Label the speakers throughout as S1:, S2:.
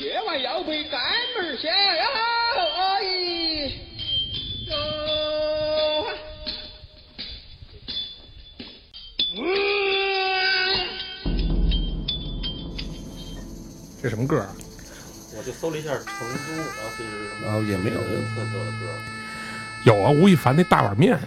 S1: 野外摇杯干门香，哎啊哟，嗯
S2: 这什么歌啊？
S3: 我就搜了一下成都，然后这是什么？
S4: 然后也没有
S3: 有特色的歌，
S2: 有啊，吴亦凡那大碗 面，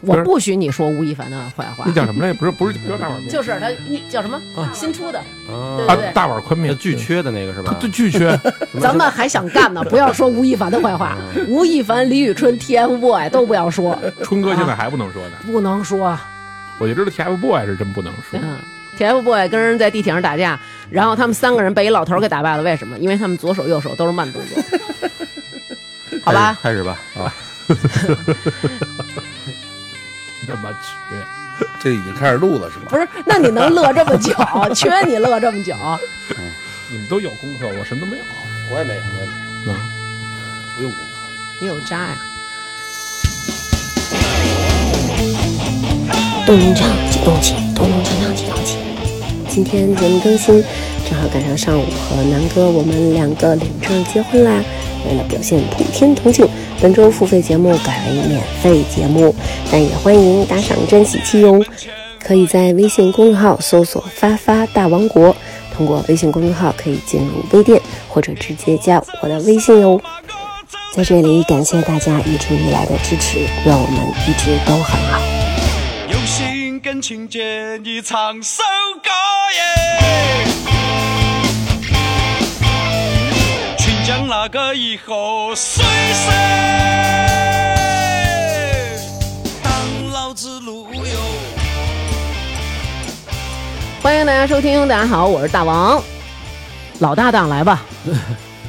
S5: 我不许你说吴亦凡的坏话
S2: 那，叫什么来？不是不是叫大碗面，
S5: 就是他一叫什么新出的，对
S3: 啊，
S2: 啊
S5: 对对，
S2: 大碗宽
S3: 那
S2: 面，
S3: 巨缺的那个是吧
S2: 对，？巨缺。
S5: 咱们还想干呢，不要说吴亦凡的坏 话，吴亦凡、李宇春、TFBOY 都不要说，
S2: 春哥现在还不能说呢，
S5: 不能说。
S2: 我就知道 TFBOY 是真不能说。
S5: 嗯，TFBOY 跟人在地铁上打架，然后他们三个人被一老头儿给打败了，为什么？因为他们左手右手都是慢动 作，好
S2: 哎
S5: 吧？
S3: 开始吧，啊，
S2: 他妈缺，
S4: 这已经开始录了是
S5: 不
S4: 吗？
S5: 是，那你能乐这么久？ 缺你乐这么久？
S2: 你们都有功课，我什么都没有。
S3: 我也没，我也没，
S2: 嗯，
S3: 不用。
S5: 你有渣呀、
S6: 动动唱起动起，动动唱唱起动起。今天节目更新正好赶上上午和南哥我们两个领证结婚啦，为了表现普天同庆，本周付费节目改为免费节目，但也欢迎打赏真喜气哟。可以在微信公众号搜索“发发大王国”，通过微信公众号可以进入微店，或者直接加我的微信哟。在这里感谢大家一直以来的支持，愿我们一直都很好。
S7: 用心跟情节，你唱首歌耶。群江那个以后水深，当老子路哟。
S5: 欢迎大家收听，大家好，我是大王，老搭档来吧，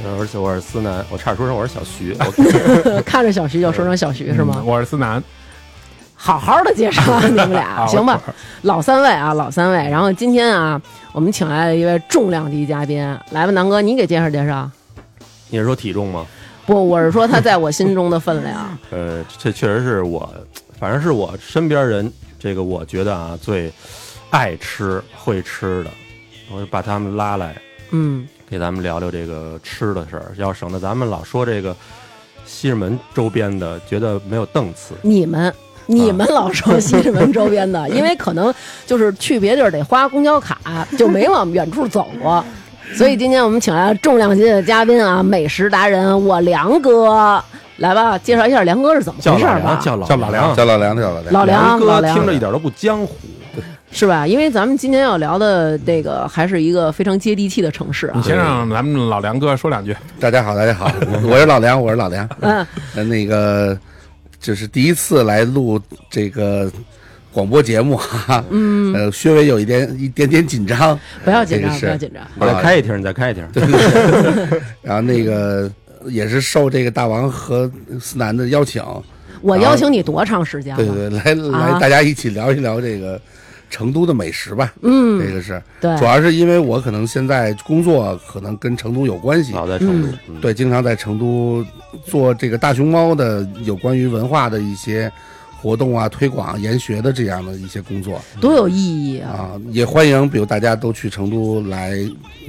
S3: 呃，而且我是思南，我差点说成我是小徐，我
S5: 看着小徐就说成小徐是吗？
S2: 我是思南，
S5: 好好的介绍你 们俩，
S2: 好
S5: 行吧？老三位啊，老三位。然后今天啊，我们请来了一位重量级嘉宾，来吧，南哥，你给介绍介绍。
S3: 你是说体重吗？
S5: 不，我是说他在我心中的分量。
S3: 呃，这确实是我，反正是我身边人，这个我觉得啊，最爱吃会吃的，我就把他们拉来，
S5: 嗯，
S3: 给咱们聊聊这个吃的事儿，要省得咱们老说这个西直门周边的，觉得没有档次。
S5: 你们。你们老说西直门周边的，因为可能就是去别地儿得花公交卡，就没往远处走过。所以今天我们请来了重量级的嘉宾啊，美食达人我梁哥，来吧，介绍一下梁哥是怎么
S3: 叫
S5: 回事
S3: 老
S5: 儿
S3: 梁，
S5: 吧。
S3: 叫老
S2: 叫老梁
S4: 叫老梁，叫老梁，
S5: 老梁，老
S3: 哥
S5: 梁
S3: 听着一点都不江湖，
S5: 是吧？因为咱们今天要聊的这个还是一个非常接地气的城市
S4: 嗯
S2: 你
S5: 啊。
S2: 先让咱们老梁哥说两句。
S4: 大家好，大家好， 我是老梁，我是老梁。
S5: 嗯，
S4: 呃那个就是第一次来录这个广播节目，哈哈，嗯，呃，稍微有一点一点点紧张，
S5: 不要紧张，
S4: 这个是
S5: 不要紧张。
S3: 你再开一听，你再开一听。
S4: 然后那个也是受这个大王和思南的邀请，
S5: 我邀请你多长时间了？
S4: 对对，来
S5: 啊
S4: 来，大家一起聊一聊这个成都的美食吧。嗯，这个是
S5: 对
S4: 主要是因为我可能现在工作可能跟成都有关系，
S3: 老在成都，嗯，
S4: 对，经常在成都做这个大熊猫的有关于文化的一些活动啊、推广、研学的这样的一些工作
S5: 多有意 义啊！
S4: 啊，也欢迎，比如大家都去成都来，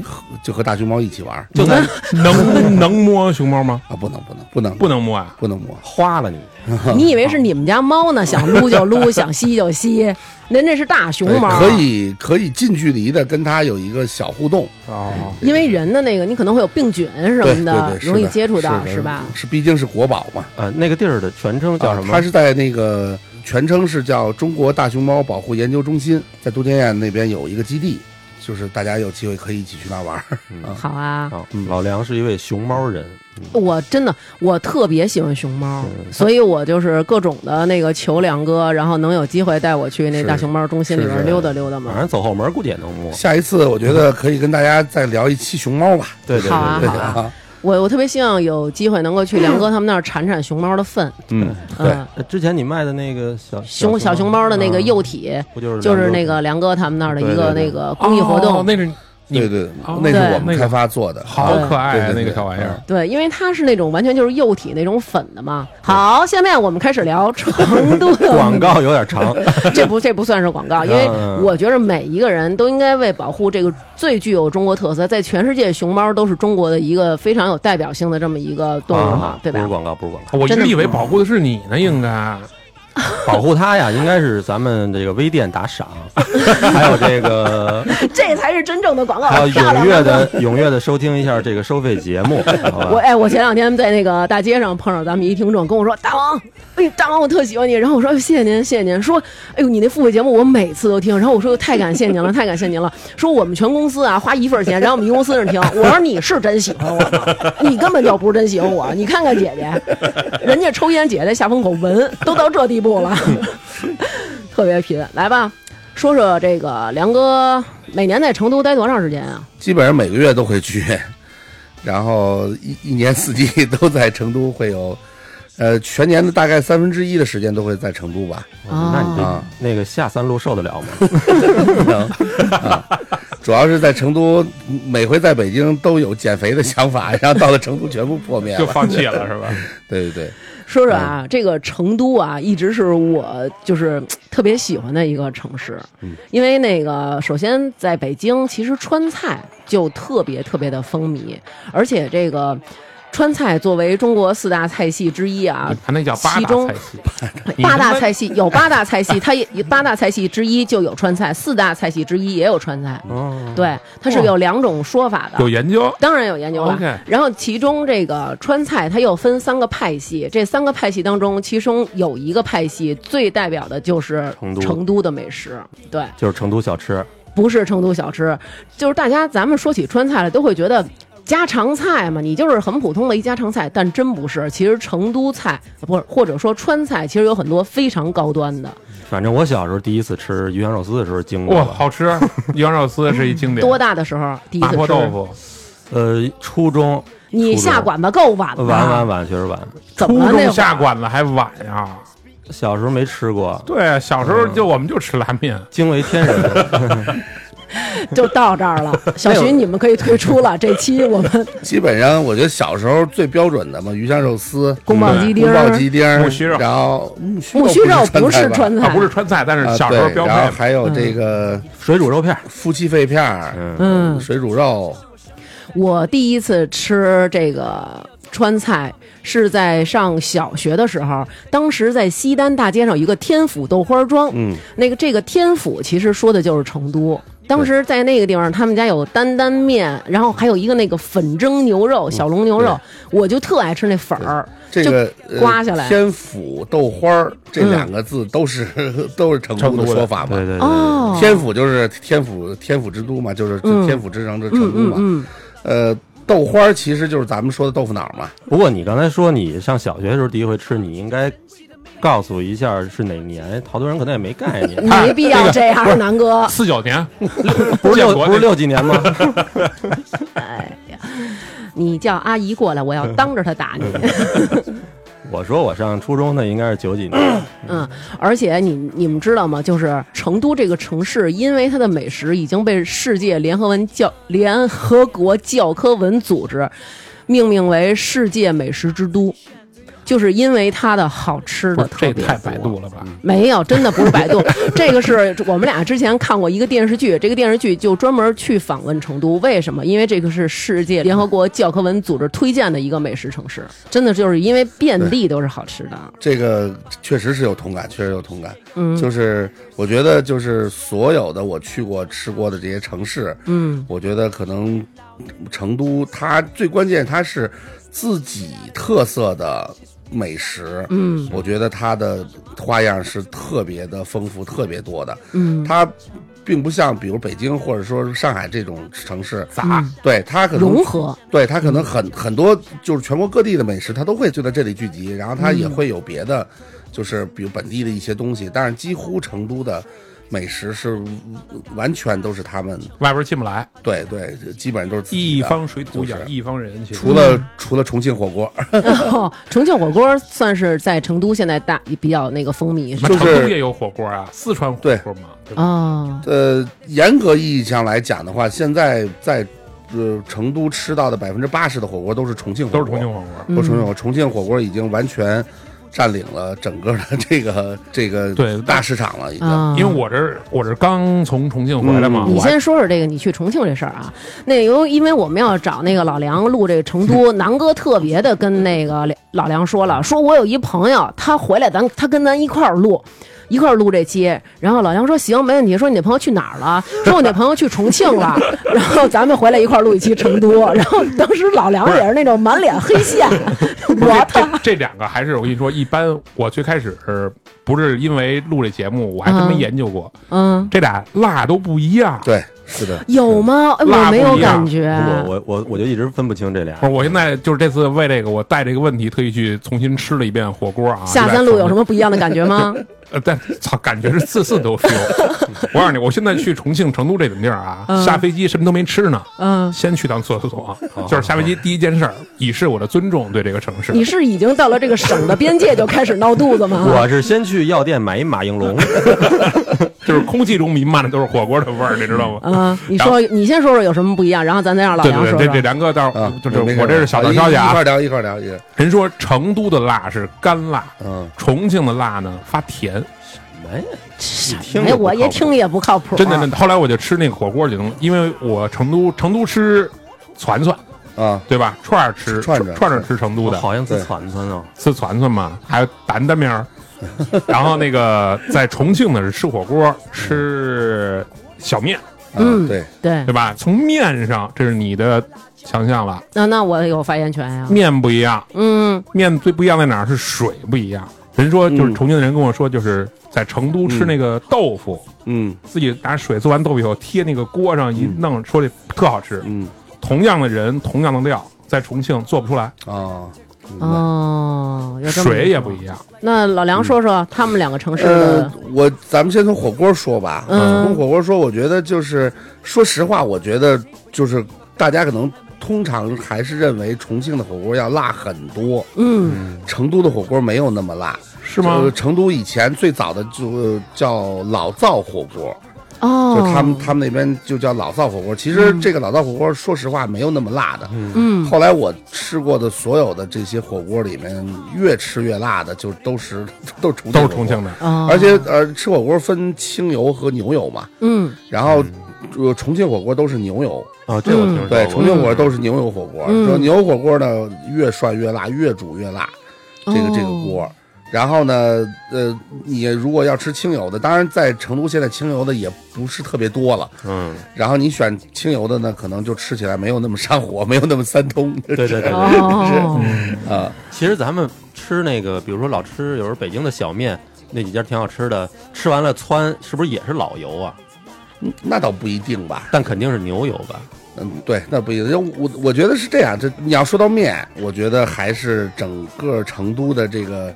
S4: 和就和大熊猫一起玩儿
S3: 就在
S2: 能能摸熊猫吗？
S4: 啊，不能不能不能
S2: 不能摸啊！
S4: 不能摸，
S3: 花了你，
S5: 你以为是你们家猫呢？想撸就撸，想吸就吸。您这是大熊猫，啊
S4: 哎可。以可以近距离的跟它有一个小互动，
S2: 哦，
S5: 因为人的那个，你可能会有病菌什
S4: 对
S5: 么
S4: 对对，是
S5: 容易
S4: 的
S5: 接触到，
S4: 是的
S5: 是吧？？
S4: 是毕竟是国宝嘛，
S3: 呃，那个地儿的全称叫什么？
S4: 啊它是在那个全称是叫中国大熊猫保护研究中心，在都江堰那边有一个基地，就是大家有机会可以一起去那玩儿。
S5: 好啊，
S3: 啊，老梁是一位熊猫人，
S5: 我真的我特别喜欢熊猫，所以我就是各种的那个求梁哥，然后能有机会带我去那
S4: 是
S5: 大熊猫中心里
S4: 是哎
S5: 边
S4: 是
S5: 溜达溜达嘛
S3: 反。正走后门估计也能摸。
S4: 下一次我觉得可以跟大家再聊一期熊猫吧。
S3: 对对
S5: 好啊
S3: 对
S4: 对
S3: 对，
S5: 好啊
S4: 啊，
S5: 我我特别希望有机会能够去梁哥他们那儿铲铲熊猫的粪，
S3: 嗯，
S5: 嗯，
S3: 呃之前你卖的那个小嗯
S5: 熊小熊猫的那个幼体，
S3: 不就是
S5: 就是
S3: 梁哥
S5: 那个梁哥他们那儿的一个
S3: 嗯对对对
S5: 哦那个公益活动，
S2: 哦那是你
S4: 对对，对
S2: 哦
S4: 那是我
S2: 那
S4: 们
S2: 个
S4: 开发做的，
S2: 好
S4: 啊
S2: 可爱啊
S4: 对对
S2: 那个
S4: 对
S2: 小玩意儿
S4: 啊
S5: 对，嗯因为它是那种完全就是幼体那种粉的嘛。好，下面我们开始聊成都 的
S3: 广告有点长，
S5: 这不这不算是广告，因为
S3: 嗯
S5: 我觉得每一个人都应该为保护这个最具有中国特色，在全世界熊猫都是中国的一个非常有代表性的这么一个动物嘛
S3: 啊，
S5: 对
S3: 不是
S5: 吧？
S3: 广告，不是广告，
S2: 我一
S5: 真的
S2: 直以为保护的是你呢，应该啊
S3: 保护它呀，应该是咱们这个微店打 赏，还有这个，
S5: 这才是真正的广告，
S3: 还有
S5: 漂
S3: 踊
S5: 亮
S3: 跃的踊跃的收听一下这个收费节目，好
S5: 我
S3: 吧？
S5: 哎，我前两天在那个大街上碰上咱们一听众跟我说：“大王，哎呦，大王，我特喜欢你。”然后我说哎：“谢谢您，谢谢您。”说：“哎呦，你那付费节目我每次都听。”然后我说：“太感谢您了，太感谢您了。”说我们全公司啊花一份钱，然后我们一公司人听。我说：“你是真喜欢我吗？你根本就不是真喜欢我。你看看姐姐，人家抽烟姐姐在下风口闻，都到这地步了，特别贫。来吧，说说这个梁哥每年在成都待多长时间啊？
S4: 基本上每个月都会去，然后一一年四季 都在成都会有，呃，全年的大概三分之一的时间都会在成都吧，
S3: 哦那你
S4: 啊
S3: 这那个下三路受得了吗？
S4: 啊主要是在成都，每回在北京都有减肥的想法，然后到了成都全部破灭
S2: 就
S4: 了，
S2: 放弃了是吧？
S4: 对对对。
S5: 说说啊，
S2: 嗯
S5: 这个成都啊，一直是我就是嘖特别喜欢的一个城市，
S2: 嗯
S5: 因为那个首先在北京，其实川菜就特别特别的风靡，而且这个川菜作为中国四大菜系之一啊，
S2: 他那叫八
S5: 其
S2: 大
S5: 中
S2: 菜系，你
S5: 八
S2: 他
S5: 大
S2: 妈
S5: 菜系有八大菜系，它也 八大菜系之一就有川菜，四大菜系之一也有川菜，
S2: 哦
S5: 对，它是有两种说法的
S2: 有。研究，
S5: 当然有研究了。
S2: OK
S5: 然后其中这个川菜它又分三个派系，这三个派系当中，其中有一个派系最代表的就是
S3: 成都
S5: 成都的美食，对，
S3: 就是成都小吃，
S5: 不是成都小吃，就是大家咱们说起川菜来都会觉得。家常菜嘛，你就是很普通的一家常菜，但真不是。其实成都菜不是，或者说川菜，其实有很多非常高端的。
S3: 反正我小时候第一次吃鱼香肉丝的时候惊
S2: 哇，
S3: 过了，
S2: 好吃！ 羊肉丝是一经典，
S5: 多大的时候第一
S2: 麻
S5: 次
S2: 婆
S5: 吃？
S2: 豆腐，
S3: 呃，初中
S5: 你
S3: 初中
S5: 下馆子啊够晚了。
S3: 晚晚晚确实晚，
S5: 怎么
S2: 初
S5: 了那会
S2: 中
S5: 儿
S2: 下馆子还晚呀？
S3: 小时候没吃过，
S2: 对，啊小时候
S4: 嗯
S2: 就我们就吃拉面，
S3: 惊为天人。
S5: 就到这儿 了。小徐，你们可以退出了。这期我们
S4: 基本上，我觉得小时候最标准的嘛，鱼香肉丝、
S5: 宫保鸡丁
S4: 宫
S5: 儿
S4: 保鸡丁儿、
S2: 木须肉
S4: 然后木须
S5: 木须肉不
S4: 不
S5: 是
S4: 川
S5: 川菜，
S2: 啊，不是川菜，但
S4: 菜吧，
S2: 是
S4: 啊
S2: 小时候
S4: 对
S2: 标
S4: 然后
S2: 配。
S4: 还有这个
S3: 水煮肉片儿，
S4: 夫妻肺片儿、
S5: 嗯，
S4: 水煮肉，
S5: 我第一次吃这个川菜是在上小学的时候，当时在西单大街上有一个天府豆花庄，嗯，那个这个天府其实说的就是成都。当时在那个地方，他们家有担担面，然后还有一个那个粉蒸牛肉、小笼牛肉，我就特爱吃那粉儿，
S4: 这个
S5: 就刮下来。
S4: 呃、天府豆花儿这两个字都是、 都是成都的说法嘛。
S3: 对对对，
S5: 哦，
S4: 天府就是天府天府之都嘛，就是就天府之城，这成都嘛。
S5: 嗯
S4: 呃，豆花儿其实就是咱们说的豆腐脑儿嘛。
S3: 不过你刚才说你上小学的时候第一回吃，你应该告诉一下是哪年，好多人可能也没概念。
S5: 没必要这样，南哥。
S2: 四九年，
S3: 不是
S2: 建
S3: 六
S2: 国
S3: 不是
S2: 那
S3: 六几年吗？
S5: 你叫阿姨过来，我要当着她打你。
S3: 我说我上初中那应该是九几年，
S5: 嗯，而且你你们知道吗？就是成都这个城市，因为它的美食已经被世界联合文教联合国教科文组织命名为世界美食之都，就是因为它的好吃
S2: 不
S5: 的
S2: 是
S5: 特
S2: 这
S5: 别
S2: 太百
S5: 多
S2: 度了吧？
S4: 嗯
S5: 没有，真的不是百度，这个是我们俩之前看过一个电视剧，这个电视剧就专门去访问成都，为什么？因为这个是世界联合国教科文组织推荐的一个美食城市，真的就是因为遍地都是好吃的。
S4: 这个确实是有同感，确实有同感。嗯，就是我觉得，就是所有的我去过、吃过的这些城市，
S5: 嗯，
S4: 我觉得可能成都它最关键，它是自己特色的美食。嗯，我觉得它的花样是特别的丰富、特别多的。嗯，它并不像比如北京或者说是上海这种城市杂，
S5: 嗯
S4: 对它可能
S5: 融合，
S4: 对它可能很很多就是全国各地的美食，它都会就在这里聚集，
S5: 嗯
S4: 然后它也会有别的，就是比如本地的一些东西，但是几乎成都的美食是完全都是他们，
S2: 外边进不来，
S4: 对对，基本上都是自己
S2: 一
S4: 的
S2: 方水土
S4: 就
S2: 养
S4: 是
S2: 一方人。其实
S4: 除
S5: 嗯
S4: 了、除了重庆火锅，
S5: 哦， 重庆火锅算是在成都现在大比较那个风靡是吧？
S2: 那
S4: 就是
S2: 成都也有火锅啊，四川火锅嘛，对吧？
S5: 哦，
S4: 呃，严格意义上来讲的话，现在在呃成都吃到的百分之八十的火锅都是重庆火
S2: 都
S4: 锅，
S2: 是重庆火
S5: 嗯
S4: 都
S2: 锅。
S4: 是重庆火锅。重庆火锅已经完全占领了整个的这个这个
S2: 对
S4: 大市场了，已经。
S5: 啊，
S2: 因为我这儿我这儿刚从重庆回来嘛，
S4: 嗯
S5: 你
S2: 我还
S5: 先说说这个你去重庆这事儿啊，那个由因为我们要找那个老梁录这个成
S2: 嗯
S5: 都，南哥特别的跟那个老梁说了，说我有一朋友，他回来咱他跟咱一块儿录。一块儿录这期，然后老梁说行，没问题。说你那朋友去哪儿了？说我那朋友去重庆了。 然后咱们回来一块儿录一期成都。然后当时老梁也是那种满脸黑线，
S2: 不是
S5: 我
S2: 这
S5: 他
S2: 这这两个还是我跟你说，一般我最开始呃不是因为录这节目，我还真没
S5: 嗯
S2: 研究过，
S5: 嗯
S2: 这俩辣都不一样。
S4: 对，是的，
S5: 有吗？哎
S2: 辣
S5: 我
S2: 不
S5: 没有
S2: 一样
S5: 感觉。
S3: 我我我我就一直分不清这俩
S2: 不。
S5: 哦
S2: 是，我现在就是这次为这个，我带这个问题特意去重新吃了一遍火锅啊。
S5: 下三路有什么不一样的感觉吗？
S2: 呃，但操，感觉是次次 都 feel。我告诉你，我现在去重庆、成都这种地儿啊，下飞机什么都没吃呢，
S5: 嗯，
S2: 先去趟厕所，
S4: 哦
S2: 就是下飞机第一件事儿，以示我的尊重对这个城市。
S5: 你是已经到了这个省的边界就开始闹肚子吗？
S3: 我是先去药店买一马应龙，
S4: 嗯
S2: 就是空气中弥漫的都是火锅的味儿，你知道吗？
S5: 啊，你说你先说说有什么不一样，然后咱再让老
S2: 对
S5: 梁
S2: 对
S5: 说
S2: 对，这这
S5: 说。
S2: 两个倒
S4: 啊
S2: 是，就是
S4: 没事
S2: 我这是小道
S4: 一
S2: 消息
S4: 一块
S2: 啊
S4: 儿。聊一块儿聊，一块儿
S2: 人说成都的辣是干辣，
S4: 嗯，
S2: 重庆的辣呢发甜，
S3: 没听
S5: 哎，
S3: 着不
S5: 我
S3: 靠
S5: 一
S3: 谱
S5: 听也不靠谱， 啊
S2: 真的。真的后来我就吃那个火锅就能，因为我成都成都吃串串，
S4: 啊，
S2: 对吧？串儿吃
S4: 串着
S2: 串串着吃成都
S3: 我
S2: 的，
S3: 哦好像自
S4: 对
S3: 攒攒啊，
S2: 吃串串嘛，还有担担面儿。然后那个在重庆呢是吃火锅，吃小面，
S4: 啊
S5: 嗯
S4: 对，
S5: 对
S2: 对，吧？从面上这是你的想象了，
S5: 那那我有发言权呀。
S2: 面不一样，
S5: 嗯，
S2: 面最不一样在哪儿是水不一样。人说就是
S3: 嗯
S2: 重庆的人跟我说，就是在成都
S4: 嗯
S2: 吃那个豆腐，
S3: 嗯
S2: 自己拿水做完豆腐以后贴那个锅上一弄，说这特好吃。
S3: 嗯，
S2: 同样的人，同样的料，在重庆做不出来，
S4: 啊，
S5: 哦，有这么
S2: 水也不一样。
S5: 那老梁说说他们两个城市
S4: 呃
S5: 的，，
S4: 我咱们先从火锅说吧。
S5: 嗯
S4: 从火锅说，我觉得就是，说实话，我觉得就是大家可能通常还是认为重庆的火锅要辣很多，
S5: 嗯
S4: 成都的火锅没有那么辣，
S2: 是吗
S4: 就呃成都以前最早的就呃叫老灶火锅，嗯
S5: 哦，
S4: 就他们他们那边就叫老灶火锅。其实
S2: 嗯
S4: 这个老灶火锅，说实话没有那么辣的。
S5: 嗯
S4: 后来我吃过的所有的这些火锅里面，越吃越辣的就都是 都是重庆
S2: 都是
S4: 火锅
S2: 重庆的，
S5: 哦，
S4: 而且呃，吃火锅分清油和牛油嘛，
S5: 嗯
S4: 然后。呃，重庆火锅都是牛油，
S3: 啊，这我听说
S4: 哦嗯对，
S3: 过
S4: 重庆火锅都是牛油火锅。
S5: 嗯
S4: 说牛油火锅呢，越涮越辣，越煮越辣，这个这个
S5: 哦
S4: 锅。然后呢，呃，你如果要吃清油的，当然在成都现在清油的也不是特别多了。
S3: 嗯，
S4: 然后你选清油的呢，可能就吃起来没有那么上火， 没有那么三通。
S3: 对对对对对。
S5: 哦，
S4: 啊，
S3: 其实咱们吃那个，比如说老吃有时候北京的小面，那几家挺好吃的，吃完了窜，是不是也是老油啊？
S4: 那倒不一定吧。
S3: 但肯定是牛油吧？
S4: 嗯，对，那不一定。我我觉得是这样，这你要说到面，我觉得还是整个成都的这个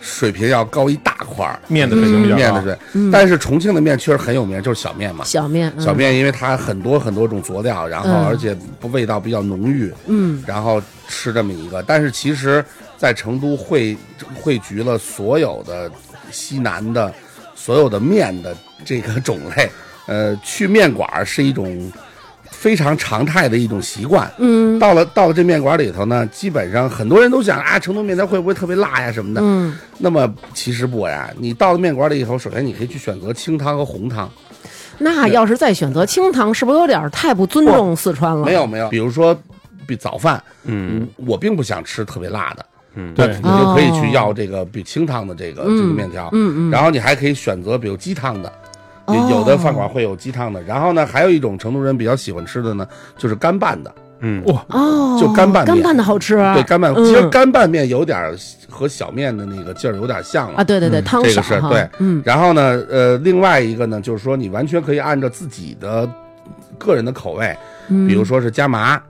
S4: 水平要高一大块儿，
S2: 面的水平比较
S4: 嗯面
S2: 高
S4: 的。对。但是重庆的面确实很有名，就是小面嘛。
S5: 小面，嗯
S4: 小面，因为它很多很多种佐料，然后
S5: 嗯
S4: 而且味道比较浓郁，
S5: 嗯
S4: 然后吃这么一个。但是其实，在成都汇汇聚了所有的西南的所有的面的这个种类， 呃，去面馆儿是一种非常常态的一种习惯。
S5: 嗯
S4: 到了到了这面馆里头呢，基本上很多人都想啊，成都面条会不会特别辣呀什么的？
S5: 嗯，
S4: 那么其实不然，你到了面馆里以后，首先你可以去选择清汤和红汤。
S5: 那要是再选择清汤，是不是有点太不尊重四川了？
S4: 没有没有，比如说比早饭，
S3: 嗯，
S4: 我并不想吃特别辣的，
S3: 嗯
S4: 那
S2: 对
S4: 你就可以
S5: 哦
S4: 去要这个比清汤的这个、这个
S5: 嗯
S4: 面条，
S5: 嗯嗯
S4: 然后你还可以选择比如鸡汤的。有
S5: 哦
S4: 有的饭馆会有鸡汤的，然后呢，还有一种成都人比较喜欢吃的呢，就是干拌的。
S3: 嗯，
S2: 哇，
S5: 哦，
S4: 就干拌面
S5: 干拌的好吃，
S4: 对，干拌，
S5: 嗯
S4: 其实干拌面有点儿和小面的那个劲儿有点像了
S5: 啊，。对对对，汤
S4: 这
S5: 少
S4: 个是
S5: 哈，
S4: 对，
S5: 嗯
S4: 然后呢，呃，另外一个呢，就是说你完全可以按照自己的个人的口味，比如说是加麻、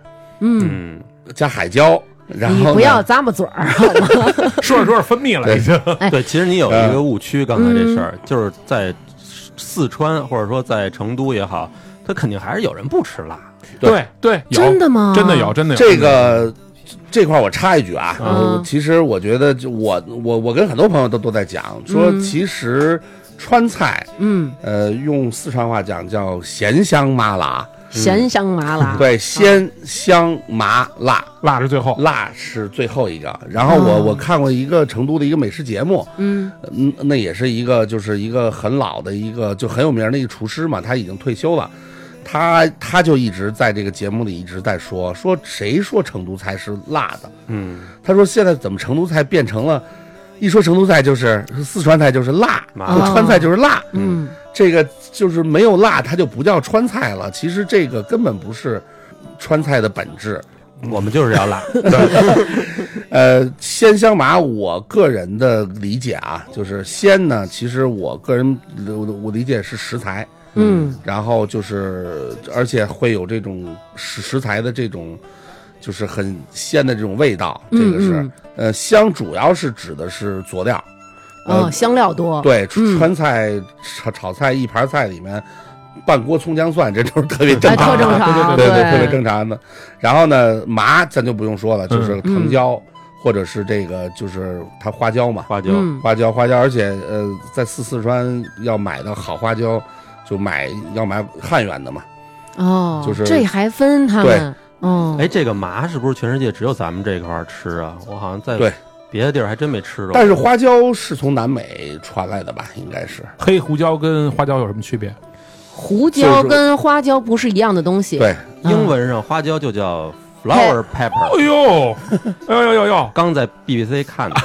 S5: 嗯，
S3: 嗯，
S4: 加海椒，然
S5: 你
S4: 后
S5: 不
S4: 呢
S5: 要咂巴嘴儿， 好吗？
S2: 说着说着分泌了，已经。
S5: 哎
S4: 呃
S5: 嗯
S3: 对，其实你有一个误区，刚才这事儿就是在四川或者说在成都也好，他肯定还是有人不吃辣。
S2: 对对，有
S5: 真的吗
S2: 真的有，真的有
S4: 这个这块儿我插一句啊，
S5: 嗯
S4: 其实我觉得就我我我跟很多朋友都都在讲说，其实川菜，
S5: 嗯，
S4: 呃，用四川话讲叫咸香麻辣，
S5: 咸香麻辣，
S4: 嗯对，鲜香麻辣，
S2: 辣是最后，
S4: 辣是最后一个。然后我、我看过一个成都的一个美食节目，
S5: 哦嗯
S4: 嗯，那也是一个就是一个很老的一个就很有名的一个厨师嘛，他已经退休了。他他就一直在这个节目里一直在说说谁说成都菜是辣的，
S3: 嗯，
S4: 他说现在怎么成都菜变成了，一说成都菜就是四川菜就是辣，
S3: 麻
S5: 辣
S4: 就川菜就是辣，
S5: 嗯，
S4: 这个就是没有辣它就不叫川菜了。其实这个根本不是川菜的本质。
S3: 我们就是要辣。
S4: 呃，鲜香麻，我个人的理解啊，就是鲜呢，其实我个人我我理解是食材，
S5: 嗯，
S4: 然后就是而且会有这种食食材的这种。就是很鲜的这种味道，这个是，
S5: 嗯
S4: 呃，香主要是指的是佐料，呃
S5: 哦，香料多，
S4: 对，
S5: 嗯
S4: 川菜炒炒菜一盘菜里面半锅葱姜蒜，这都是特别正
S5: 哎，
S4: 常
S5: 特
S4: 的，
S5: 正常，
S4: 对特别正常的。然后呢，麻咱就不用说了，就是藤椒、或者是这个就是它花椒嘛，
S3: 花椒，
S5: 嗯
S4: 花椒花椒，而且呃，在四四川要买到好花椒，就买要买汉源的嘛，
S5: 哦，
S4: 就是
S5: 这还分他们，哦，
S3: 哎，这个麻是不是全世界只有咱们这块儿吃啊？我好像在
S4: 对
S3: 别的地儿还真没吃着。
S4: 但是花椒是从南美传来的吧，应该是
S2: 黑胡椒跟花椒有什么区别？
S5: 胡椒跟花椒不是一样的东西，
S4: 对，
S5: 嗯
S3: 英文上花椒就叫 flower pepper。
S2: 哎呦，哎呦呦呦呦，
S3: 刚在 BBC 看的，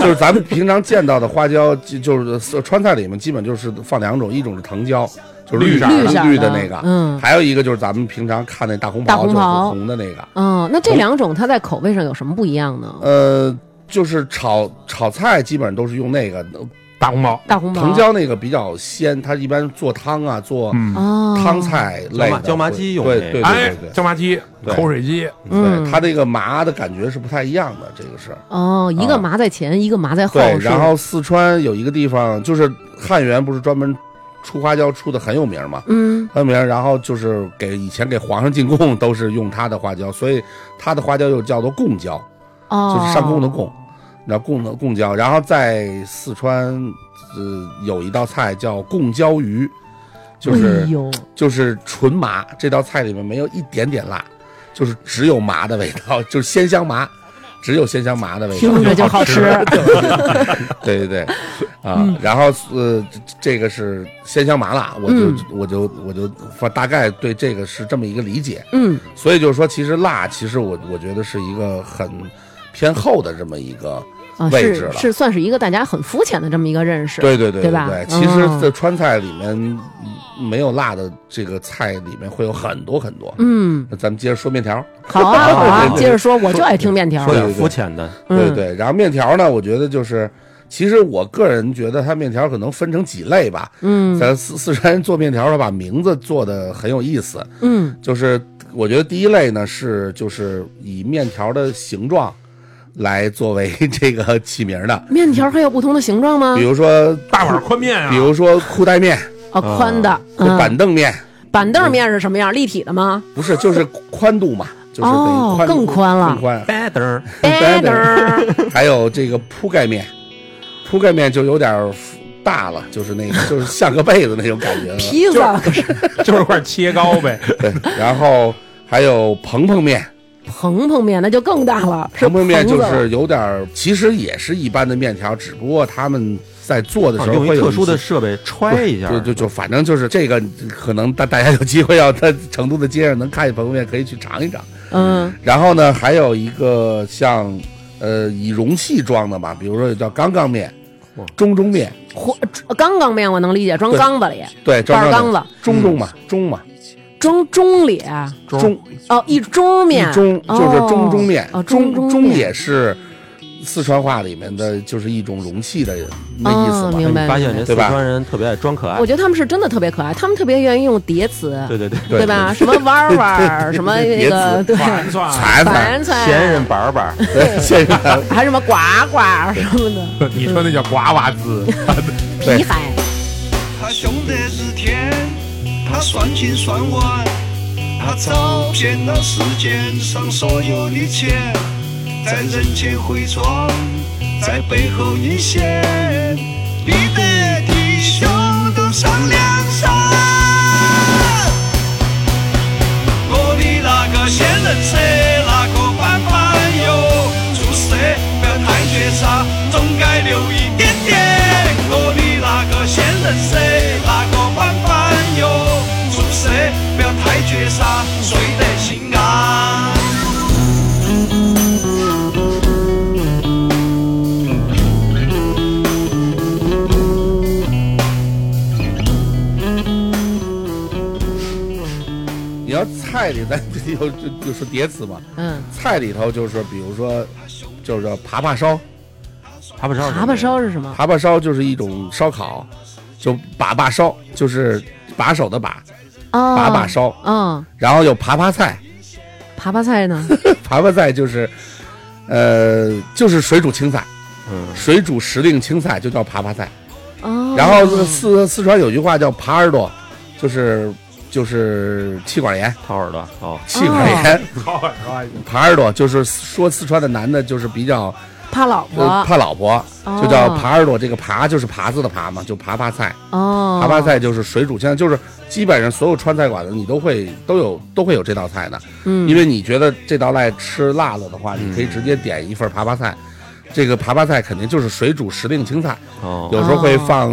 S4: 就是咱们平常见到的花椒，就就是呃川菜里面基本就是放两种，一种是藤椒，就是
S2: 绿色
S4: 色
S2: 的
S4: 绿
S5: 绿色
S4: 绿的
S5: 的
S4: 那个，
S5: 嗯
S4: 还有一个就是咱们平常看那大红
S5: 大红
S4: 袍，就是
S5: 袍
S4: 红的那个，
S5: 嗯，那这两种它在口味上有什么不一样呢？
S4: 呃，就是炒炒菜基本上都是用那个呃
S2: 大红袍，
S5: 大红袍
S4: 藤椒那个比较鲜，它一般做汤啊，做
S2: 嗯，
S5: 哦，
S4: 汤菜类的
S3: 椒麻椒麻鸡用
S4: 对
S3: 那个
S4: 对对
S2: 哎
S4: 对对，，
S2: 椒麻鸡、
S4: 对
S2: 口水鸡，
S5: 嗯
S4: 对它那个麻的感觉是不太一样的，这个是。
S5: 哦，一个麻在前，一个麻在后，
S4: 对，
S5: 是
S4: 然后四川有一个地方，就是汉源不是专门出花椒出的很有名嘛，
S5: 嗯
S4: 很有名。然后就是给以前给皇上进贡都是用他的花椒，所以他的花椒又叫做贡椒，
S5: 哦，
S4: 就是上供的供，然后贡的贡椒。然后在四川，呃，有一道菜叫贡椒鱼，就是、
S5: 哎呦，
S4: 就是纯麻，这道菜里面没有一点点辣，就是只有麻的味道，就是鲜香麻，只有鲜香麻的味道。
S5: 听着就好吃，
S4: 对对对，啊，
S5: 嗯
S4: 然后呃，这这个是鲜香麻辣，我就、
S5: 嗯
S4: 我就我就反大概对这个是这么一个理解，
S5: 嗯，
S4: 所以就是说，其实辣，其实我我觉得是一个很偏后的这么一个
S5: 啊，
S4: 位置
S5: 是
S4: 了。
S5: 是算是一个大家很肤浅的这么一个认识，
S4: 对对对对
S5: 对吧
S4: 其实，
S5: 嗯
S4: 在川菜里面，嗯没有辣的这个菜里面会有很多很多。
S5: 嗯，
S4: 那咱们接着说面条，
S5: 好啊好啊，
S3: 对对对
S5: 接着说，我就爱听面条
S3: 说
S4: 对
S3: 点
S4: 对对
S3: 肤浅的，
S5: 嗯
S4: 对对。然后面条呢，我觉得就是，其实我个人觉得它面条可能分成几类吧。
S5: 嗯
S4: 咱四四川人做面条的把名字做的很有意思，
S5: 嗯
S4: 就是我觉得第一类呢是就是以面条的形状来作为这个起名的，
S5: 面条还有不同的形状吗
S4: 比？如说
S2: 大碗宽面啊，
S4: 比如说裤带面、
S5: 啊，宽的，嗯
S4: 板凳面，
S5: 板凳面是什么样？立体的 吗？
S4: 不是就是宽度嘛，就是等于
S5: 哦
S4: 宽度
S5: 更宽了
S4: 更宽。
S3: 白灯儿
S5: 板
S4: 板
S5: 凳
S4: 凳
S5: 儿，。
S4: 还有这个铺盖面，铺盖面就有点儿大了，就是那个就是像个被子那种感觉了
S5: 披萨可是
S2: 就是块切糕 呗，
S4: 对，然后还有蓬蓬面。
S5: 蓬蓬面，那就更大了，是
S4: 蓬蓬面
S5: 蓬
S4: 就
S5: 子了
S4: 是有点儿，其实也是一般的面条，只不过他们在做的时候
S3: 啊用
S4: 会
S3: 一
S4: 有
S3: 特殊的
S4: 些
S3: 设备揣一下，
S4: 就就就反正就是这个，可能大大家有机会要在成都的街上能看见蓬蓬面，可以去尝一尝。
S5: 嗯
S4: 然后呢，还有一个像呃以容器装的嘛，比如说叫缸缸面
S3: 哇、
S4: 中中面，
S5: 或缸缸嗯面我能理解，装
S4: 对
S5: 缸子里，
S4: 对，装
S5: 半
S4: 上
S5: 缸子，
S4: 中中
S3: 嗯
S4: 嘛，中嘛，
S5: 装盅里，
S4: 中
S5: 哦，一盅
S4: 一
S5: 面，
S4: 中就是中中面
S5: 哦，
S4: 中
S5: 中
S4: 中
S5: 面
S4: 也是四川话里面的就是一种容器的那意
S5: 哦
S4: 思嘛，
S5: 明白，
S3: 发现
S5: 明
S3: 这四
S5: 白
S4: 对吧
S3: 川人特别爱装可爱
S5: 我。觉得他们是真的特别可爱，他们特别愿意用叠词，
S3: 对对对，
S4: 对
S5: 吧？什么弯儿 弯儿，什么那个对，
S2: 盘算啊。
S4: 盘
S5: 反
S4: 盘，
S5: 菜，
S3: 闲人板板，
S4: 对，先生，
S5: 还什么呱呱什么的，
S2: 你说那叫瓜娃子，
S5: 皮海，
S7: 哎他凶的是天，他算尽算完，他找遍了世间上所有的钱，在人间回转，在背后阴险，逼得弟兄都上梁山。我的那个仙人车，那个板板哟，注射不要太绝杀，总该留一点点。我的那个仙人车，那个板板哟，注射不要太绝杀，睡得心安。
S4: 你要菜里咱就就就说叠词嘛，
S5: 嗯，
S4: 菜里头就是比如说，就是叫爬爬烧，
S3: 爬爬烧是什么呀，
S5: 蛤蟆烧是什么？
S4: 爬爬烧就是一种烧烤，就把把烧，就是把手的把，
S5: 啊，
S4: 把把烧
S5: 嗯，
S4: 然后有爬爬菜，
S5: 爬爬 菜呢？
S4: 爬爬菜就是，呃，就是水煮青菜，
S3: 嗯，
S4: 水煮时令青菜就叫爬爬菜。
S5: 哦，
S4: 然后四四川有句话叫耙耳朵，就是就是气管炎，
S3: 掏耳朵哦，
S4: 气管 炎，
S2: 好玩儿
S4: 耙耳朵就是说四川的男的就是比较
S5: 怕老
S4: 呃
S5: 婆
S4: 怕老婆，
S5: 哦
S4: 就叫耙耳朵。这个耙就是耙子的耙嘛，就耙耙菜，
S5: 哦，
S4: 耙耙菜就是水煮青菜，就是基本上所有川菜馆子你都会都有都会有这道菜的。
S5: 嗯，
S4: 因为你觉得这道菜吃辣了的话，你可以直接点一份耙耙菜。这个耙耙菜肯定就是水煮时令青菜，
S3: 哦，
S4: 有时候会放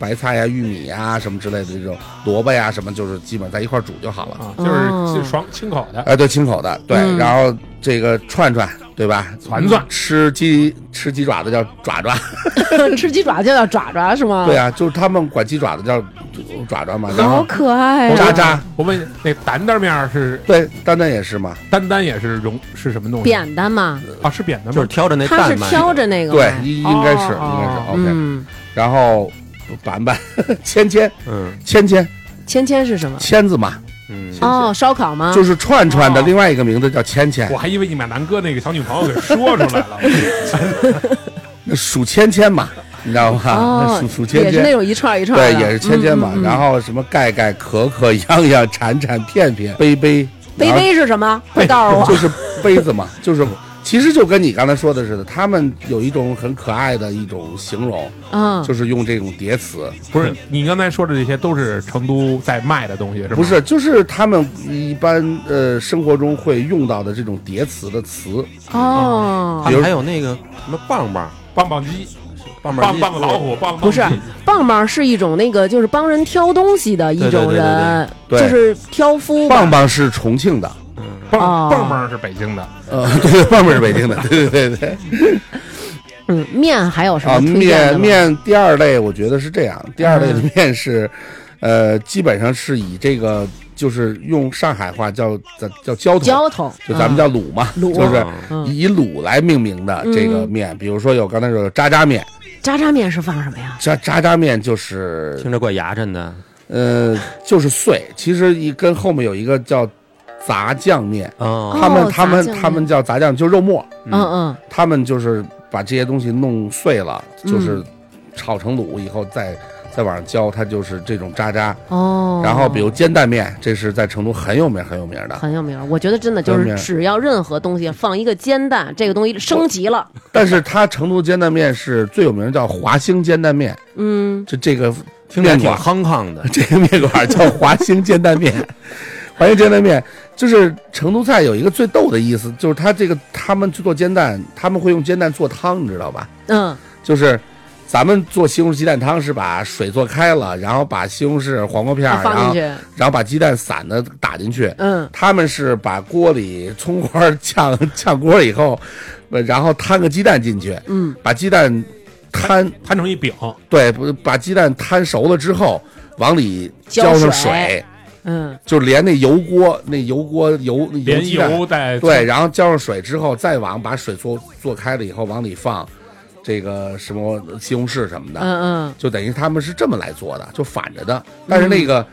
S4: 白菜呀、玉米呀什么之类的这种萝卜呀什么，就是基本在一块儿煮就好了。
S2: 啊，就是
S5: 哦
S2: 就是爽清口的，
S4: 哎，对，清口的，对。
S5: 嗯
S4: 然后这个串串，对吧？
S2: 团团
S4: 吃鸡吃鸡爪子叫爪爪，
S5: 吃鸡爪就叫爪爪是吗？
S4: 对啊，就是他们管鸡爪子叫爪爪嘛。然
S5: 好
S4: 后
S5: 可爱哎啊呀！
S4: 渣渣，
S2: 我问你，那担担面儿是
S4: 对，丹丹也是嘛。
S2: 担担也是容是什么东西？
S5: 扁担嘛，
S2: 啊，是扁的吗？
S3: 就是挑着那
S5: 他是
S3: 蛋卖，
S5: 挑着那个
S4: 对，
S5: 卖
S4: 应应该是
S2: 哦
S4: 应该是
S2: 哦
S4: OK。
S5: 嗯，
S4: 然后板板、 芊芊、
S3: 嗯
S4: 芊芊、
S5: 芊芊是什么？
S4: 签子嘛，
S3: 嗯，
S5: 哦，烧烤吗？
S4: 就是串串的
S2: 哦
S4: 另外一个名字叫芊芊
S2: 我，还以为你把南哥那个小女朋友给说出 来了。
S4: 那数芊芊嘛，你知道吗？啊那
S5: 哦
S4: 数数，芊
S5: 也是那
S4: 芊，
S5: 种一串一串的，嗯
S4: 对，也是芊芊嘛。然后什么盖盖、可可、样样、铲铲、片片、杯杯，
S5: 杯
S4: 然后
S5: 杯是 什么？啊快告诉
S4: 就
S5: 我。
S4: 是杯子嘛， 就是。其实就跟你刚才说的似的，他们有一种很可爱的一种形容，
S5: 嗯，
S4: 就是用这种叠词，
S2: 不是，你刚才说的这些都是成都在卖的东西，是吗？
S4: 不是，就是他们一般呃生活中会用到的这种叠词的词，
S5: 哦
S3: 他，
S4: 比如
S3: 们还有那个什么棒棒
S2: 棒棒鸡、
S3: 棒哦
S2: 棒
S3: 鸡
S2: 棒老虎、棒棒
S5: 不是
S2: 鸡
S5: 棒棒是一种那个，就是帮人挑东西的一种人，
S4: 对对对对对
S5: 就是挑夫吧
S4: 棒棒是重庆的，
S2: 棒
S5: 哦
S2: 棒棒是北京的，
S4: 呃， 对，棒棒是北京的， 对对对对。
S5: 嗯，面还有什
S4: 啊，
S5: 么推荐的
S4: 面
S5: 吗？
S4: 面第二类，我觉得是这样，第二类的面是，呃，基本上是以这个就是用上海话叫叫叫浇头，
S5: 浇头，
S4: 就咱们叫卤嘛，
S5: 卤
S4: 就是
S3: 哦
S5: 嗯
S4: 以卤来命名的这个面，比如说有刚才说有渣渣面，
S5: 嗯渣渣面是放什么呀？
S4: 渣渣渣面就是
S3: 听着怪牙碜的
S4: 呃就是碎，其实一跟后面有一个叫杂酱面，
S3: 哦，
S4: 他们他
S5: 杂酱
S4: 们
S5: 面
S4: 他们叫杂酱，就肉末，
S5: 嗯嗯，
S4: 他们就是把这些东西弄碎了，
S5: 嗯
S4: 就是炒成卤以后再再往上浇，它就是这种渣渣。
S5: 哦，
S4: 然后比如煎蛋面，这是在成都很有名很有名的，
S5: 很有名儿，我觉得真的就
S4: 很有
S5: 是
S4: 名儿
S5: 只要任何东西放一个煎蛋，这个东西升级了。
S4: 但是它成都煎蛋面是最有名的，叫华兴煎蛋面，
S5: 嗯，
S4: 这这个
S3: 听着
S4: 面
S3: 挺
S4: 馆，
S3: 康康 的，
S4: 这个面馆叫华兴煎蛋面。华兴煎蛋面就是成都菜有一个最逗的意思，就是它这个他们去做煎蛋，他们会用煎蛋做汤，你知道吧？
S5: 嗯，
S4: 就是咱们做西红柿鸡蛋汤是把水做开了，然后把西红柿、黄瓜片儿，然
S5: 放进
S4: 后
S5: 去，
S4: 然后把鸡蛋散的打进去。
S5: 嗯，
S4: 他们是把锅里葱花儿炝炝锅以后，呃然后摊个鸡蛋进去，
S5: 嗯，
S4: 把鸡蛋摊
S2: 摊成一饼，
S4: 对，不把鸡蛋摊熟了之后，往里
S5: 浇
S4: 浇上
S5: 水
S4: 水，
S5: 嗯，
S4: 就连那油锅那油锅油那油
S2: 连
S4: 鸡蛋
S2: 油带
S4: 对，，然后浇上水之后，再往把水做做开了以后，往里放这个什么西红柿什么的，
S5: 嗯嗯，
S4: 就等于他们是这么来做的，就反着的。但是那个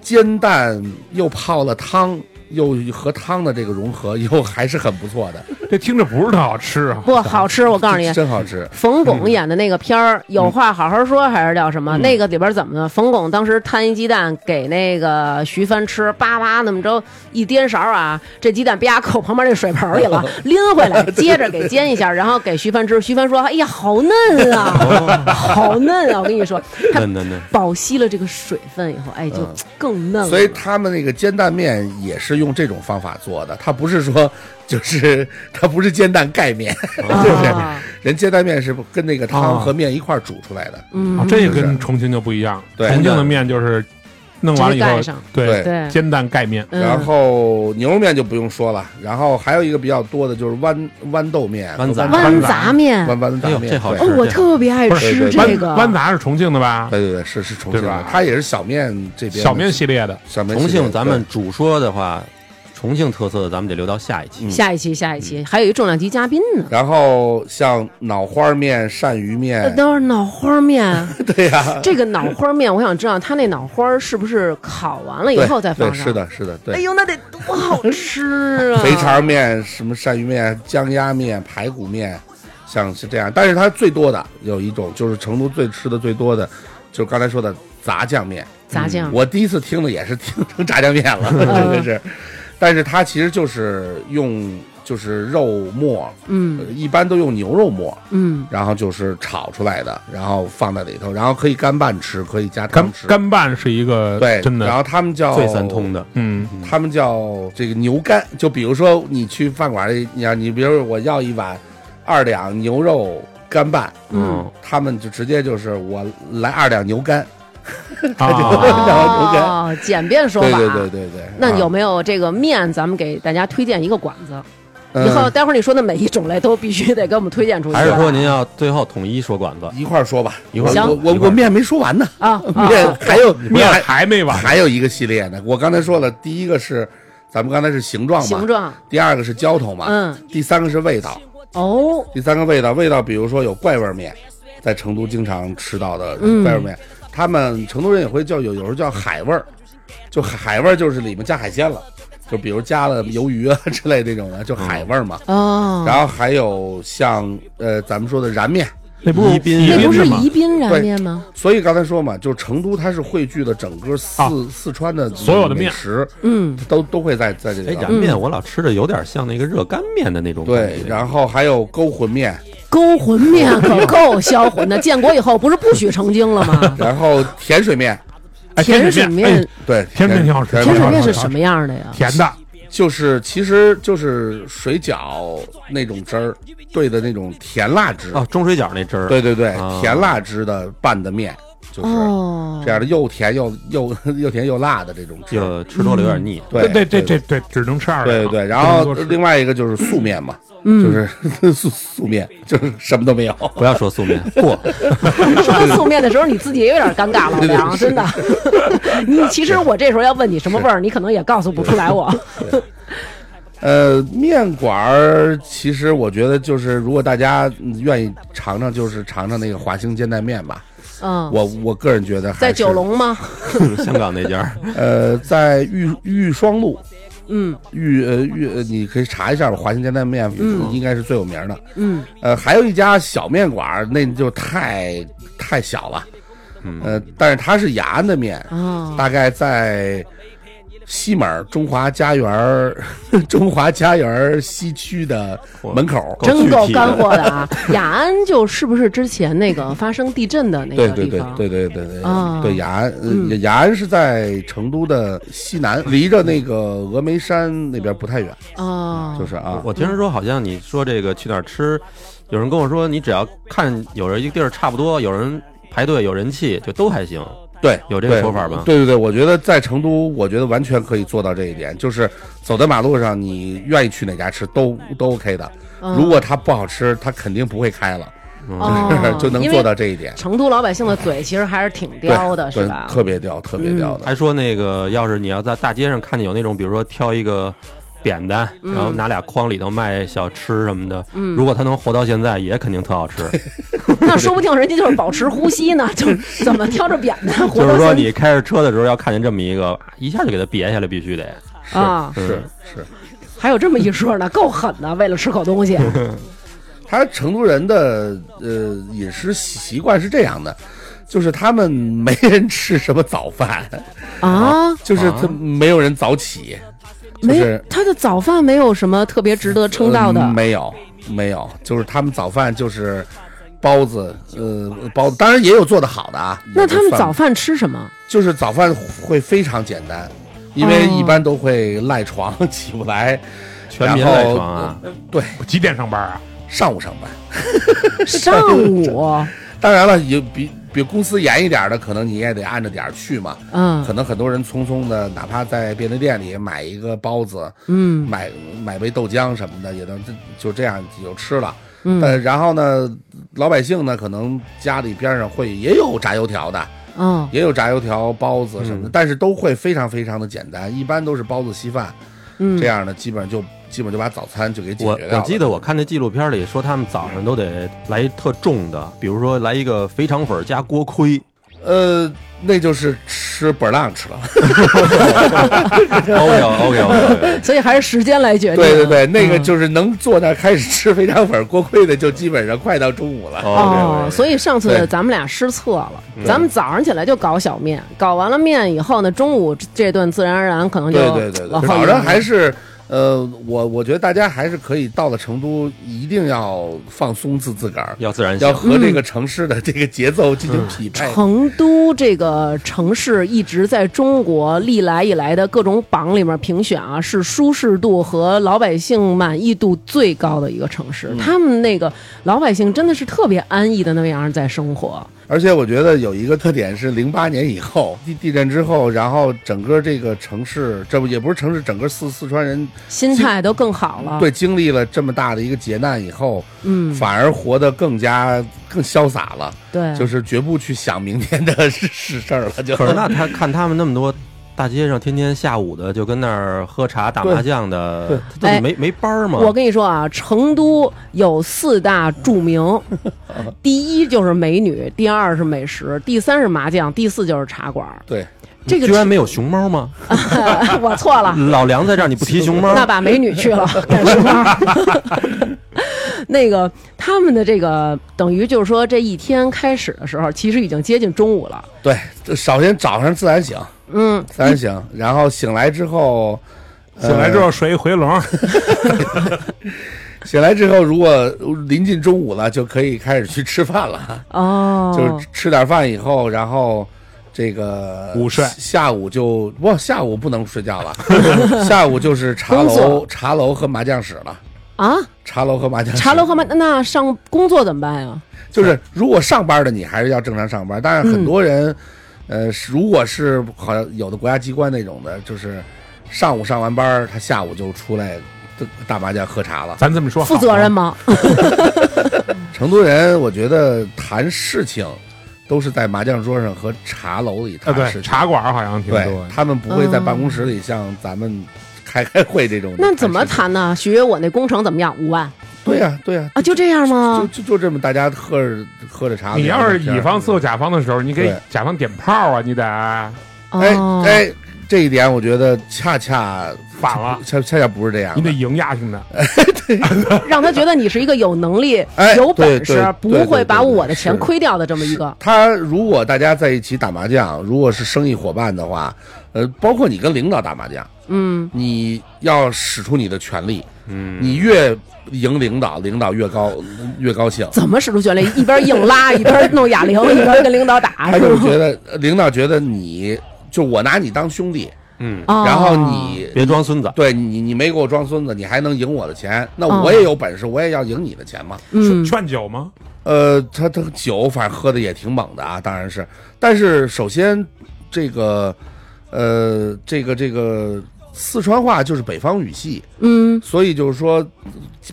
S4: 煎蛋又泡了汤，又和汤的这个融合，又还是很不错的。
S2: 这听着不是特好吃啊。
S5: 不好吃，我告诉你，
S4: 真好吃。
S5: 冯巩演的那个片儿，有话好好说，还是叫什么？那个里边怎么呢？冯巩当时摊一鸡蛋给那个徐帆吃，叭叭那么着一颠勺啊，这鸡蛋啪扣旁边那水盆里了，拎回来，接着给煎一下，然后给徐帆吃。徐帆说：“哎呀，好嫩啊，好嫩啊！”我跟你说， 它
S3: 嫩嫩嫩
S5: 饱吸了这个水分以后，哎，就更嫩了。
S4: 所以他们那个煎蛋面也是用这种方法做的，它不是说就是它不是煎蛋盖面， 对不对
S5: 啊？
S4: 人煎蛋面是跟那个
S2: 啊
S4: 汤和面一块儿煮出来的，
S2: 啊
S5: 嗯，
S2: 这个跟重庆就不一样，
S4: 对
S2: 重庆的面就是弄完了以
S5: 直接盖
S2: 后
S5: 上，
S2: 对，
S5: 对，
S2: 煎蛋盖面，
S5: 嗯
S4: 然后牛肉面就不用说了，然后还有一个比较多的就是豌豌豆面、
S3: 豌杂
S5: 豌杂面，
S4: 豌豌
S3: 哎
S4: 杂
S3: 呦
S4: 面，
S3: 这好
S4: 对
S5: 哦，我特别爱
S2: 不
S5: 吃
S4: 是
S5: 这
S2: 豌
S5: 个
S2: 豌呃杂是重庆的吧？
S4: 对对对，是是重庆
S2: 对
S4: 的
S2: 吧，
S4: 它也是小面这边的
S2: 小面系列的，
S4: 小面系
S3: 重
S4: 列
S3: 庆，咱们
S4: 对
S3: 主说的话，重庆特色的咱们得留到下一期。
S5: 下一期，下一期还有一重量级嘉宾呢。
S4: 然后像脑花面、鳝鱼
S5: 呃
S4: 面，
S5: 等会儿脑花面，
S4: 哎 对呀，
S5: 这个脑花面，我想知道他那脑花是不是烤完了以
S4: 对
S5: 后再放
S4: 对
S5: 上？
S4: 是。的，是的，对
S5: 哎。呦，那得多好吃啊！
S4: 肥肠面、什么鳝鱼面、江鸭面、排骨面，像是这样。但是它最多的有一种，就是成都最吃的最多的，就是刚才说的杂酱面。嗯
S5: 炸酱，
S4: 我第一次听的也是听成炸酱面了， 真的是。但是它其实就是用就是肉末，
S5: 嗯
S4: 呃一般都用牛肉末，
S5: 嗯，
S4: 然后就是炒出来的，然后放在里头，然后可以干拌吃，可以加
S2: 干
S4: 汤吃。
S2: 干拌是一个
S4: 对，
S2: 真
S4: 然
S2: 的，
S4: 后他们叫
S3: 最三通
S5: 哦
S3: 的，
S2: 嗯，
S4: 他们叫这个牛肝，就比如说你去饭馆里，你要你比如说我要一碗二两牛肉干拌，
S5: 嗯，
S4: 他们就直接就是我来二两牛肝，
S2: 啊，
S4: 然
S5: 哦，简便说
S4: 对
S5: 法。
S4: 对对对对。
S5: 那有
S4: 啊
S5: 没有这个面？咱们给大家推荐一个馆子，以后
S4: 嗯
S5: 待会儿你说的每一种类都必须得给我们推荐出去。啊
S3: 还是说您要最后统一说馆子？
S4: 一块儿说吧？
S3: 一会儿
S5: 行
S4: 我我
S3: 一会
S4: 我
S3: 儿
S4: 面没说完呢，
S5: 啊啊
S4: 面还有
S2: 面
S4: 还
S2: 还没完，
S4: 还有一个系列呢。我刚才说了，第一个是咱们刚才是形状嘛，
S5: 形状
S4: 第二个是浇头嘛，
S5: 嗯，
S4: 第三个是味道，
S5: 哦，
S4: 第三个味道，味道比如说有怪味儿面，在成都经常吃到的
S5: 嗯
S4: 怪味儿面，他们成都人也会叫有有时候叫海味儿，就海海味儿就是里面加海鲜了，就比如加了鱿鱼啊之类这种的，就海味儿
S2: 嗯
S4: 嘛。
S5: 哦，
S4: 然后还有像呃咱们说的燃面，
S2: 那不是
S3: 宜宾
S2: 宜
S5: 那不
S2: 宾
S5: 是
S2: 吗？
S5: 宜宾燃面吗？
S4: 所以刚才说嘛，就成都它是汇聚了整个四、
S2: 啊
S4: 四川的
S2: 所有的
S4: 美
S2: 面
S4: 食，
S5: 嗯，
S4: 都都会在在这
S3: 哎
S4: 里，头。
S3: 燃面我老吃着有点像那个热干面的那种感
S4: 啊对
S2: 嗯
S3: 觉。，
S4: 然后还有勾魂面，
S5: 勾魂 面
S4: 哎
S5: 可够销魂的，建国以后不是不许成精 了吗？
S4: 然后甜水面，
S2: 哎
S5: 甜水
S2: 水
S5: 面
S2: 面，，
S4: 对，
S2: 甜水面挺好吃
S4: 甜
S5: 甜
S4: 面哎好吃
S5: 水面是什么样的呀
S2: 哎？甜的，
S4: 就是其实就是水饺那种汁儿兑的那种甜辣汁，
S3: 啊，中水饺那汁儿，
S4: 对对对，
S3: 啊
S4: 甜辣汁的拌的面就是
S5: 哦
S4: 这，样的，又甜又又 又甜又辣的这种汁。
S3: 就吃多了有
S5: 嗯
S3: 点腻。
S4: 对
S2: 这这
S4: 对
S2: 这这只能吃二
S4: 对
S2: 两，
S4: 对对，然
S2: 不
S4: 后
S2: 能多吃
S4: 另外一个就是素面嘛，就
S5: 嗯，
S4: 是 素素面，就是什么都没有。
S3: 不要说素 面，过
S5: 说到素面的时候，你自己也有点尴尬了，老
S4: 对对
S5: 梁，
S4: 是
S5: 真的。你其实我这时候要问你什么味儿，你可能也告诉不出来我。
S4: 呃，面馆儿其实我觉得就是，如果大家嗯愿意尝尝，就是尝尝那个华兴煎蛋面吧。
S5: 嗯，
S4: 我我个人觉得还
S5: 在
S4: 是
S5: 九，龙吗？
S3: 香港那家儿，
S4: 呃，在玉玉双路，
S5: 嗯
S4: 玉呃玉呃，你可以查一下吧，华兴煎蛋面应该是最有名的。
S5: 嗯，
S4: 呃，还有一家小面馆儿，那就太太小了。呃，但是它是雅安的面，
S5: 哦
S4: 大概在西门儿中华家园儿中华家园儿西区的门口儿。
S5: 真够
S3: 具体的
S5: 干货的 啊！雅安就是不是之前那个发生地震的那
S4: 对
S5: 个
S4: 对
S5: 地
S4: 对
S5: 方？
S4: 对对对对
S5: 啊
S4: 对雅安，呃雅安是在成都的西南，离着那个峨眉山那边不太远，
S5: 哦，
S4: 就是啊，
S3: 我听人说好像你说这个去哪儿吃，有人跟我说你只要看有人一个地儿差不多，有人排队有人气，就都还行。
S4: 对，
S3: 有这个
S4: 对
S3: 说法吗
S4: 对对对，我觉得在成都，我觉得完全可以做到这一点，就是走在马路上，你愿意去哪家吃都都 OK 的。如果它不好吃，它肯定不会开了，
S5: 嗯 哦
S4: 就能
S5: 因为
S4: 做到这一点。
S5: 成都老百姓的嘴其实还是挺
S4: 对
S5: 刁的，是
S4: 对
S5: 吧？嗯
S4: 特别刁，特别刁的。
S3: 还说那个，要是你要在大街上看见有那种，比如说挑一个扁担，
S5: 嗯
S3: 然后拿俩筐里头卖小吃什么的，如果他能活到现在，也肯定特好 吃。
S5: 那说不定人家就是保持呼吸呢，就怎么挑着扁担活
S3: 就
S5: 到
S3: 是说
S5: 现
S3: 你啊开着车的时候要看见这么一个，一下就给他别下来，必须得。
S5: 在啊。
S4: 是是，
S5: 还有这么一说呢，够狠的，为了吃口 东西。
S4: 他成都人的呃饮食习惯是这样的，就是他们没人吃什么早饭，
S5: 啊，
S4: 就是他没有人早起，就
S5: 没
S4: 是
S5: 他的早饭没有什么特别值得称道的，
S4: 嗯没有，没有，就是他们早饭就是包子，呃，包子，当然也有做的好的啊。
S5: 那他们
S4: 饭
S5: 早饭吃什么？
S4: 就是早饭会非常简单，因为
S5: 哦
S4: 一般都会赖床起不来，
S3: 全民
S4: 然后呃
S3: 赖床啊！
S4: 对，
S2: 几点上班啊？
S4: 上午上班。
S5: 上午，
S4: 当然了，有比比公司严一点的，可能你也得按着点儿去嘛。
S5: 嗯
S4: 可能很多人匆匆的，哪怕在便利店里买一个包子，
S5: 嗯
S4: 买买杯豆浆什么的，也能就这样就吃了。嗯，但然后呢，老百姓呢，可能家里边上会也有炸油条的，
S5: 嗯
S4: 也有炸油条、包子什么的，但是都会非常非常的简单，一般都是包子、稀饭，
S5: 嗯
S4: 这样的基本上就基本就把早餐就给解
S3: 我
S4: 决掉
S3: 我
S4: 了。
S3: 记得我看那纪录片里说，他们早上都得来一特重的，比如说来一个肥肠粉加锅盔，
S4: 呃，那就是吃 brunch 了。
S5: 啊
S3: 哦哟哦哟，
S5: 所以还是时间来决定。
S4: 对对对，那个
S5: 嗯
S4: 就是能坐那儿开始吃肥肠粉、锅盔的，就基本上快到中午了。
S5: 哦，所以上次
S4: 对嗯
S5: 咱们俩失策了，咱们早上起来就搞小面，搞完了面以后呢，中午这这顿自然而然可能就
S4: 对对对对，
S5: 往后
S4: 早
S5: 延
S4: 上
S5: 了
S4: 还是呃，我我觉得大家还是可以到了成都，一定要放松自自个儿，
S3: 要自然醒
S4: 要。和这个城市的这个节奏进行匹配。
S5: 成都这个城市一直在中国历来以来的各种榜里面评选啊，是舒适度和老百姓满意度最高的一个城市。他们那个老百姓真的是特别安逸的那样在生活。
S4: 而且我觉得有一个特点是，零八年以后地地震之后，然后整个这个城市，这不也不是城市，整个四四川人
S5: 心态都更好了，
S4: 对经历了这么大的一个劫难以后，啊嗯，反而活得更加更潇洒了，
S5: 对，
S4: 就是绝不去想明天的是是事儿了，就
S3: 可是那他看他们那么多大街上天天下午的就跟那儿喝茶打麻将的，他
S5: 哎
S3: 就没没班儿吗？
S5: 我跟你说啊，成都有四大著名，第一就是美女，第二是美食，第三是麻将，第四就是茶馆。
S4: 对，
S5: 这个
S3: 居然没有熊猫吗？
S5: 我错 了，
S3: 老梁在这儿你不提熊猫，
S5: 那把美女去了， 干什么？ 那个他们的这个等于就是说，这一天开始的时候，其实已经接近中午了。
S4: 对，这首先早上自然醒，
S5: 嗯，
S4: 自然醒，然后醒来之后，呃
S2: 醒来之后睡一回笼，
S4: 醒来之后，如果临近中午了，就可以开始去吃饭了，
S5: 哦，
S4: 就是吃点饭以后，然后。这个
S2: 午睡
S4: 下午就不下午不能睡觉了， 下午就是茶
S5: 工作
S4: 楼、茶楼和麻将室了。
S5: 啊，
S4: 茶楼和麻将室，
S5: 茶楼和麻那上工作怎么办呀？
S4: 就是如果上班的你还是要正常上班，但是
S2: 嗯
S4: 很多人，呃，是如果是好像有的国家机关那种的，就是上午上完班儿，他下午就出来打打麻将喝茶了。
S2: 咱这么说好
S5: 负
S2: 吗，
S5: 责任吗？
S4: 啊成都人，我觉得谈事情都是在麻将桌上和茶楼里
S2: 啊，
S4: 谈事
S2: 对，
S4: 情，
S2: 茶馆好像挺多
S4: 对
S2: 的，
S4: 他们不会在办公室里像咱们开开会这种。
S5: 那怎么
S4: 谈事
S5: 谈呢？许我那工程怎么样？五万
S4: 情？对呀、对呀、
S5: 啊，就这样
S4: 就
S5: 吗？
S4: 就就这么，大家喝着喝着茶。
S2: 你要是
S4: 聊着天儿
S2: 乙方伺候甲方的时候，你给
S4: 对
S2: 甲方点炮啊，你得
S4: 哎
S5: 哦，
S4: 哎，这一点我觉得恰恰
S2: 反了
S4: 恰恰恰不是这样
S2: 你
S4: 的
S2: 得。赢呀，兄弟。
S5: 让他觉得你是一个有能力、
S4: 哎
S5: 有本
S4: 对
S5: 事
S4: 对，
S5: 不
S4: 对对
S5: 会把
S4: 对对
S5: 我的钱
S4: 是
S5: 亏掉的这么一个。
S4: 他如果大家在一起打麻将，如果是生意伙伴的话，呃，包括你跟领导打麻将，
S5: 嗯，
S4: 你要使出你的全力，嗯，你越赢领导，领导越高越高兴。
S5: 怎么使出全力，一边 硬拉，一边弄哑铃，一边跟领导打，
S4: 他
S5: 是
S4: 就
S5: 吗？
S4: 觉得呃领导觉得你就我拿你当兄弟，
S3: 嗯，
S5: 哦
S4: 然后你
S3: 别装孙子。
S4: 对你你没给我装孙子，你还能赢我的钱，那
S5: 哦
S4: 我也有本事，我也要赢你的钱嘛。
S5: 嗯
S2: 劝酒吗？
S4: 呃，他他酒反正喝的也挺猛的啊，当然是。但是首先，这个，呃，这个这个四川话就是北方语系，
S5: 嗯，
S4: 所以就是说，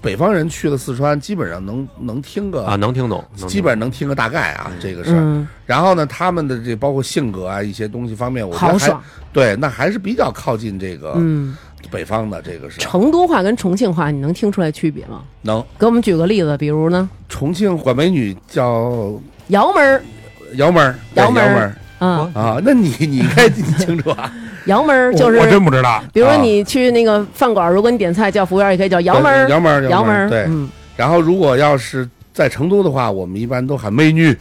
S4: 北方人去了四川，基本上能能听个
S3: 啊，能听懂，能
S4: 基
S3: 听懂
S4: 本上能听个大概啊，这个事儿。
S5: 嗯
S4: 然后呢，他们的这包括性格啊一些东西方面，我觉得
S5: 豪
S4: 还
S5: 爽
S4: 对，那还是比较靠近这个
S5: 嗯，
S4: 北方的这个是
S5: 成都话跟重庆话，你能听出来区别吗？
S4: 能。
S5: 给我们举个例子，比如呢，
S4: 重庆管美女叫
S5: 窑门儿
S4: 姚妹儿，对
S5: 姚
S4: 姚
S5: 妹
S4: 妹
S5: 儿
S4: 儿
S5: 啊，
S4: 啊，那你你应该记清楚啊。
S5: 杨门儿
S2: 我
S5: 就是
S2: 我真不知道。
S5: 比如说
S4: 啊
S5: 你去那个饭馆，如果你点菜叫服务员，也可以叫姚门儿，
S4: 对姚门儿
S5: 姚
S4: 姚
S5: 门
S4: 门
S5: 儿，
S4: 儿对
S5: 嗯，
S4: 然后如果要是在成都的话，我们一般都喊美女，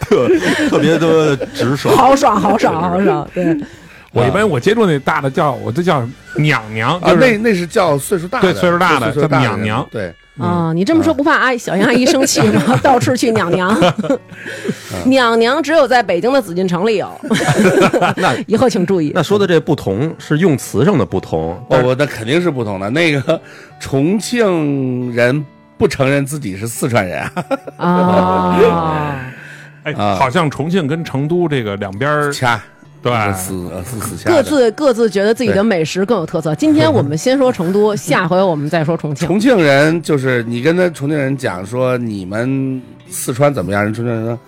S3: 特特别的直爽。
S5: 豪爽，豪爽，豪爽，对，
S2: 我一般我接触那大的叫我都叫娘娘，
S4: 啊，
S2: 就
S4: 那
S2: 是
S4: 那是叫岁数大的，
S2: 对岁数大的
S4: 岁数
S2: 叫
S4: 大的
S2: 娘
S4: 人
S2: 娘
S4: 对，
S5: 啊，你这么说不怕阿小杨阿姨生气吗？到处去娘 娘，
S4: 嗯
S5: 娘娘只有在北京的紫禁城里 有，以后请注意
S3: 那。说的这不同是用词上的不同，
S4: 哦，我那肯定是不同的。那个重庆人不承认自己是四川人 啊，
S5: 啊，
S2: 哎，
S4: 啊
S2: 好像重庆跟成都这个两边儿
S4: 掐
S2: 对
S4: 死呃死死掐的。
S5: 各自各自觉得自己的美食更有特色。今天我们先说成 都，下回我们再说重庆。
S4: 重庆人就是你跟他重庆人讲说你们四川怎么样，人重庆人说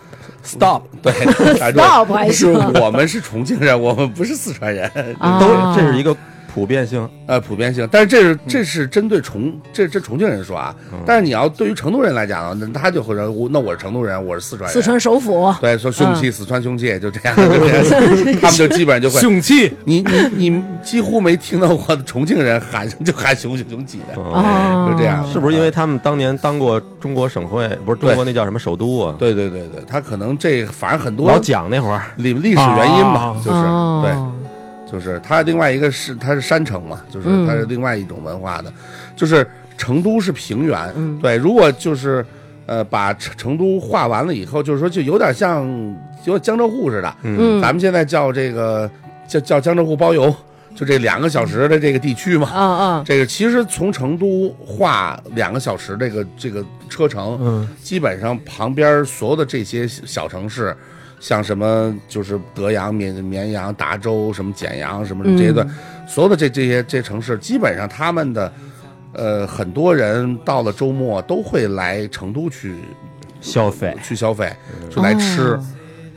S4: stop，对 打住
S5: Stop 还
S4: 是
S5: 行
S4: 我们是重庆人，我们不是四川人，
S5: 啊
S3: 都是这是一个普遍性。
S4: 呃，普遍性。但是这是
S3: 嗯
S4: 这是针对重这这重庆人说啊，但是你要对于成都人来讲啊，那他就会说，我那我是成都人，我是四川人，
S5: 四川嗯首府，
S4: 对，说凶器，四川凶器，就这样，就 这样他们就基本上就会。
S2: 凶器，
S4: 你你你几乎没听到过重庆人喊就喊熊熊熊几的，
S5: 哦
S4: 就这样。
S3: 嗯是不是因为他们当年当过中国省会，不是中国那叫什么首都啊？
S4: 对对对对，他可能这反正很多
S3: 老蒋那会儿，
S4: 历历史原因吧，
S2: 啊
S4: 就是、
S5: 哦
S4: 对，就是它另外一个是它是山城嘛，就是
S5: 嗯
S4: 它是另外一种文化的，就是成都是平原，
S5: 嗯
S4: 对，如果就是呃把成成都画完了以后，就是说就有点像有点江浙沪似的，
S5: 嗯
S4: 咱们现在叫这个叫叫江浙沪包邮，就这两个小时的这个地区嘛，
S5: 啊啊，
S4: 这个其实从成都画两个小时这个这个车程，
S2: 嗯，
S4: 基本上旁边所有的这些小城市，像什么就是德阳、绵绵阳、达州、什么简阳、什么
S5: 嗯
S4: 这些段，所有的这这些这些城市，基本上他们的呃很多人到了周末都会来成都去
S3: 消费
S4: 去消费，
S5: 嗯
S4: 就来吃。
S5: 哦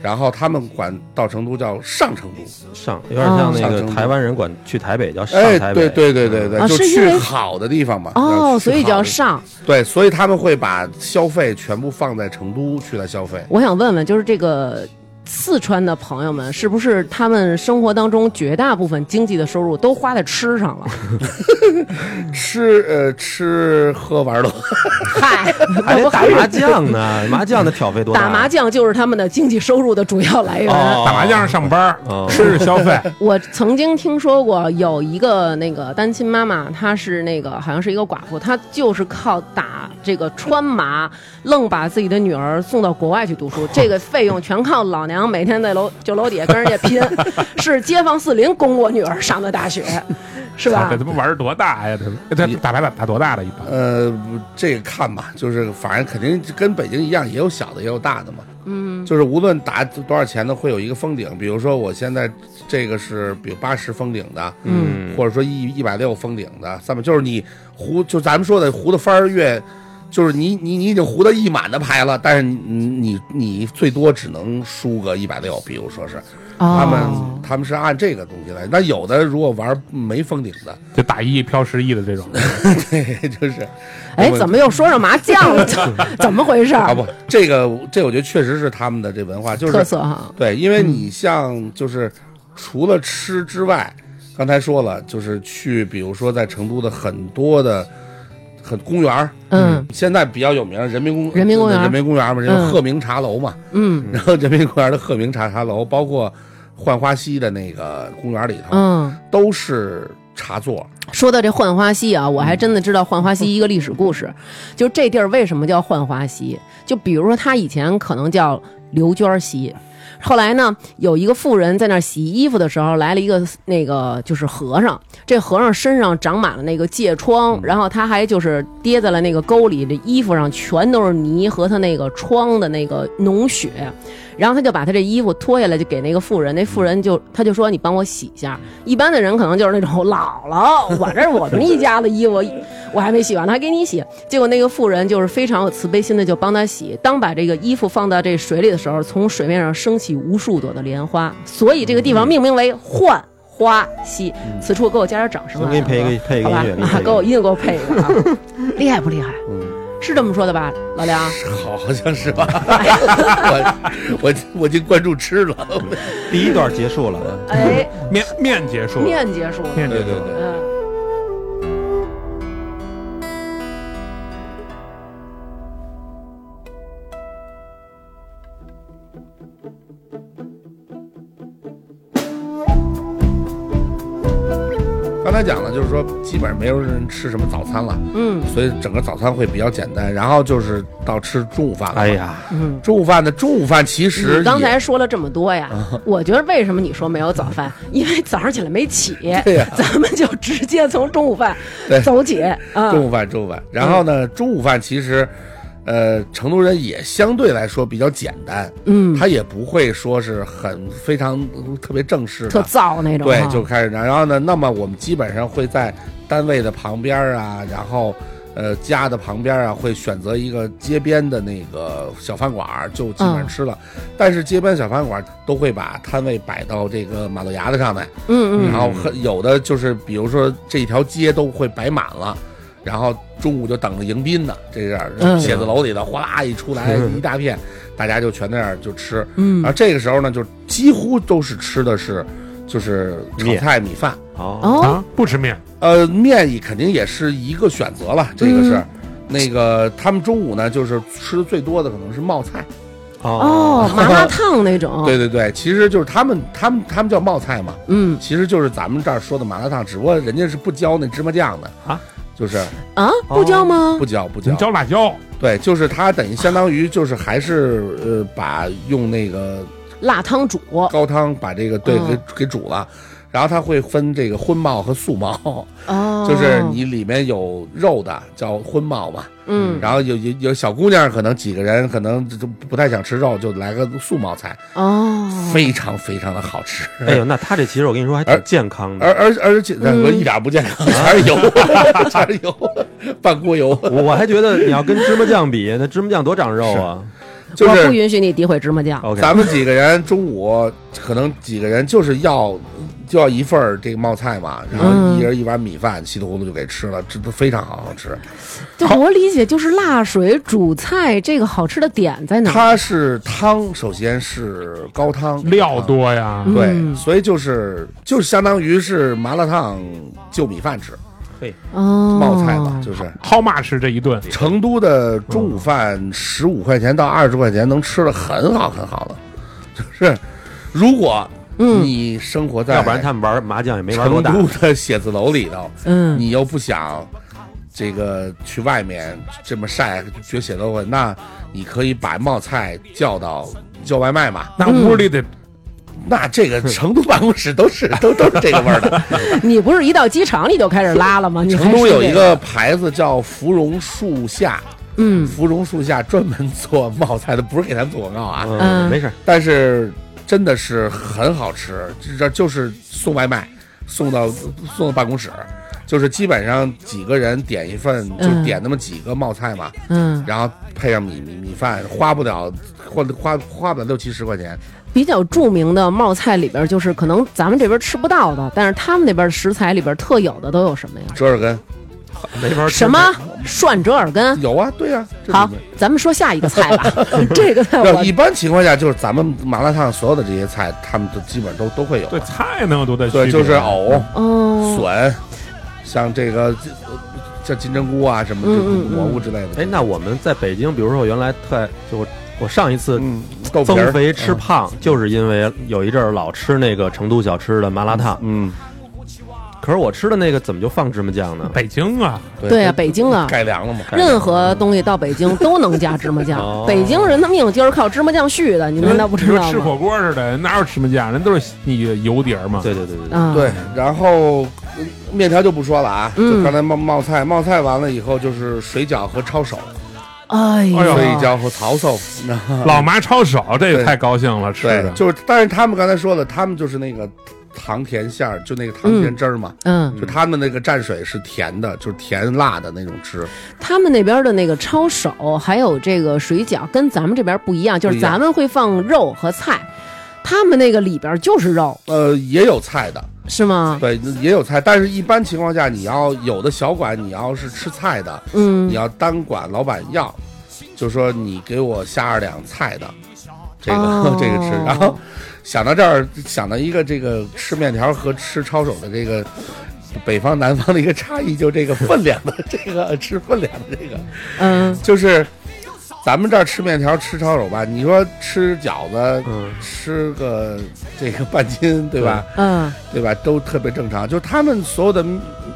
S4: 然后他们管到成都叫上成都，
S3: 上，有点像那
S4: 上
S3: 个
S4: 成都
S3: 台湾人管去台北叫上
S4: 哎，
S3: 台北。
S4: 对对对对对，
S5: 啊
S4: 就是
S5: 因为
S4: 去好的地方嘛。
S5: 哦，
S4: 要去
S5: 所以
S4: 好
S5: 叫
S4: 的
S5: 上。
S4: 对，所以他们会把消费全部放在成都去来消费。
S5: 我想问问，就是这个四川的朋友们，是不是他们生活当中绝大部分经济的收入都花在吃上 了？
S4: 吃呃吃喝玩乐，
S5: 嗨，
S3: 还
S5: 那不
S3: 得打
S5: 还是
S3: 麻将 呢，麻将的挑费多大？
S5: 打麻将就是他们的经济收入的主要来源。
S3: 哦
S2: 打麻将上班儿
S4: 嗯
S3: 哦，
S2: 吃是消费，
S5: 我曾经听说过有一个那个单亲妈妈，她是那个好像是一个寡妇，她就是靠打这个川麻，愣把自己的女儿送到国外去读书，这个费用全靠老娘每天在楼酒楼底下跟人家 拼，是街坊四邻供我女儿上的大学，是啊吧
S2: 这？他妈玩儿多大呀？这这打牌打打多大的一般？
S4: 呃，这个看吧，就是反正肯定跟北京一样，也有小的也有大的嘛。嗯，就是无论打多少钱的，会有一个封顶。比如说我现在这个是比如八十封顶的，嗯，或者说一一百六封顶的，三百就是你胡就咱们说的胡的番儿越。就是你你你已经胡到一满的牌了，但是你你你最多只能输个一百六，比如说是，他们、
S5: 哦
S4: 他们是按这个东西来。那有的如果玩没封顶 的，
S2: 就打一飘十一 的这种，
S4: 对，就是
S5: 哎，怎么又说上麻将了？怎怎么回事儿？
S4: 啊不，这个这我觉得确实是他们的这文化，就是
S5: 特色哈，
S4: 对，因为你像就是除了吃之外，刚才说了，就是去比如说在成都的很多的很公园儿
S5: 嗯
S4: 现在比较有名儿人民公
S5: 人民公园儿
S4: 人民公园儿嘛，人
S5: 嗯
S4: 民鹤鸣茶楼嘛，
S5: 嗯
S4: 然后人民公园儿的鹤鸣茶茶楼，包括浣花溪的那个公园儿里头，
S5: 嗯。
S4: 都是茶座。
S5: 说到这浣花溪啊，我还真的知道浣花溪一个历史故事，就这地儿为什么叫浣花溪？就比如说它以前可能叫刘娟溪。后来呢，有一个妇人在那儿洗衣服的时候，来了一个那个就是和尚。这和尚身上长满了那个疥疮，然后他还就是跌在了那个沟里，这衣服上全都是泥和他那个疮的那个脓血。然后他就把他这衣服脱下来，就给那个妇
S3: 嗯
S5: 人。那妇人就他就说：“你帮我洗一下。”一般的人可能就是那种姥姥， 我这是我们一家的衣服， 我还没洗完呢，还给你洗。结果那个妇人就是非常有慈悲心的，就帮他洗。当把这个衣服放到这水里的时候，从水面上升起无数朵的莲花，所以这个地
S3: 嗯
S5: 方命名为浣花溪。此处给我加点掌声
S3: 我
S5: 啊！
S3: 给你配一个配一个
S5: 好吧
S3: 音乐给你配一嗯
S5: 啊
S3: 个
S5: 给我一定给我配一个啊！厉害不厉害？是这么说的吧，老梁？
S4: 好，好像是吧？ 我我我就关注吃了，
S3: 第一段结束了，
S5: 哎，
S2: 面面结束了，
S5: 面结束了，
S2: 面结束
S4: 对
S2: 了。
S4: 对对。
S5: 嗯，
S4: 刚才讲了，就是说基本上没有人吃什么早餐了，
S5: 嗯，
S4: 所以整个早餐会比较简单。然后就是到吃中午饭了。
S3: 哎，呀，
S4: 中午饭的中午饭其实
S5: 嗯你刚
S4: 也
S5: 才说了这么多呀，
S4: 啊
S5: 我觉得为什么你说没有早饭？因为早上起来没起，
S4: 对呀
S5: 咱们就直接从中午饭
S4: 对
S5: 走起啊。
S4: 中午饭中午饭，然后呢，
S5: 嗯
S4: 中午饭其实。呃，成都人也相对来说比较简单，嗯，他也不会说是很非常呃特别正式的，
S5: 特燥那种哈，
S4: 对，就开始拿。然后呢，那么我们基本上会在单位的旁边儿啊，然后呃家的旁边儿啊，会选择一个街边的那个小饭馆儿，就基本上吃了。
S5: 嗯
S4: 但是街边小饭馆儿都会把摊位摆到这个马路牙子上面，
S5: 嗯嗯，
S4: 然后很有的就是比如说这一条街都会摆满了。然后中午就等着迎宾呢，这样
S5: 嗯
S4: 写字楼里头哗啦一出来
S3: 嗯
S4: 一大片，大家就全在那儿就吃。
S5: 嗯
S4: 然后这个时候呢，就几乎都是吃的是就是炒菜米饭，
S3: 哦，
S5: 哦
S2: 啊，不吃面，
S4: 呃，面也肯定也是一个选择了，这个是。
S5: 嗯
S4: 那个他们中午呢，就是吃的最多的可能是冒菜，
S5: 哦，麻辣烫那种，
S4: 对对对，其实就是他们他们他们叫冒菜嘛，
S5: 嗯
S4: 其实就是咱们这儿说的麻辣烫，只不过人家是不浇那芝麻酱的
S3: 啊，
S4: 就是
S5: 啊，不教吗？
S4: 哦不浇不
S2: 你
S4: 浇，
S2: 浇辣椒，
S4: 对，就是它等于相当于就是还是呃把用那个
S5: 辣汤煮，
S4: 高汤把这个对
S5: 嗯
S4: 给给煮了，然后它会分这个荤冒和素冒，
S5: 哦，
S4: 就是你里面有肉的叫荤冒嘛，
S5: 嗯
S4: 然后有有有小姑娘可能几个人可能就不太想吃肉，就来个素冒菜，
S5: 哦，
S4: 非常非常的好吃。
S3: 哎呦，那他这其实我跟你说还挺健康
S4: 而
S3: 的，
S4: 而而且那
S5: 嗯
S4: 个一点不健康， 全是油，全是油，半锅油，
S3: 我我还觉得你要跟芝麻酱比，那芝麻酱多长肉 啊
S4: 就
S5: 我不
S4: 是哦
S5: 允许你诋毁芝麻酱，
S3: ！OK，
S4: 咱们几个人中午可能几个人就是要就要一份儿这个冒菜嘛，然后
S5: 嗯
S4: 一人一碗米饭，稀里糊涂就给吃了，这都非常好好吃。
S5: 就我理解就是辣水煮菜这个好吃的点在哪儿？
S4: 它是汤，首先是高汤，
S2: 料多呀。
S4: 对，
S5: 嗯
S4: 所以就是就是相当于是麻辣烫就米饭吃，
S5: 哦，
S4: 冒菜嘛，就是。
S2: How much 这一
S5: 嗯
S2: 顿？
S4: 成都的中午
S3: 嗯
S4: 饭十五块钱到二十块钱能吃的很好很好的，就是如果你生活在
S3: 要不然他们玩麻将也没玩多
S4: 成
S3: 大。
S4: 都的写字楼里头，
S5: 嗯，
S4: 你又不想这个去外面这么晒学写作文，那你可以把冒菜叫到叫外卖嘛。
S2: 那屋里得
S4: 那这 个成都办公室都是都都是这个味儿的。
S5: 你不是一到机场你就开始拉 了吗？你还
S4: 成都有
S5: 说
S4: 一
S5: 这个，
S4: 个牌子叫芙蓉树下，
S5: 嗯
S4: 芙蓉树下专门做冒菜的，不是给咱们做广告啊，
S3: 嗯，
S5: 嗯
S3: 没事儿，
S4: 但是真的是很好吃，这这就是送外卖，送到送到办公室，就是基本上几个人点一份，就
S5: 嗯
S4: 点那么几个冒菜嘛，
S5: 嗯，
S4: 然后配上米米米饭，花不了花花花不了六七十块钱，
S5: 比较著名的冒菜里边，就是可能咱们这边吃不到的，但是他们那边的食材里边特有的都有什么呀？
S4: 折耳根
S3: 没法吃
S5: 什么涮折耳根？
S4: 有啊，对啊，这
S5: 好
S4: 里面，
S5: 咱们说下一个菜吧。这个菜
S4: 要
S5: 我
S4: 一般情况下就是咱们麻辣烫所有的这些菜，他们都基本都都会有啊
S2: 对，菜能有多大区别？啊
S5: 啊
S4: 对，就是藕、
S5: 哦，
S4: 笋，像这个呃像金针菇啊什么这
S5: 嗯嗯嗯
S4: 蘑菇之类的，
S3: 哎，那我们在北京，比如说我原来特爱，就我我上一次
S4: 嗯，豆皮
S3: 增
S4: 儿嗯
S3: 肥吃胖，就是因为有一阵儿老吃那个成都小吃的麻辣烫。
S4: 嗯，
S3: 可是我吃的那个怎么就放芝麻酱呢？
S2: 北京啊，
S5: 对啊，北京啊。
S4: 改良了嘛，
S5: 任何东西到北京都能加芝麻酱
S3: 哦，
S5: 北京人的命就是靠芝麻酱续的，你
S2: 你说
S5: 难道不知
S2: 你
S5: 道
S2: 说吃
S5: 吗？
S2: 火锅似的，哪有芝麻酱？人都是你油碟儿嘛。
S3: 对对对对对，
S5: 啊，
S4: 对，然后呃面条就不说了啊，
S5: 嗯
S4: 就刚才冒冒菜，冒菜完了以后就是水饺和抄手，
S5: 哎
S2: 哎
S5: 呦
S2: 呦
S4: 水饺和抄手，那
S5: 嗯
S2: 老麻抄手，这
S4: 对
S2: 个太高兴了，吃
S4: 啊对
S2: 的，。
S4: 就是，但是他们刚才说了，他们就是那个糖甜馅儿，就那个糖甜汁儿嘛，
S5: 嗯，
S4: 就他们那个蘸水是甜的，就是甜辣的那种汁，
S5: 他们那边的那个抄手，还有这个水饺，跟咱们这边不一样，就是咱们会放肉和菜，他们那个里边就是肉，
S4: 呃，也有菜的，
S5: 是吗？
S4: 对，也有菜，但是一般情况下，你要有的小馆，你要是吃菜的，
S5: 嗯
S4: 你，要单管老板要，就说你给我下二两菜的，这个、
S5: 哦
S4: 这个吃。然后想到这儿，想到一个这个吃面条和吃抄手的这个北方南方的一个差异，就这个分量的这个吃分量的这个，
S5: 嗯，
S4: 就是咱们这儿吃面条吃抄手吧，你说吃饺子，
S3: 嗯
S4: 吃个这个半斤，对吧？
S5: 嗯，
S4: 对吧？都特别正常。就他们所有的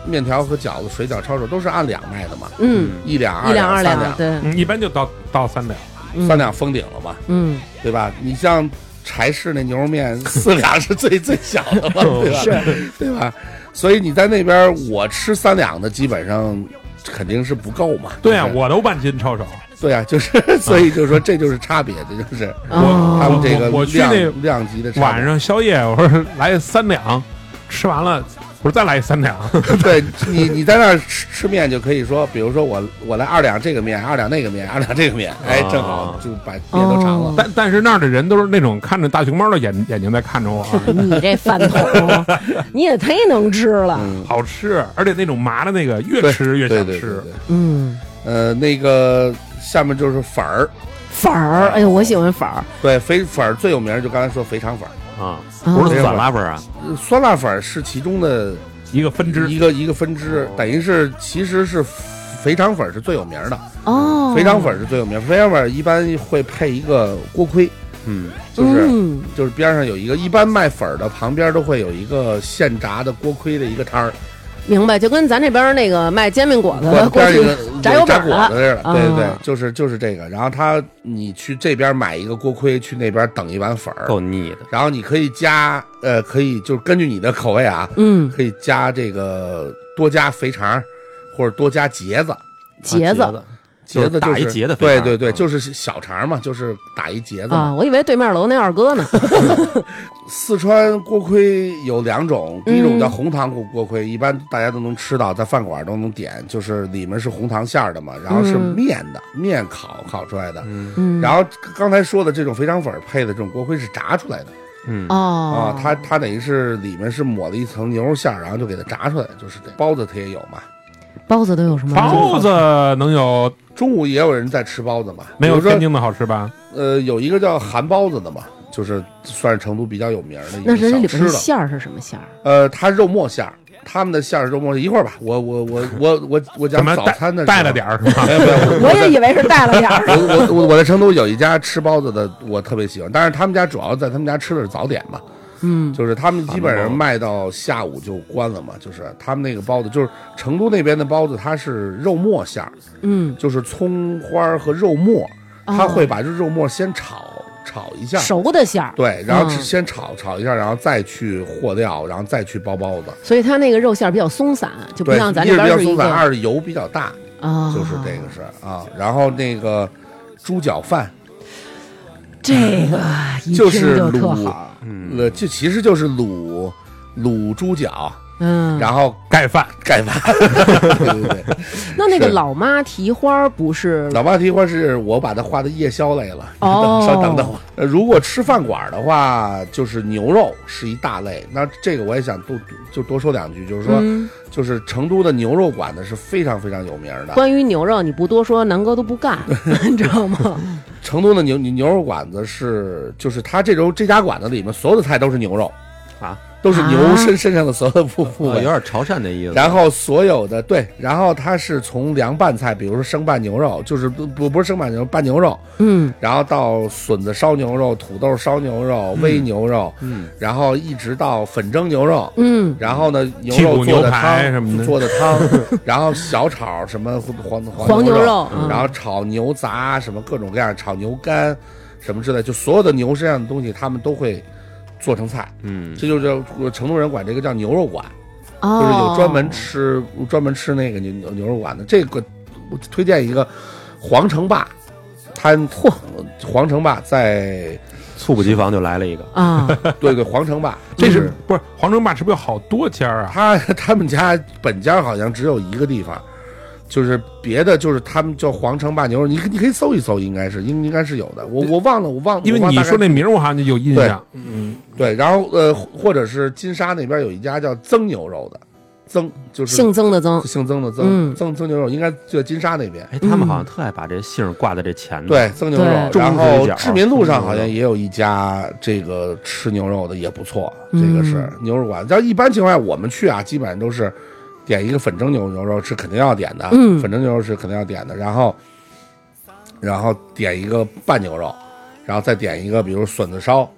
S4: 面条和饺子、水饺、抄手都是按两卖的嘛，
S5: 嗯，
S4: 一两、
S5: 一
S4: 二
S5: 两二
S4: 三
S5: 两，对，
S2: 嗯，一般就到到三两，
S5: 嗯
S4: 三两封顶了嘛，
S5: 嗯，
S4: 对吧？你像柴氏那牛肉 面，四两是最最小的嘛，
S5: 哦
S4: 对吧？对吧？所以你在那边，我吃三两的，基本上肯定是不够嘛。
S2: 对啊，
S4: 就是
S2: 我都半斤抄手，
S4: 对啊，就是所以就是说这就是差别，这就是
S5: 哦
S4: 他们这个
S2: 我我去
S4: 量
S2: 那
S4: 量级的差别
S2: 晚上宵夜我说来三两，吃完了我说再来 三两，
S4: 对你，你在那儿吃吃面就可以说，比如说我我来二两这个面，二两那个面，二两这个面，哎，正
S2: 啊
S4: 好就把面都尝
S5: 哦
S4: 了。
S2: 但但是那儿的人都是那种看着大熊猫的眼眼睛在看着我啊，
S5: 你这饭桶，你也忒能吃 了，
S4: 嗯，
S2: 好吃，而且那种麻的那个越
S4: 对
S2: 吃越
S4: 对
S2: 想
S4: 对对
S2: 吃
S4: 对，。
S5: 嗯，
S4: 呃，那个下面就是粉儿，
S5: 粉儿，哎呦，我喜欢粉儿，
S4: 对，肥粉儿最有名儿就刚才说肥肠粉儿，
S3: 啊，
S5: 嗯
S3: 不是酸辣粉儿啊，
S4: 呃酸辣粉儿是其中的
S2: 一个分支哦
S4: 一个一个分支，等于是其实是肥肠粉儿是最有名儿的，
S5: 哦，
S4: 肥肠粉儿是最有名儿，肥肠粉儿一般会配一个锅盔，
S3: 嗯，
S4: 就是。
S5: 嗯
S4: 就是边上有一个，一般卖粉儿的旁边都会有一个现炸的锅盔的一个摊儿，
S5: 明白，就跟咱这边儿那个卖煎饼果子的过
S4: 边上
S5: 去
S4: 有个有
S5: 嗯炸油饼
S4: 炸
S5: 儿
S4: 果子似
S5: 了，
S4: 的，对对对
S5: 啊，
S4: 就是就是这个。然后他你去这边买一个锅盔，去那边等一碗粉儿，
S3: 够腻的。
S4: 然后你可以加呃，可以就是根据你的口味啊，
S5: 嗯，
S4: 可以加这个多加肥肠儿，或者多加茄子，
S5: 茄
S3: 啊
S5: 子
S4: 茄
S3: 就是
S4: 子
S3: 打一
S4: 是
S3: 结的肥
S4: 对
S3: 肠
S4: 对对，
S3: 嗯
S4: 就是小肠儿嘛，就是打一结子嘛
S5: 啊，。我以为对面楼那二哥呢，
S4: 四川锅盔有两种，第一
S5: 嗯
S4: 种叫红糖锅锅盔，一般大家都能吃到，在饭馆都能点，就是里面是红糖馅儿的嘛，然后是
S5: 嗯
S4: 面的，面烤烤出来的。
S5: 嗯，
S4: 然后刚才说的这种肥肠粉儿配的这种锅盔是炸出来的
S3: 嗯，
S5: 哦
S4: 啊，它它等于是里面是抹了一层牛肉馅儿，然后就给它炸出来，就是这包子它也有嘛，
S5: 包子都有什么？
S2: 包子能有
S4: 中午也有人在吃包子嘛，
S2: 没有
S4: 比如
S2: 天
S4: 说
S2: 津的好吃吧？
S4: 呃有一个叫韩包子的嘛，就是算是成都比较有名儿的一个
S5: 那人家
S4: 小
S5: 里边
S4: 吃
S5: 的
S4: 了。
S5: 馅儿是什么 馅儿？
S4: 呃，它肉末馅儿，他们的馅儿是肉末馅儿。一会儿吧，我我我我我我
S2: 怎
S4: 讲
S2: 么
S4: 早
S2: 带
S4: 餐的时候
S2: 带了点儿是吧？
S4: 没有没有，
S5: 我也以为是带了 点儿。
S4: 我我我我在成都有一家吃包子的，我特别喜欢，但是他们家主要在他们家吃的是早点嘛，
S5: 嗯
S4: 就是他们基本
S2: 哦
S3: 韩
S4: 上
S3: 包
S4: 卖到下午就关了嘛，就是他们那个包子，就是成都那边的包子，它是肉末馅儿，
S5: 嗯，哦
S4: 就是葱花儿和肉末，他会把这肉末先炒炒一下，
S5: 熟的馅儿，
S4: 对，然后
S5: 嗯
S4: 先炒炒一下，然后再去和料，然后再去包包子。
S5: 所以它那个肉馅儿比较松散，就不
S4: 对，
S5: 像咱
S4: 一
S5: 这
S4: 是比较
S5: 边儿是一
S4: 松
S5: 个
S4: 散，二是油比较大，
S5: 啊，
S4: 就是这个是啊。然后那个猪脚饭，
S5: 这个一
S4: 就
S5: 听
S4: 是
S5: 就特
S4: 卤
S5: 好，，
S4: 呃，就其实就是卤卤猪脚，
S5: 嗯。
S4: 然后
S2: 盖饭
S4: 盖 饭。对对对，
S5: 那那个
S4: 是
S5: 老妈蹄花儿不是
S4: 老妈蹄花是我把它划到夜宵类了。你
S5: 哦
S4: 等稍等等我。呃如果吃饭馆的话，就是牛肉是一大类。那这个我也想多就多说两句，就是说，
S5: 嗯
S4: 就是成都的牛肉馆呢是非常非常有名的。
S5: 关于牛肉，你不多说，南哥都 不干，你知道吗？
S4: 成都的牛牛牛肉馆子是，就是它这周这家馆子里面所有的菜都是牛肉
S3: 啊，
S4: 都是
S5: 啊
S4: 牛身 身上的所有的部部
S3: 啊有
S4: 位。
S3: 点潮汕的意 思。
S4: 然后所有的对，然后它是从凉拌菜，比如说生拌牛肉，就是不不不是生拌牛肉，拌牛肉，
S5: 嗯，
S4: 然后到笋子烧牛肉、土豆烧牛肉、煨牛肉，
S3: 嗯，
S4: 然后一直到粉蒸牛肉，
S5: 嗯，
S4: 然后 呢牛
S2: 剔
S4: 肉做
S2: 骨牛
S4: 的
S2: 排
S4: 汤
S2: 什么的
S4: 做的 汤，然后小炒什么黄
S5: 黄牛肉嗯
S4: 然后炒牛杂什么各种各样，炒牛肝什么之类，就所有的牛身上的东西，他们都会做成菜。
S3: 嗯，
S4: 这就是成都人管这个叫牛肉馆，
S5: 哦，
S4: 就是有专门吃专门吃那个牛牛牛肉馆的。这个我推荐一个皇城坝，它皇城坝在
S3: 猝不及防就来了一个，
S5: 啊，
S4: 对对皇城坝，
S2: 这
S4: 就是
S2: 不是 皇城坝是不是有好多家儿啊？
S4: 他他们家本家好像只有一个地方，就是别的，就是他们叫皇城坝牛肉，你你可以搜一搜，应该是应应该是有的。我我忘了，我忘，
S2: 因为
S4: 我忘
S2: 你
S4: 大概
S2: 说那名儿我好像就有印
S4: 对
S2: 象，
S4: 对，然后呃，或者是金沙那边有一家叫曾牛肉的，曾就是
S5: 姓曾的曾，
S4: 姓曾的曾、
S5: 嗯
S4: 曾曾牛肉，应该就在金沙那边。
S3: 哎，他们好像特爱把这姓儿挂在这前头。
S4: 对，曾牛肉，
S5: 对
S4: 然
S3: 中指
S4: 后
S3: 角
S4: 志民路上好像也有一家这个吃牛肉的，也不错，
S5: 嗯
S4: 这个是牛肉馆。但一般情况下我们去啊，基本上都是点一个粉蒸牛牛肉是肯定要点的，
S5: 嗯
S4: 粉蒸牛肉是肯定要点的，然后然后点一个拌牛肉，然后再点一个比如笋子烧，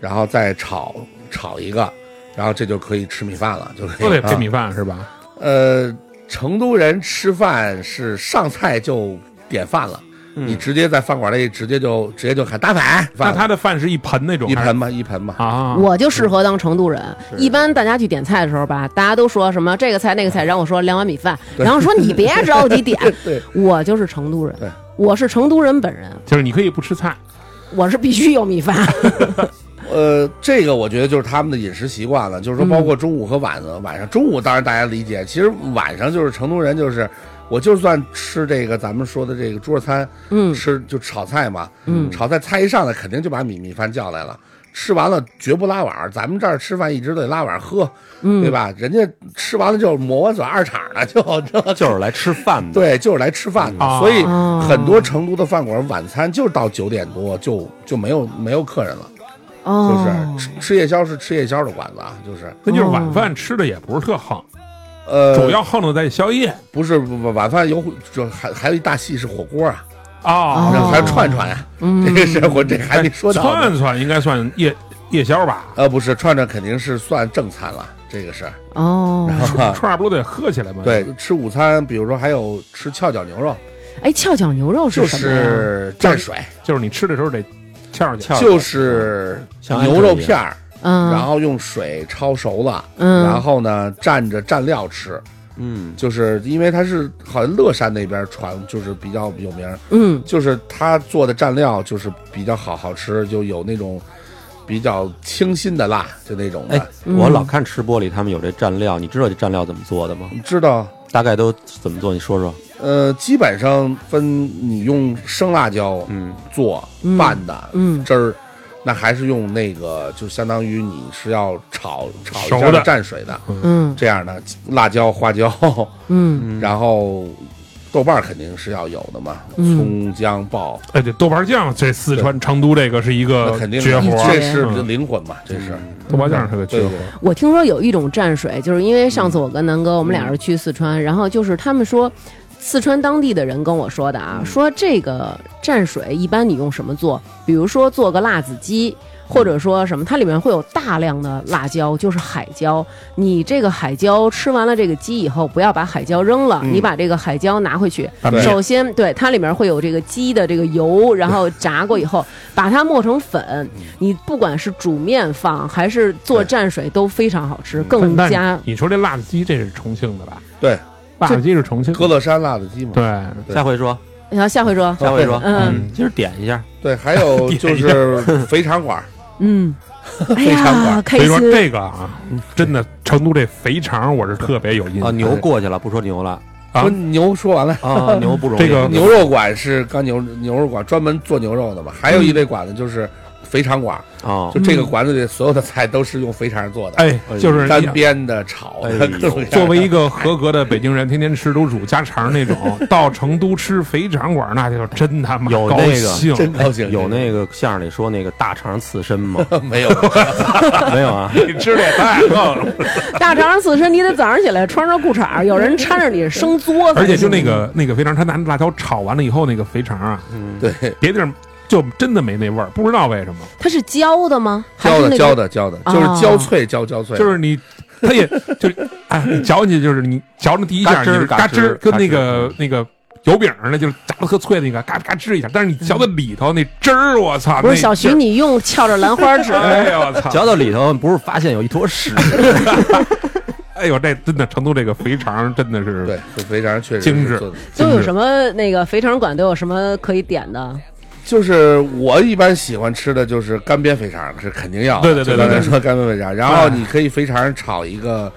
S4: 然后再炒炒一个，然后这就可以吃米饭了，就可以
S2: 都得配
S4: 啊
S2: 米饭是吧？
S4: 呃，成都人吃饭是上菜就点饭了，你直接在饭馆里直接就直接就喊打饭，
S2: 那
S4: 饭
S2: 他的饭是一盆那种
S4: 一
S2: 还是
S4: 盆吧，一盆吧。，
S2: 啊，
S5: 我就适合当成都人。一般大家去点菜的时候吧，大家都说什么这个菜那个菜，然后我说两碗米饭，然后说你别着急点
S4: 啊 对
S5: 我就是成都人
S4: 对，
S5: 我是成都人本人，
S2: 就是你可以不吃菜，
S5: 我是必须 有米饭。
S4: 呃，这个我觉得就是他们的饮食习惯了，就是说包括中午和晚上，晚上中午当然大家理解，其实晚上就是成都人就是。我就算吃这个咱们说的这个猪肉餐，
S5: 嗯
S4: 吃就炒菜嘛，嗯，炒菜菜一上来肯定就把米米饭叫来了，吃完了绝不拉碗儿，咱们这儿吃饭一直得拉碗儿喝，对吧？人家吃完了就抹完嘴二厂了，就 就
S3: 就是来吃饭的。
S4: 对，就是来吃饭的，
S2: 啊
S4: 所以很多成都的饭馆晚餐就是到九点多就就没有没有客人了，就
S5: 哦，
S4: 是吃吃夜宵是吃夜宵的馆子啊，就是
S2: 那就是晚饭吃的也不是特横，
S4: 呃，
S2: 主要横的在宵夜
S4: 不是晚晚饭有就还还有一大戏是火锅啊，
S2: 啊。
S4: 然
S5: 哦嗯
S4: 后还有串串啊，这个是我这还没说到呢
S2: 哎串串应该算夜夜宵吧？
S4: 呃，不是串串肯定是算正餐了，这个是，
S5: 哦，
S2: 串儿不都得喝起来
S5: 嗯
S2: 吗？
S4: 啊对，吃午餐，比如说还有吃翘脚牛肉，
S5: 哎，跷脚牛肉
S4: 就是
S5: 什么呀？
S4: 是蘸水，
S2: 就是你吃的时候得翘嗯上去
S3: 翘。
S4: 就是
S3: 像
S4: 牛肉片儿。
S5: 嗯，
S4: 然后用水焯熟了，
S5: 嗯
S4: 然后呢蘸着蘸料吃，
S3: 嗯，
S4: 就是因为它是好像乐山那边传就是比较有名儿，
S5: 嗯
S4: 就是他做的蘸料就是比较好好吃，就有那种比较清新的辣，就那种的。
S3: 哎，
S5: 嗯
S3: 我老看吃播里他们有这蘸料，你知道这蘸料怎么做的吗？
S4: 你知道，
S3: 大概都怎么做？你说说。
S4: 呃，基本上分你用生辣椒
S3: 嗯
S4: 做拌的
S5: 嗯
S4: 汁儿，那还是用那个就相当于你是要炒炒一下
S2: 熟的
S4: 蘸水的
S5: 嗯
S4: 这样的辣椒、花椒，
S5: 嗯
S4: 然后豆瓣儿肯定是要有的嘛，
S5: 嗯
S4: 葱姜爆，
S2: 哎，对，豆瓣酱这四川成都这个是一
S4: 那
S2: 个
S4: 肯定
S2: 呃绝活儿，
S4: 这是
S2: 嗯
S4: 灵魂嘛，这是
S2: 豆瓣酱是个绝
S4: 对
S2: 活儿。
S5: 我听说有一种蘸水，就是因为上次我跟南哥，我们俩人去四川，然后就是他们说，四川当地的人跟我说的啊，说这个蘸水一般你用什么做？比如说做个辣子鸡。或者说什么，它里面会有大量的辣椒，就是海椒。你这个海椒吃完了这个鸡以后，不要把海椒扔了，你把这个海椒拿回去。
S2: 拌面
S5: 首先，对它里面会有这个鸡的这个油，然后炸过以后，把它磨成粉。你不管是煮面放还是做蘸水，都非常好吃，更
S2: 但
S5: 加
S2: 你说这辣子鸡这是重庆的吧？
S4: 对
S2: 辣子鸡是重庆
S4: 歌
S2: 的，
S4: 乐山辣子鸡嘛。
S2: 对，哦
S4: 对
S3: 下回说，
S5: 然后下回说，
S3: 下回说。
S5: 嗯
S3: 今儿点一下。
S4: 对，还 有就是肥肠馆儿，
S5: 嗯，哎
S4: 常管
S5: 呀，开
S2: 所以说
S5: 心。
S2: 这个啊，真的成都这肥肠我是特别有印
S3: 啊，
S2: 象。
S3: 牛过去了，不说牛了
S2: 啊
S4: 不牛说完了。
S3: 啊，牛不容易。
S2: 哦这个
S4: 牛肉馆是刚牛牛肉馆专门做牛肉
S2: 嗯
S4: 的嘛，还有一类馆子就是肥肠馆儿，
S3: 啊
S4: 就，这个馆子里所有的菜都是用肥肠做的，
S2: 哎，就是
S4: 干煸的、炒
S3: 哎
S4: 的，
S3: 呦
S4: 各种各样的
S2: 作为一个合格的北京人，天天吃卤煮家常 那种，到成都吃肥肠馆，那就真他妈
S3: 有
S2: 高
S3: 那个
S2: 兴。
S4: 真高兴，
S3: 有那个相声里说那个大肠刺身 吗？
S4: 没有？
S3: 没有啊。
S2: 你吃的也太横了，
S5: 大肠刺身，你得早上起来穿着裤衩，有人搀着你生作，
S2: 而且就那个那个肥肠，他拿辣椒炒完了以后，那个肥肠啊，
S3: 嗯
S4: 对，
S2: 别地儿就真的没那味儿，不知道为什么。
S5: 它是焦的吗？还
S4: 浇
S5: 是
S4: 的
S5: 那
S4: 浇
S5: 个
S4: 的浇的，就是
S5: 哦
S4: 焦脆焦焦脆，
S2: 就是你，它也就是哎，你嚼进去就是你嚼那第一
S3: 嘎
S2: 下，
S3: 吱儿
S2: 你是嘎
S3: 嘎吱
S2: 吱
S3: 儿
S2: 儿跟那
S3: 嘎吱
S2: 个
S3: 儿
S2: 那个油饼儿呢，就是炸的特脆那个，嘎吱嘎吱一下。但是你
S3: 嗯
S2: 嚼到里头那汁儿，我操！
S5: 不是
S2: 那
S5: 小
S2: 劲儿，
S5: 徐，你用翘着兰花指，
S2: 哎呦我操！
S3: 嚼到里头，不是发现有一坨屎，
S2: 哎呦，这真的成都这个肥肠真的是
S4: 对，这肥肠确实
S2: 精
S4: 是
S2: 致
S4: 做的
S5: 都有什么那个肥肠馆都有什么可以点的？
S4: 就是我一般喜欢吃的就是干煸肥肠，是肯定要的。
S2: 对对对
S4: 就刚才
S2: 对对
S4: 说干煸肥肠，然后你可以肥肠炒一个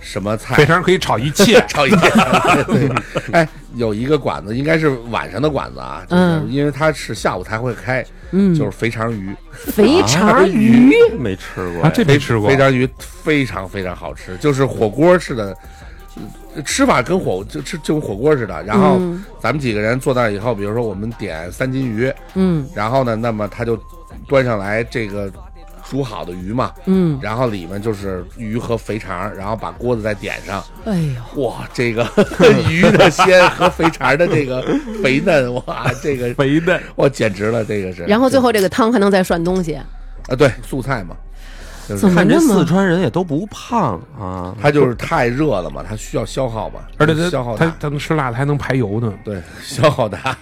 S4: 什么菜，
S2: 肥肠可以炒一切
S4: 炒一遍。 对，哎，有一个馆子，应该是晚上的馆子啊，就是
S5: 嗯
S4: 因为它是下午才会开，嗯，就是肥肠鱼，
S5: 肥肠鱼，
S3: 啊没吃过
S2: 啊，这没吃过
S4: 肥。肠鱼非常非常好吃，就是火锅似的，呃吃法跟火就吃就跟火锅似的。然后咱们几个人坐那儿以后，比如说我们点三斤鱼，
S5: 嗯
S4: 然后呢，那么他就端上来这个煮好的鱼嘛，
S5: 嗯，
S4: 然后里面就是鱼和肥肠，然后把锅子再点上，
S5: 哎呦，
S4: 哇，这个 鱼的鲜和肥肠的这个肥 嫩，哇，这个
S2: 肥嫩，
S4: 哇简直了，这个是。
S5: 然后最后这个汤还能再涮东西，
S4: 啊，对，素菜嘛，
S5: 怎么
S3: 看
S5: 那
S3: 这四
S5: 么
S3: 川人也都不胖啊，
S4: 它就是太热了嘛，它需要消耗嘛，
S2: 而且它
S4: 消耗
S2: 它
S4: 大，
S2: 它能吃辣的，还能排油呢。
S4: 对，消耗大。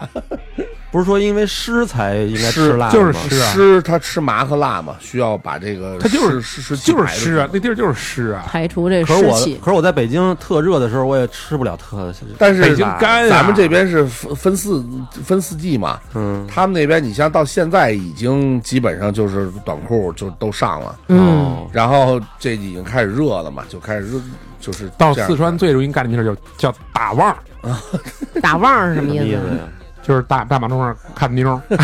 S3: 不是说因为湿才应该吃辣的
S2: 就是
S3: 吗
S2: 湿啊
S4: 湿它吃麻和辣嘛，需要把这个
S2: 它就是
S4: 湿湿气
S2: 就是
S4: 排出
S2: 湿啊，
S4: 去
S2: 那地儿就是湿啊。
S5: 排除这
S3: 可是
S5: 湿
S3: 我
S5: 气？
S3: 可是我在北京特热的时候，我也吃不了特。
S4: 但是
S2: 北京干啊
S4: 咱们这边是分分四分四季嘛，
S3: 嗯，
S4: 他们那边你像到现在已经基本上就是短裤就都上了，
S5: 嗯，
S3: 哦
S4: 然后这已经开始热了嘛，就开始热，就是
S2: 到
S4: 这样
S2: 四川最容易干的一件事儿叫叫打旺，
S5: 打旺是什
S3: 什
S5: 么
S3: 么
S5: 意
S3: 意
S5: 思
S3: 思
S5: 啊？
S3: 呀？
S2: 就是大大马路上看妞儿，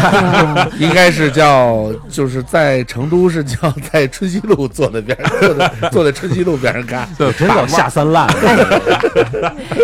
S4: 应该是叫就是在成都是叫在春熙路坐在边儿坐在坐在春熙路边上干，
S3: 我真叫下三滥，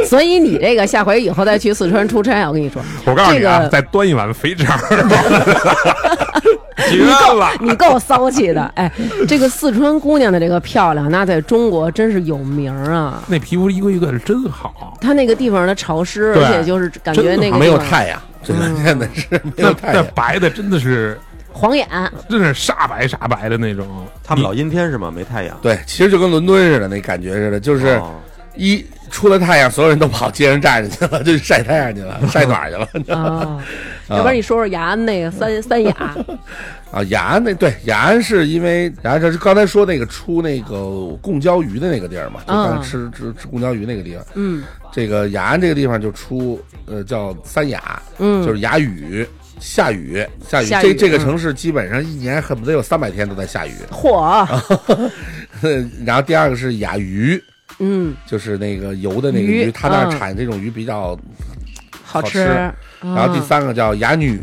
S5: 所以你这个下回以后再去四川出差啊，我跟你说，
S2: 我告诉你
S5: 这
S2: 啊，
S5: 个
S2: 再端一碗肥肠儿，绝了！
S5: 你够骚气的，哎，这个四川姑娘的这个漂亮，那在中国真是有名儿啊。
S2: 那皮肤一个一个的真好。
S5: 她那个地方的潮湿，
S2: 对
S5: 而且就是感觉
S2: 真
S5: 那
S2: 的
S5: 个
S4: 没有
S5: 地方
S4: 太阳，这两天的是没
S2: 那
S4: 有哎太
S2: 那
S4: 阳，
S2: 白的真的是，
S5: 晃眼，
S2: 真是煞白煞白的那种。
S3: 他们老阴天是吗？没太阳。
S4: 对，其实就跟伦敦似的那感觉似的，就是
S3: 哦
S4: 一出了太阳，所有人都跑街上站着去了， 就晒太阳去了，晒暖去了。
S5: 啊，要不然你说说雅安那个三三雅，
S4: 啊，雅安那对雅安是因为雅安是刚才说那个出那个贡椒鱼的那个地儿嘛，就
S5: 嗯
S4: 刚才吃吃吃贡椒鱼那个地方。
S5: 嗯，
S4: 这个雅安这个地方就出呃叫三雅，嗯，就是雅雨。下雨，下雨，
S5: 下雨
S4: 这这个
S5: 嗯
S4: 城市基本上一年恨不得有三百天都在 下雨。
S5: 嚯，
S4: 啊然后第二个是雅鱼，
S5: 嗯，
S4: 就是那个游的那个
S5: 鱼
S4: 鱼，它那儿
S5: 嗯
S4: 产这种鱼比较
S5: 好
S4: 吃
S5: 吃。
S4: 然后第
S5: 啊，
S4: 三个叫雅女，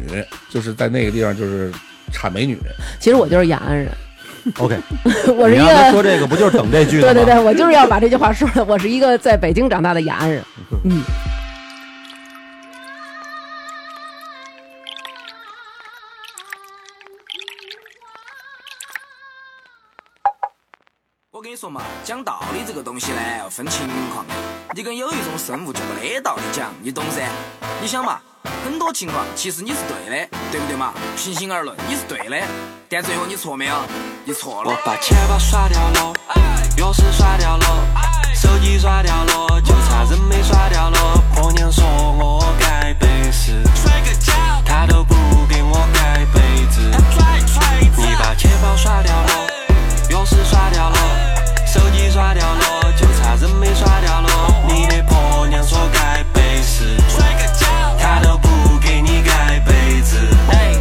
S4: 就是在那个地方就是产美女。
S5: 其实我就是雅安人，
S3: OK，
S5: 我是一
S3: 你让他
S5: 个
S3: 说这个不就是等这句的
S5: 对
S3: 吗？
S5: 对对，我就是要把这句话说了，我是一个在北京长大的雅安人。
S8: 我跟你说嘛，讲道理这个东西呢，要分情况。你跟有一种生物就没得道理讲，你懂噻？你想嘛，很多情况其实你是对的，对不对嘛？平心而论，你是对的，但最后你错没有？你错了。我把钱包刷掉了，钥匙刷掉了，手机刷掉了，就差人没刷掉了。婆娘说我盖被子，她都不给我盖被子。你把钱包刷掉了，钥匙刷掉了，手机刷掉了，就差人没刷掉了。你的婆娘说盖被子，她都不给你盖被子。哎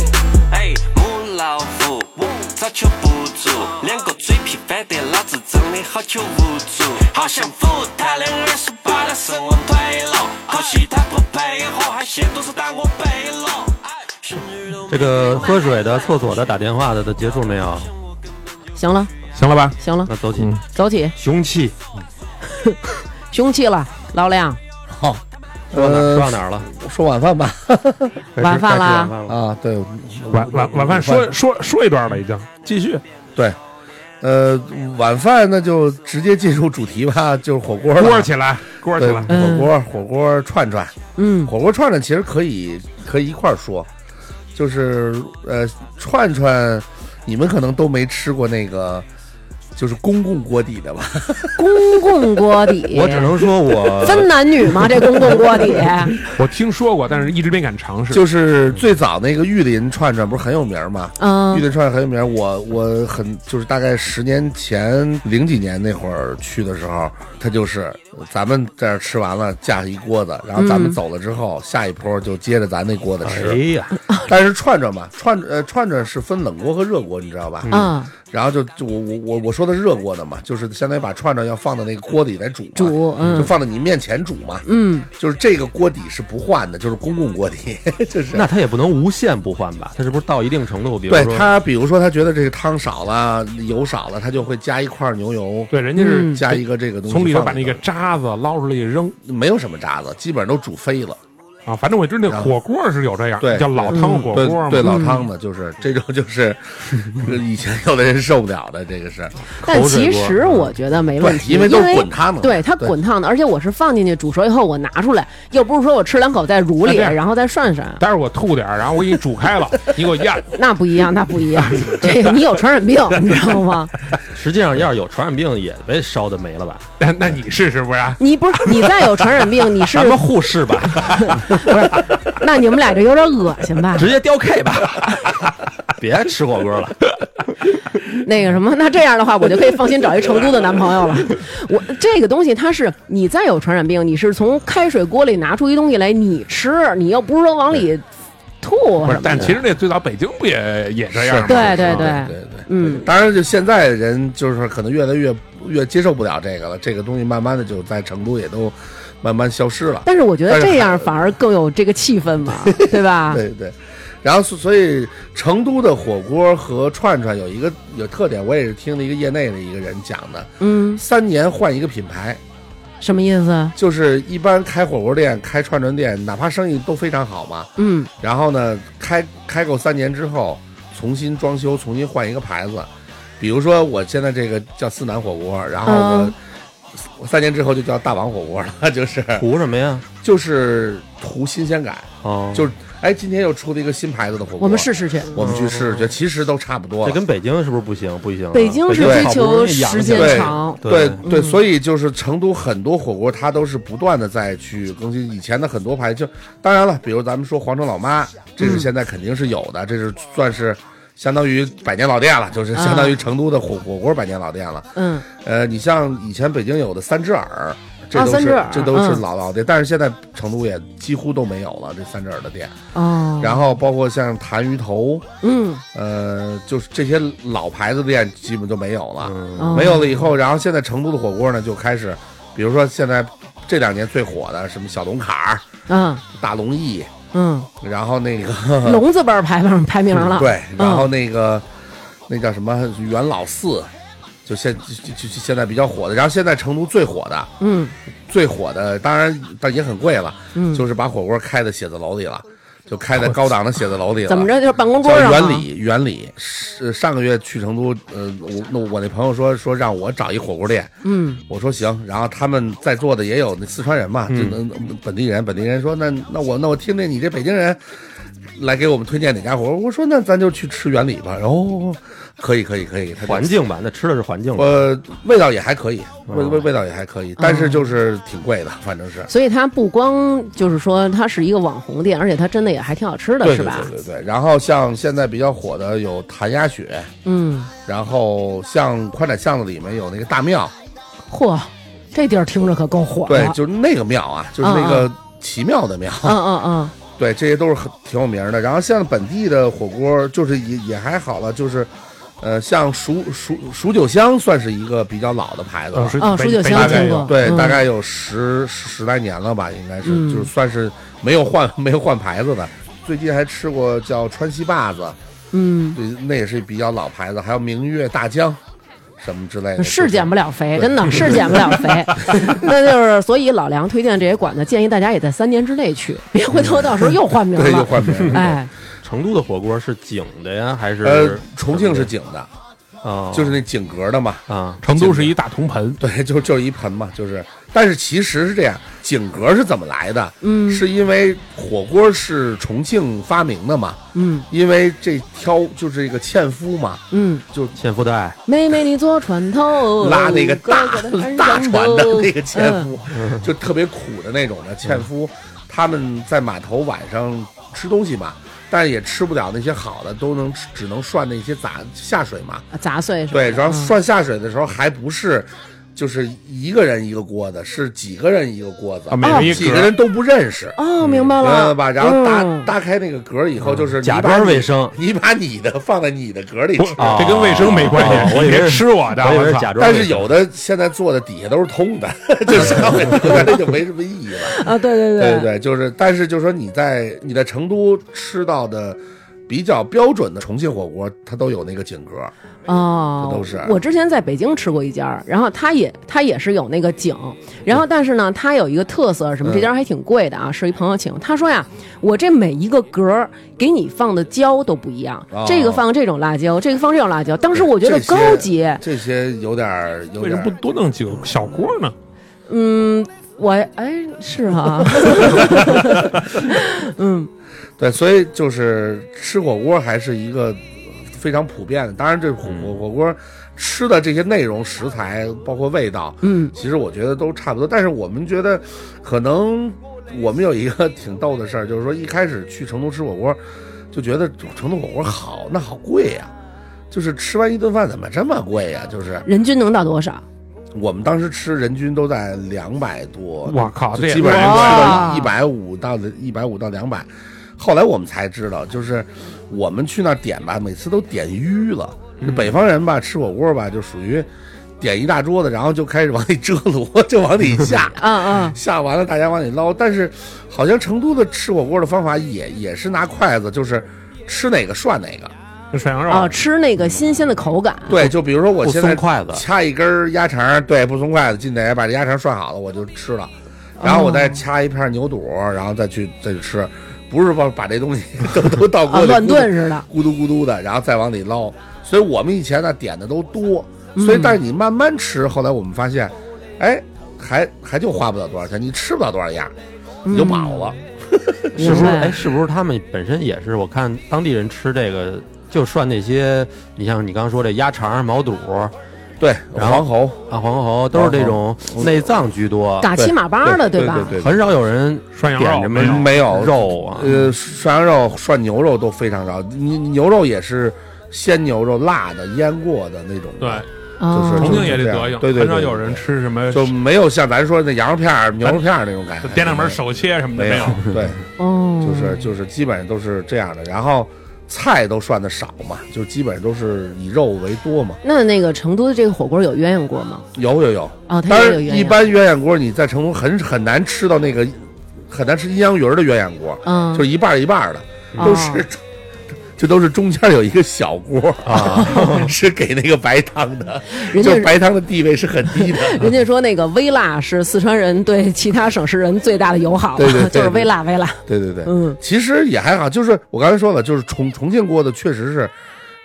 S8: 哎，母老虎，我早就不足，两个嘴皮翻得老子真的好久无助，好想扶她的二十八的神往推了，可惜她不配合，还嫌都是打我背了。
S3: 这个喝水的、厕所的、打电话的都结束没有？啊
S5: 行了
S2: 行了吧？
S5: 行了，
S3: 那走起，
S5: 走起，
S3: 雄气
S5: 凶器了，老亮，
S4: 好，
S3: 说到哪儿
S4: 呃
S3: 说到哪儿了？
S4: 说晚饭吧。
S3: 该吃
S5: 晚饭
S3: 该吃
S5: 啦
S3: 晚饭了。
S4: 啊，对，
S2: 晚晚晚饭说说说一段了，已经继续。
S4: 对，呃，晚饭那就直接进入主题吧，就是火锅了。
S2: 锅起来，锅起
S4: 对，
S2: 来。嗯
S4: 火锅火锅串串，
S5: 嗯
S4: 火锅串串其实可以可以一块儿说，就是呃串串，你们可能都没吃过那个。就是公共锅底的吧，
S5: 公共锅底，
S3: 我只能说我
S5: 分男女 吗？这公共锅底，
S2: 我听说过，但是一直没敢尝试。
S4: 就是最早那个玉林串串不是很有名吗？玉
S5: 嗯
S4: 林串串很有名，我我很就是大概十年前零几年那会儿去的时候，它就是咱们在这儿吃完了，架一锅子，然后咱
S5: 嗯
S4: 们走了之后，下一波就接着咱那锅子
S3: 哎
S4: 吃。
S3: 呀，
S4: 但是串串嘛，串呃串串是分冷锅和热锅，你知道吧？
S5: 嗯，
S4: 然后就就我我我我说的是热锅的嘛，就是相当于把串串要放到那个锅里来煮嘛，
S5: 煮嗯
S4: 就放到你面前煮嘛，
S5: 嗯，
S4: 就是这个锅底是不换的，就是公共锅底， 这是。
S3: 那他也不能无限不换吧？他是不是到一定程度，比如
S4: 对
S3: 说
S4: 他，比如说他觉得这个汤少了，油少了，他就会加一块牛油，
S2: 对，人家
S5: 嗯
S2: 是
S4: 加一个这个东西
S2: 从里头
S4: 放
S2: 把那个渣子捞出来一扔
S4: 没有什么渣子，基本上都煮飞了。
S2: 啊，反正我知道那火锅是有这样，
S4: 嗯对嗯
S2: 叫老汤火
S4: 对
S2: 锅嘛。嗯
S4: 对，
S5: 嗯
S4: 老汤嘛，就是这种就是 以前有的人受不了的，这个是
S5: 但
S3: 口水
S5: 其
S3: 锅嗯
S5: 实我觉得没问题，
S4: 对因为都是滚烫的
S5: 对它
S4: 对
S5: 滚烫的，而且我是放进去煮熟以后我拿出来，又不是说我吃两口在乳里，
S2: 那这样
S5: 然后再涮涮，
S2: 待会儿我吐点儿，然后我给你煮开 了，你给我咽。
S5: 那不一样，那不一 样，这个你有传染病，你知道吗？
S3: 实际上要是有传染病也被烧的没了吧？
S2: 那那你试试不是？
S5: 你不是你再有传染病，你是
S3: 咱们护士吧，
S5: 不是？那你们俩这有点恶心 吧？
S3: 直接雕 K 吧，别吃火锅了。
S5: 那个什么，那这样的话，我就可以放心找一成都的男朋友 了。我这个东西，它是你再有传染病，你是从开水锅里拿出一东西来你吃，你又不是说往里吐
S2: 不是
S5: 什么，的
S2: 但其实那最早北京不也也这样吗？
S5: 对对对
S4: 对对。
S5: 嗯，
S4: 当然，就现在人就是可能越来越越接受不了这个了，这个东西慢慢的就在成都也都慢慢消失了。
S5: 但是我觉得
S4: 但是
S5: 这
S4: 还
S5: 样反而更有这个气氛嘛， 对吧？
S4: 对对。然后所，所以成都的火锅和串串有一个有特点，我也是听了一个业内的一个人讲的，
S5: 嗯，
S4: 三年换一个品牌，
S5: 什么意思？
S4: 就是一般开火锅店、开串串店，哪怕生意都非常好嘛，
S5: 嗯，
S4: 然后呢，开开够三年之后，重新装修，重新换一个牌子。比如说，我现在这个叫思南火锅，然后我、
S5: 嗯
S4: 我三年之后就叫大王火锅了， 就是
S3: 图什么呀？
S4: 就是图新鲜感。
S3: 哦，
S4: 就是哎，今天又出了一个新牌子的火锅，
S5: 我们试试去。
S4: 我们去试试去，其实都差不多了。
S3: 这跟北京是不是不行？不行啊，
S5: 北京是
S4: 北
S5: 追
S4: 京
S3: 好不
S5: 求
S3: 容易养
S5: 时
S3: 起来
S5: 间
S4: 对
S5: 长，
S4: 对
S3: 对
S4: 对，所以就是成都很多火锅，它都是不断的在去更新以前的很多牌。就当然了，比如咱们说皇城老妈，这
S5: 嗯
S4: 是现在肯定是有的，这是算是相当于百年老店了，就是相当于成都的火火锅百年老店了。
S5: 嗯，
S4: 呃，你像以前北京有的三只耳，这都
S5: 啊三
S4: 是、
S5: 只耳
S4: 这都是
S5: 嗯
S4: 老老店，但是现在成都也几乎都没有了这三只耳的店。
S5: 哦，
S4: 然后包括像谭鱼头，
S5: 嗯，
S4: 呃，就是这些老牌子的店基本都没有了。
S5: 哦
S4: 没有了以后，然后现在成都的火锅呢就开始，比如说现在这两年最火的什么小龙坎儿、
S5: 嗯
S4: 大龙燚，
S5: 嗯，
S4: 然后那个
S5: 龙字辈儿排名排名了，
S4: 对，
S5: 嗯
S4: 然后那个、那叫什么元老寺，就现就就就现在比较火的，然后现在成都最火的
S5: 嗯
S4: 最火的，当然但也很贵了，
S5: 嗯，
S4: 就是把火锅开在写字楼里了，就开在高档的写字楼里了。
S5: 怎么着就是办公桌
S4: 叫
S5: 上
S4: 原
S5: 吗
S4: 理，原理是上个月去成都，呃，我那我那朋友说说让我找一火锅店，
S5: 嗯
S4: 我说行，然后他们在座的也有那四川人嘛，就能本地人，本地人说那那我那我听听你这北京人来给我们推荐哪家火锅，我说那咱就去吃原里吧，然后可以可以可以，他就
S3: 环境吧，那吃的是环境吧。
S4: 呃味道也还可以，味味味道也还可
S5: 哦
S4: 以，但是就是挺贵的，反正是。
S5: 所以它不光就是说它是一个网红店，而且它真的也还挺好吃的，
S4: 对
S5: 是
S4: 对
S5: 吧？
S4: 对对对，然后像现在比较火的有谭鸭血，
S5: 嗯，
S4: 然后像宽窄巷子里面有那个大庙，
S5: 嚯，这地儿听着可够火
S4: 对
S5: 的。，
S4: 就是那个庙啊，就是那个奇妙的庙，
S5: 嗯嗯嗯，
S4: 对，这些都是很挺有名儿的。然后像本地的火锅，就是也也还好了，就是，呃，像蜀蜀蜀九香算是一个比较老的牌子了，
S5: 哦
S2: 呃北
S5: 蜀九
S2: 北
S5: 香
S4: 大
S2: 大
S4: 概
S2: 概
S5: 听过
S4: 有对，
S5: 嗯
S4: 大概有十十十来年了吧，应该是，
S5: 嗯
S4: 就是算是没有换 没有换牌子的。最近还吃过叫川西坝子，
S5: 嗯，
S4: 对，那也是比较老牌子，还有明月大江，什么之类的，
S5: 是减不了肥，
S4: 哎对
S5: 真的是减不了肥。 那就是，所以老梁推荐这些馆子，建议大家也在三年之内去，别回头到时候又换名
S4: 嗯 对，又
S5: 了。
S4: 换名儿。
S5: 哎，
S3: 成都的火锅是井的呀，还是
S4: 呃，重庆是井的，
S3: 啊，
S4: 就是那井格的嘛，
S3: 啊，
S2: 成都是一大铜盆，
S4: 对，就就是一盆嘛，就是。但是其实是这样，井格是怎么来的？嗯，是因为火锅是重庆发明的嘛？
S5: 嗯
S4: 因为这挑就是这个纤夫嘛，
S5: 嗯，
S4: 就
S3: 纤夫带，
S5: 妹妹你坐船头，
S4: 拉那个大
S5: 哥 哥的
S4: 大船的那个纤
S5: 嗯
S4: 夫，就特别苦的那种的纤夫，他们在码头晚上吃东西嘛，但是也吃不了那些好的，都能吃只能涮那些杂下水嘛。
S5: 嗯砸碎是吧？
S4: 对，然后
S5: 嗯
S4: 涮下水的时候还不是。就是一个人一个锅的，是几个人一个锅子，
S2: 啊每人一
S4: 几个
S2: 格
S4: 人都不认识。
S5: 哦，明白
S4: 明白了
S5: 了
S4: 吧？然后搭、
S5: 嗯
S4: 搭开那个格儿以
S2: 嗯
S4: 后，就是你
S3: 假
S4: 把
S3: 装
S4: 你
S3: 卫生
S4: 你把你的放在你的格儿里
S2: 不
S4: 吃，
S3: 啊
S2: 这跟卫生没关系，
S3: 哦我以
S2: 你
S3: 为
S2: 别
S3: 是
S2: 吃我的，
S3: 我以为
S2: 我
S3: 是
S2: 操
S3: 假装
S4: 但
S3: 卫
S4: 是
S3: 生
S4: 有的现在做的底下都是通的， 就 上面那就没什么意义了。
S5: 啊，对对
S4: 对对对，就是，但是就是说你在你在成都吃到的比较标准的重庆火锅，它都有那个井格儿，
S5: 哦，
S4: 这都是
S5: 我之前在北京吃过一家，然后它也它也是有那个井，然后但是呢，它有一个特色，什么
S4: 嗯
S5: 这家还挺贵的啊，是一朋友请，他说呀，我这每一个格儿给你放的椒都不一样，
S4: 哦
S5: 这个放这种辣椒，这个放这种辣椒，当时我觉得
S4: 这些
S5: 高级，
S4: 这些有点儿有
S2: 为
S4: 点
S2: 什
S4: 儿
S2: 么不多弄几个小锅呢？
S5: 嗯，我哎是哈、 嗯
S4: 对，所以就是吃火锅还是一个非常普遍的。当然，这火火火锅吃的这些内容、食材，包括味道，
S5: 嗯
S4: 其实我觉得都差不多。但是我们觉得，可能我们有一个 挺逗的事儿，就是说一开始去成都吃火锅，就觉得成都火锅好，那好贵呀、就是吃完一顿饭怎么这么贵呀、就是
S5: 人均能到多少？
S4: 我们当时吃人均都在两百多，
S2: 我靠，
S4: 就
S2: 这也
S4: 基本上
S2: 太
S4: 吃
S2: 贵了
S4: 到
S5: 哇，
S4: 一百五到一百五到两百。后来我们才知道，就是我们去那儿点吧，每次都点淤了。
S2: 嗯
S4: 这北方人吧，吃火锅吧，就属于点一大桌子，然后就开始往里遮罗，就往 里 下
S5: 啊啊
S4: 下完了大家往里捞。但是好像成都的吃火锅的方法也也是拿筷子，就是吃哪个涮哪个。
S2: 这涮羊肉
S4: 哦
S5: 啊！吃那个新鲜的口感，
S4: 对，就比如说我
S3: 不
S4: 现在
S3: 松筷子
S4: 掐一根鸭肠，对，不松筷子进来把这鸭肠涮好了，我就吃了。然后我
S3: 哦
S4: 再掐一片牛肚，然后再去再去吃，不是把把这东西 都都倒锅
S5: 啊
S4: 里
S5: 乱
S4: 咕嘟
S5: 炖似的，
S4: 咕嘟咕嘟的，然后再往里捞。所以我们以前呢点的都多，
S5: 嗯
S4: 所以但是你慢慢吃，后来我们发现，哎，还还就花不了多少钱，你吃不了多少样，你
S5: 嗯
S4: 就饱了。
S3: 是不
S5: 明
S3: 是？
S5: 白
S3: 哎，是不是他们本身也是？我看当地人吃这个，就涮那些，你像你刚刚说这鸭肠、毛肚啊、
S4: 对，
S3: 然后
S4: 黄喉，
S3: 黄喉，都是这种内脏居多，
S5: 嘎七马八的，
S4: 对
S5: 吧？
S4: 对对
S3: 很少有人
S2: 涮羊肉
S3: 点什么
S2: 没有
S4: 没有
S3: 肉啊。
S4: 呃，涮羊肉、涮牛肉都非常少，你牛肉也是鲜牛肉，辣的、腌过的那种。
S2: 对，，
S5: 啊
S4: 就是
S2: 重庆也
S4: 这
S2: 得
S4: 样
S2: 德行，
S4: 对对
S2: 很
S4: 对
S2: 少
S4: 对
S2: 有人吃什么
S4: 就没有像咱说的羊肉片儿、牛肉片儿那种感觉。
S2: 点两门手切什么的
S4: 没
S2: 没有。
S4: 对，
S5: 哦，
S4: 就是就是基本上都是这样的。然后菜都涮的少嘛，就基本上都是以肉为多嘛。
S5: 那那个成都的这个火锅有鸳鸯锅吗？
S4: 有有有，
S5: 哦，它
S4: 当
S5: 也有
S4: 然
S5: 鸳鸯。
S4: 一般鸳鸯锅你在成都很很难吃到那个，很难吃阴阳鱼儿的鸳鸯锅，
S5: 嗯，
S4: 就是一半儿一半儿的，
S5: 哦
S4: 都是。 这都是中间有一个小锅啊，
S5: 哦
S4: 是给那个白汤的，
S5: 人
S4: 就
S5: 家
S4: 白汤的地位是很低的。
S5: 人家说那个微辣是四川人对其他省市人最大的友好，啊
S4: 对对对
S5: 就
S4: 对
S5: 是微辣微辣。
S4: 对对对，
S5: 嗯，
S4: 其实也还好，就是我刚才说了，就是重重庆锅的确实是，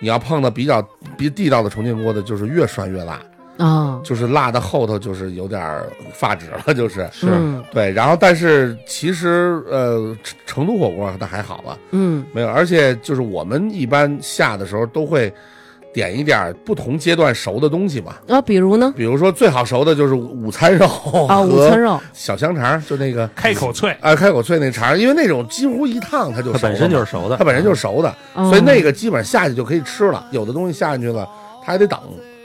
S4: 你要碰到比较比地道的重庆锅的，就是越涮越辣，
S5: 啊，
S4: 就是辣的后头就是有点儿发指了，就是是
S5: 嗯
S4: 对。然后但是其实呃，成成都火锅那还好了，
S5: 嗯
S4: 没有，而且就是我们一般下的时候都会点一点儿不同阶段熟的东西嘛。
S5: 啊，比如呢？
S4: 比如说，最好熟的就是午餐肉
S5: 啊，午餐、肉
S4: 小香肠，就那个
S2: 开口脆，
S4: 啊开口脆那肠，因为那种几乎一烫它就
S3: 它
S4: 熟
S3: 本
S4: 了
S3: 身就
S4: 嘛
S3: 是熟的，嗯
S4: 它本身就是熟的，
S5: 哦
S4: 所以那个基本下去就可以吃了。有的东西下去了，它还得等。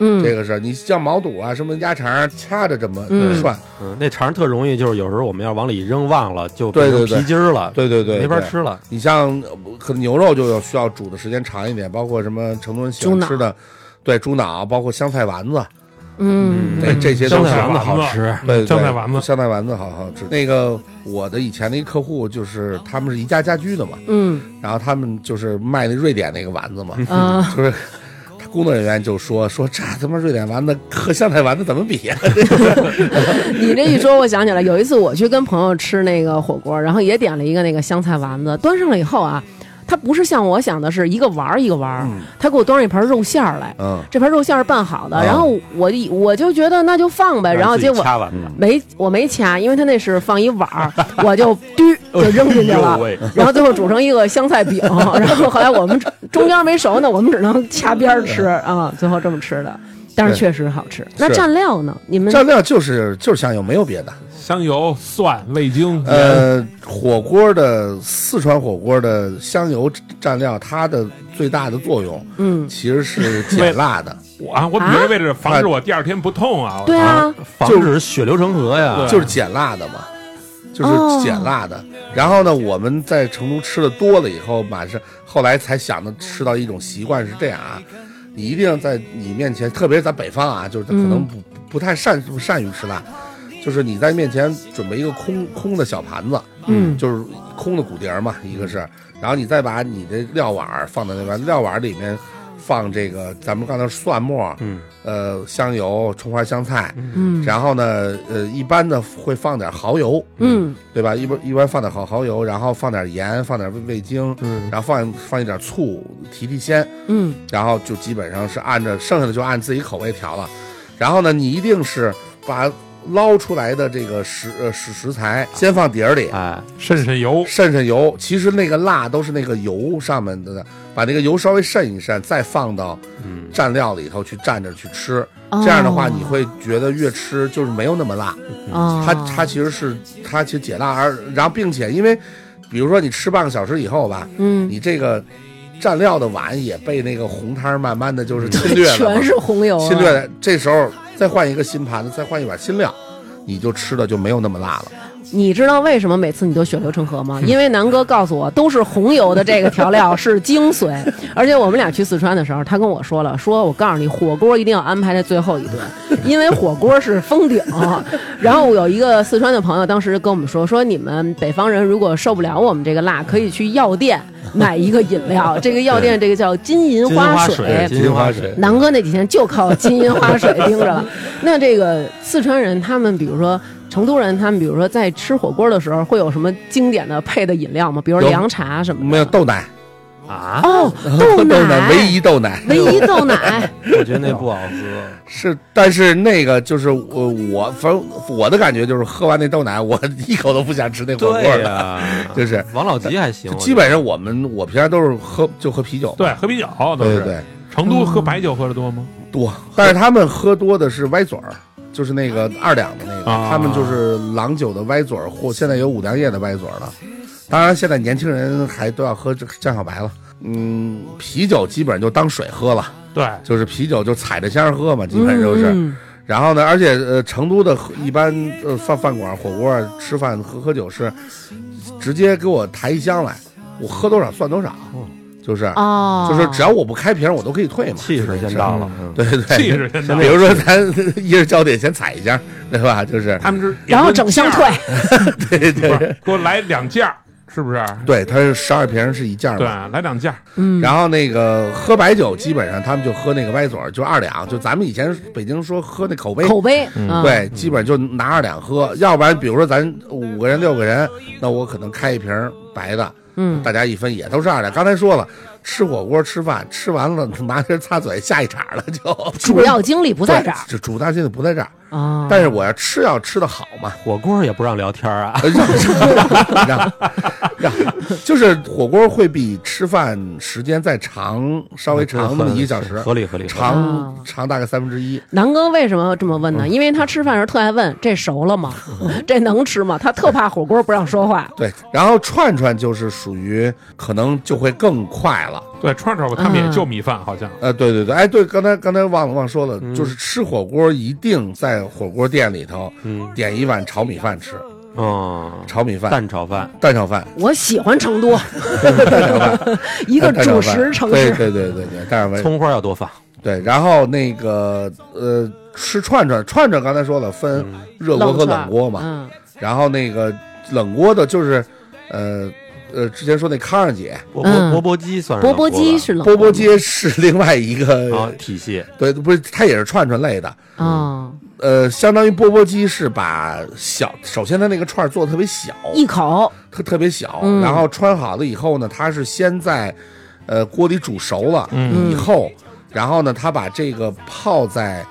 S5: 嗯
S4: 这个是你像毛肚啊、什么鸭肠啊，掐着这么
S5: 嗯
S4: 涮，
S3: 嗯，那肠儿特容易，就是有时候我们要往里一扔，忘了就
S4: 对
S3: 变
S4: 对
S3: 成
S4: 对
S3: 皮筋儿了，
S4: 对对对，
S3: 没法
S4: 对
S3: 吃。了。
S4: 你像呃可能牛肉就有需要煮的时间长一点，包括什么成都人喜欢吃的，对猪脑，包括香菜丸子，
S5: 嗯
S4: 对哎这些
S3: 香
S4: 都是
S3: 菜丸子
S2: 香菜
S3: 好
S2: 丸子
S3: 吃，
S4: 对对
S2: 香菜丸子
S4: 香菜丸子好好吃。那个我的以前的一客户就是他们是宜家家居的嘛，
S5: 嗯
S4: 然后他们就是卖那瑞典那个丸子嘛，
S5: 啊，
S4: 就是他工作人员就说说这他妈瑞典丸子和香菜丸子怎么比、啊？
S5: 你这一说，我想起来，有一次我去跟朋友吃那个火锅，然后也点了一个那个香菜丸子，端上来以后啊，它不是像我想的是一个丸儿一个丸儿，它给我端上一盘肉馅儿来，
S4: 嗯，
S5: 这盘肉馅儿是拌好的，
S4: 啊
S5: 然后我一我就觉得那就放呗，然后
S3: 自己
S5: 结果
S3: 掐丸子，
S5: 没我没掐，因为它那是放一碗儿，我就 嘟就扔进去
S3: 哎
S5: 了
S3: 呦喂，
S5: 然后最后煮成一个香菜饼，然后后来我们中间没熟呢，我们只能掐边儿吃啊，最后这么吃的。但是
S4: 哎对
S5: 确实好吃。那
S4: 是
S5: 蘸料呢？你们
S4: 蘸料就是就是香油，没有别的。
S2: 香油、蒜、味精、盐，
S4: 呃，火锅的四川火锅的香油蘸料，它的最大的作用，
S5: 嗯，
S4: 其实是解辣的，
S2: 我啊，我以为为了防止我第二天不痛啊，
S5: 对啊，
S3: 防止血流成河呀。
S4: 就是减辣的嘛，就
S5: 哦
S4: 是减辣的。然后呢，我们在成都吃的多了以后，马上后来才想的吃到一种习惯是这样啊，你一定要在你面前，特别是咱北方啊，就是可能不、不太善不善于吃辣，就是你在面前准备一个空空的小盘子，
S5: 嗯
S4: 就是空的骨碟儿嘛，一个是，然后你再把你的料碗儿放在那边，料碗儿里面放这个咱们刚才蒜末，嗯，呃，香油、葱花、香菜，嗯，然后呢，呃，一般呢会放点蚝油，
S5: 嗯，
S4: 对吧？一般一般放点蚝蚝油，然后放点盐，放点味精，嗯，然后放放一点醋提提鲜，
S5: 嗯，
S4: 然后就基本上是按照剩下的就按自己口味调了。然后呢，你一定是把捞出来的这个食呃食食材先放碟儿里，
S3: 哎，
S2: 渗渗油，
S4: 渗渗油。其实那个辣都是那个油上面的，把那个油稍微渗一渗，再放到蘸料里头去蘸着去吃。
S5: 哦
S4: 这样的话，你会觉得越吃就是没有那么辣。
S5: 啊，
S4: 它它其实是它其实解辣，而然后并且因为，比如说你吃半个小时以后吧，
S5: 嗯，
S4: 你这个蘸料的碗也被那个红汤慢慢的就是侵略了嘛，
S5: 全是红油啊，
S4: 侵略了。这时候再换一个新盘子，再换一碗新料，你就吃的就没有那么辣了。
S5: 你知道为什么每次你都血流成河吗？因为南哥告诉我，都是红油的这个调料是精髓， 而且我们俩去四川的时候，他跟我说了，说我告诉你，火锅一定要安排在最后 一顿，因为火锅是封顶。然后我有一个四川的朋友，当时跟我们说，说你们北方人如果受不了我们这个辣，可以去药店买一个饮料，这个药店这个叫金银
S3: 金
S5: 花
S3: 花
S5: 水，哎
S3: 水，银花水，
S5: 南哥那几天就靠金银花水盯着 了。那这个四川人，他们比如说成都人，他们比如说在吃火锅的时候，会有什么经典的配的饮料吗？比如
S4: 有
S5: 凉茶什么的？
S4: 没有豆奶，
S3: 啊，
S5: 哦，豆奶，
S4: 唯一豆奶
S5: 唯一 豆奶，
S3: 我觉得那不好喝。
S4: 是，但是那个就是我我反正我的感觉就是喝完那豆奶，我一口都不想吃那火锅
S3: 对
S4: 了。
S3: 呀，
S4: 就是
S3: 王老吉还行，
S4: 基本上我们我平常都是喝就喝啤酒，
S2: 对，喝啤酒都
S4: 对对
S2: 是。
S4: 对
S2: 成都
S5: 嗯
S2: 喝白酒喝的多吗？
S4: 多，但是他们喝多的是歪嘴儿。就是那个二两的那个，
S2: 啊
S4: 他们就是郎酒的歪嘴儿，或现在有五粮液的歪嘴儿了。当然，现在年轻人还都要喝这个酱小白了。嗯，啤酒基本上就当水喝了，
S2: 对，
S4: 就是啤酒就踩着香儿喝嘛，基本上就是。
S5: 嗯
S4: 然后呢，而且呃，成都的喝一般呃饭饭馆、火锅啊吃饭喝喝酒是直接给我抬一箱来，我喝多少算多少，就是、
S5: 哦，
S4: 就是只要我不开瓶，我都可以退嘛。
S3: 气势先到了。嗯
S4: 对对对，
S2: 气势先到
S4: 比如说咱一人焦点先踩一下，对吧？就是
S2: 他们是
S5: 然后整箱退，
S4: 对
S2: 不
S4: 对
S2: 是给我来两件儿，是不是？
S4: 对，它是十二瓶是一件儿
S2: 对，
S4: 嘛。
S2: 来两件儿。
S5: 嗯，
S4: 然后那个喝白酒，基本上他们就喝那个歪嘴儿，就二两，就咱们以前北京说喝那口碑，
S5: 口碑，嗯，
S4: 对，基本上就拿二两喝，要不然比如说咱五个人六个人，那我可能开一瓶白的，
S5: 嗯，
S4: 大家一分也都是二两。刚才说了，吃火锅吃饭吃完了拿着擦嘴下一场了就，
S5: 主要精力不
S4: 不
S5: 在这儿
S4: 主主大劲的不在这儿。
S3: 嗯
S5: 啊。
S4: 但是我要吃要吃的好嘛，
S3: 火锅也不让聊天啊，
S4: 呃让让让让，就是火锅会比吃饭时间再长，稍微长那么一个小时，
S3: 嗯合理合嗯理。合理
S5: 啊
S4: 长长大概三分之一。
S5: 南哥为什么这么问
S4: 嗯
S5: 呢？因为他吃饭的时候特爱问这熟 了吗？这能吃吗？他特怕火锅不让说话。
S4: 对，然后串串就是属于可能就会更快了。
S2: 对，串串他们
S5: 嗯
S2: 也就米饭，好像
S4: 呃，对对对，哎，对，刚才刚才忘了忘说了，
S3: 嗯
S4: 就是吃火锅一定在火锅店里头，
S3: 嗯
S4: 点一碗炒米饭吃，
S3: 嗯，
S4: 炒米饭、
S3: 蛋炒饭，
S4: 蛋炒 饭、
S5: 我喜欢 成都，一个
S4: 蛋炒饭
S5: 主食城
S4: 对
S5: 市。
S4: 对对对对，蛋炒饭
S3: 葱花要多放。
S4: 对，然后那个呃，吃串串，串串刚才说了分热锅和冷锅嘛，
S5: 嘛，
S4: 然后那个冷锅的就是，呃呃，之前说那康二姐，
S3: 钵
S5: 嗯
S3: 钵钵钵鸡算是
S5: 嗯，钵
S3: 冷锅
S5: 钵
S3: 吧
S5: 鸡是冷
S4: 钵钵鸡是另外一个，
S3: 啊体系，
S4: 对，不是，它也是串串类的，
S5: 啊，
S4: 呃，相当于钵钵鸡是把小，首先它那个串儿做的特别小，
S5: 一口
S4: 特特别小，
S5: 嗯
S4: 然后穿好了以后呢，它是先在呃锅里煮熟了，
S5: 嗯
S4: 以后，然后呢，它把这个泡在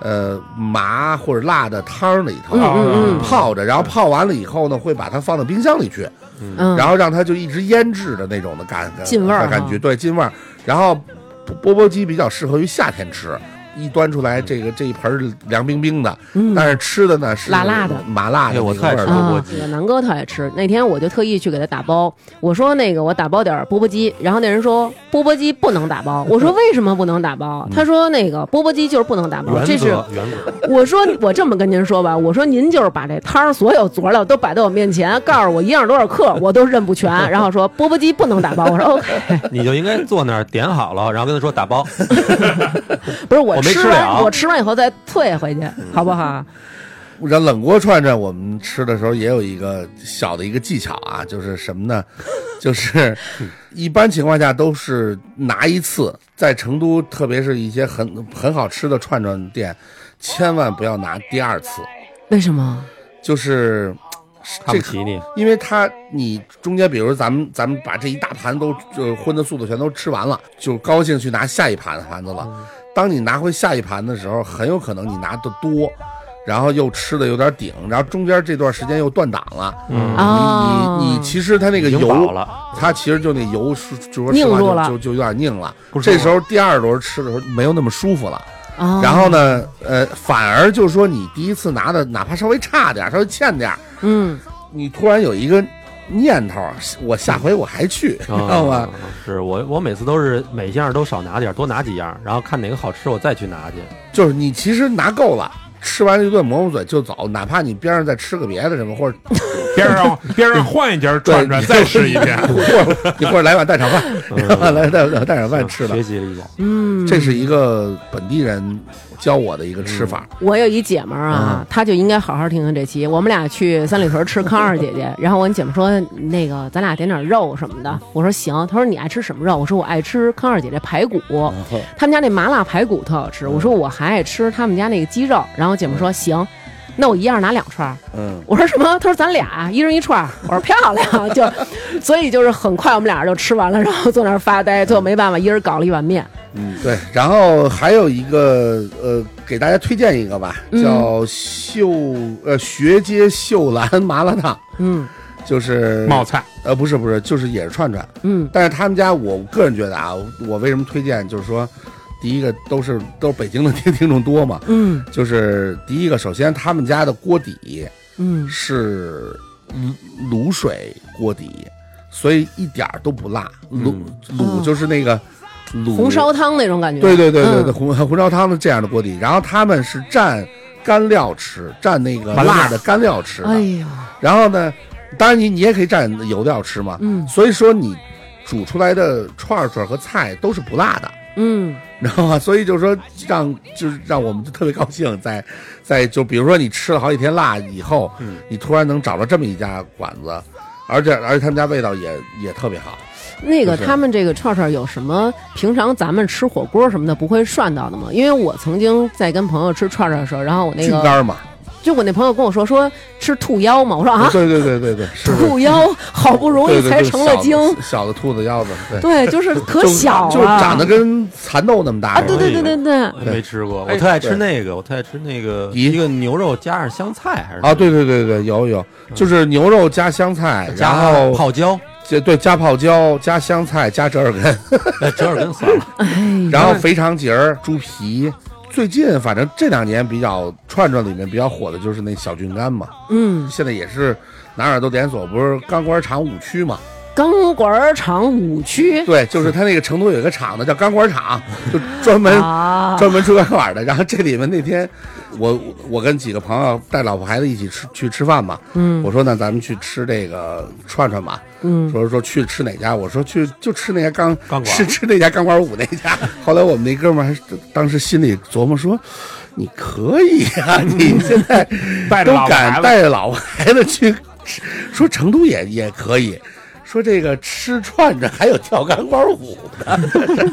S4: 呃麻或者辣的汤儿里头。
S5: 嗯嗯
S4: 泡着，然后泡完了以后呢，会把它放到冰箱里去，
S5: 嗯，
S4: 然后让它就一直腌制的那种的感
S5: 进味儿嗯
S4: 感
S5: 哈
S4: 觉，对，进味儿。然后钵钵鸡比较适合于夏天吃，一端出来，这个这一盆儿凉冰冰的，但是吃的呢是
S5: 辣嗯辣的
S4: 麻辣
S3: 哎
S4: 的
S3: 我
S4: 那
S3: 太
S4: 个味
S3: 吃
S4: 儿的。
S3: 了钵钵
S5: 啊，
S3: 鸡
S5: 这个南哥特爱吃。那天我就特意去给他打包，我说那个我打包点儿钵钵鸡，然后那人说钵钵鸡不能打包，我说为什么不能打包？他说那个钵钵鸡就是不能打包，哦这
S3: 原
S5: 是
S3: 则原则。
S5: 我说我这么跟您说吧，我说您就是把这摊儿所有佐料都摆在我面前，告诉我一样多少克，我都认不全，然后说钵钵鸡不能打包，我说 OK，
S3: 你就应该坐那儿点好了，然后跟他说打 包。
S5: 不是
S3: 我
S5: 我
S3: 没
S5: 吃
S3: 吃
S5: 完
S3: 了
S5: 我吃完以后再退回去，好不好？
S4: 然后冷锅串串，我们吃的时候也有一个小的一个技巧啊，就是什么呢？就是一般情况下都是拿一次，在成都，特别是一些很很好吃的串串店，千万不要拿第二次，
S5: 为什么？
S4: 就是
S3: 看不起你，
S4: 因为它你中间，比如咱们咱们把这一大盘都就荤的素的全都吃完了，就高兴去拿下一盘盘子
S3: 嗯
S4: 了。当你拿回下一盘的时候，很有可能你拿的多，然后又吃的有点顶，然后中间这段时间又断档了。
S3: 嗯，
S5: 哦，
S4: 你你其实它那个
S3: 已经
S4: 油
S3: 饱了，
S4: 它其实就那油是就说实
S5: 凝
S4: 话
S5: 住
S4: 就
S5: 了
S4: 就就有点拧了
S3: 不。舒服
S4: 这时候第二轮吃的时候没有那么舒服了。
S5: 哦
S4: 然后呢，呃，反而就是说你第一次拿的哪怕稍微差点儿，稍微欠点儿，
S5: 嗯，
S4: 你突然有一个念头，啊我下回我还去，知道吗？
S3: 嗯？是我我每次都是每项都少拿点儿，多拿几样，然后看哪个好吃我再去拿去。
S4: 就是你其实拿够了，吃完一顿蘑菇嘴就走，哪怕你边上再吃个别的什么，或者。
S2: 边上边上换一家串串，再吃一遍
S4: 或者你或者来碗蛋炒饭， 来蛋来蛋炒饭吃
S3: 嗯学
S4: 的，
S3: 习了一下，
S4: 这是一个本地人教我的一个吃法。
S5: 我有一姐们儿啊，她就应该好好听听这期。我们俩去三里屯吃康二姐 姐，然后我姐们说那个咱俩点点肉什么的，我说行。她说你爱吃什么肉？我说我爱吃康二姐姐排骨，
S4: 哦
S5: 他们家那麻辣排骨特好
S4: 嗯
S5: 吃。我说我还爱吃他们家那个鸡肉。然后我姐们说行。那我一样拿两串儿，
S4: 嗯，
S5: 我说什么？她说咱俩一人一串儿，我说漂亮，就，所以就是很快我们俩就吃完了，然后坐那儿发呆，最后没办法，一人搞了一碗面，
S4: 对，然后还有一个呃，给大家推荐一个吧，
S5: 嗯
S4: 叫秀呃学街秀兰麻辣烫，
S5: 嗯
S4: 就是
S2: 冒菜，
S4: 呃，不是不是，就是也是串串，
S5: 嗯，
S4: 但是他们家我个人觉得啊，我我为什么推荐，就是说，第一个都是都是北京的听听众多嘛，
S5: 嗯
S4: 就是第一个，首先他们家的锅底
S5: 嗯，
S4: 是卤卤水锅底，所以一点儿都不辣，卤、
S5: 哦
S4: 卤就是那个卤
S5: 红烧汤那种感觉，
S4: 对对对对
S5: 嗯
S4: 对，红红烧汤的这样的锅底，然后他们是蘸干料吃，蘸那个
S2: 麻辣
S4: 辣的干料吃的，
S5: 哎呦，
S4: 然后呢，当然你你也可以蘸油料吃嘛，
S5: 嗯
S4: 所以说你煮出来的串儿串儿和菜都是不辣的，
S5: 嗯
S4: 你知道吗？所以就是说让就是让我们就特别高兴在，在就比如说你吃了好几天辣以后，
S3: 嗯
S4: 你突然能找着这么一家馆子，而且而且他们家味道也也特别好，，
S5: 那个
S4: 就是
S5: 他们这个串串有什么？平常咱们吃火锅什么的不会涮到的吗？因为我曾经在跟朋友吃串串的时候，然后我那
S4: 菌
S5: 个
S4: 干嘛，
S5: 就我那朋友跟我说说吃兔腰嘛，我说啊，
S4: 对对对对对，是
S5: 兔腰好不容易
S4: 对对
S5: 才
S4: 对
S5: 成了
S4: 小的
S5: 精，
S4: 小的兔子腰子，对，
S5: 对，就是可
S4: 就
S5: 小
S4: 就是
S5: 了，
S4: 长得跟蚕豆那么大
S5: 啊，
S4: 似
S5: 对
S4: 的，
S5: 对对对对，
S3: 我也没吃过，
S4: 哎
S3: 我特爱
S4: 对
S3: 吃那个，我特爱吃那个
S4: 咦
S3: 一个牛肉加上香菜还是
S4: 啊，对对对对，有有，
S5: 嗯
S4: 就是牛肉加香菜，然
S3: 加
S4: 后
S3: 泡椒，
S4: 这对，加泡椒，加香菜，加折耳根，
S3: 哎折耳根算 了，
S5: 嗯
S4: 然后肥肠节儿、猪皮。最近反正这两年比较串串里面比较火的就是那小郡肝嘛，
S5: 嗯，
S4: 现在也是哪哪都连锁，不是钢管厂五区嘛？
S5: 钢管儿厂五区
S4: 对，就是他那个成都有一个厂子叫钢管厂，就专门
S5: 啊，
S4: 专门出钢管的。然后这里面那天，我我跟几个朋友带老婆孩子一起吃去吃饭嘛，
S5: 嗯
S4: 我说那咱们去吃这个串串吧，
S5: 嗯
S4: 说说去吃哪家，我说去就吃那家钢
S3: 钢管
S4: 吃吃那家钢管舞那家。后来我们那哥们儿还当时心里琢磨说，你可以啊，你现在
S2: 带着
S4: 都
S2: 老婆孩
S4: 敢
S2: 子
S4: 带着老婆孩子去吃， 说成都也也可以。说这个吃串着还有跳钢管舞的，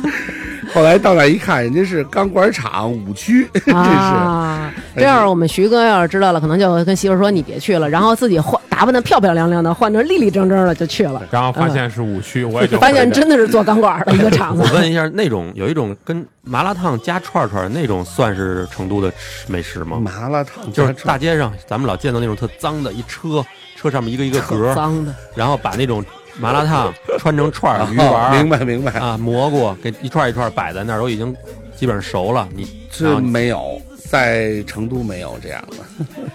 S4: 后来到那儿一看，人家是钢管厂五区，这是、
S5: 啊，这样我们徐哥要是知道了，可能就跟媳妇儿说你别去了，然后自己换打扮的漂漂亮亮的，换成立立正正的就去了。
S2: 然后发现是五区，我也就
S5: 嗯发现真的是做钢管的一个厂
S3: 我
S5: 子。
S3: 问一下，那种有一种跟麻辣烫加串串那种，算是成都的吃美食吗？
S4: 麻辣烫
S3: 就是
S4: 加
S3: 大街上咱们老见到那种特脏的，一车车上面一个一个格儿，
S5: 脏的，
S3: 然后把那种麻辣烫穿成串儿、鱼
S4: 串
S3: 丸
S4: 哦明
S3: 儿啊
S4: 白明白，
S3: 啊、蘑菇给一串一串摆在那儿，都已经基本上熟了，你然
S4: 这
S3: 后你
S4: 没有，在成都没有这样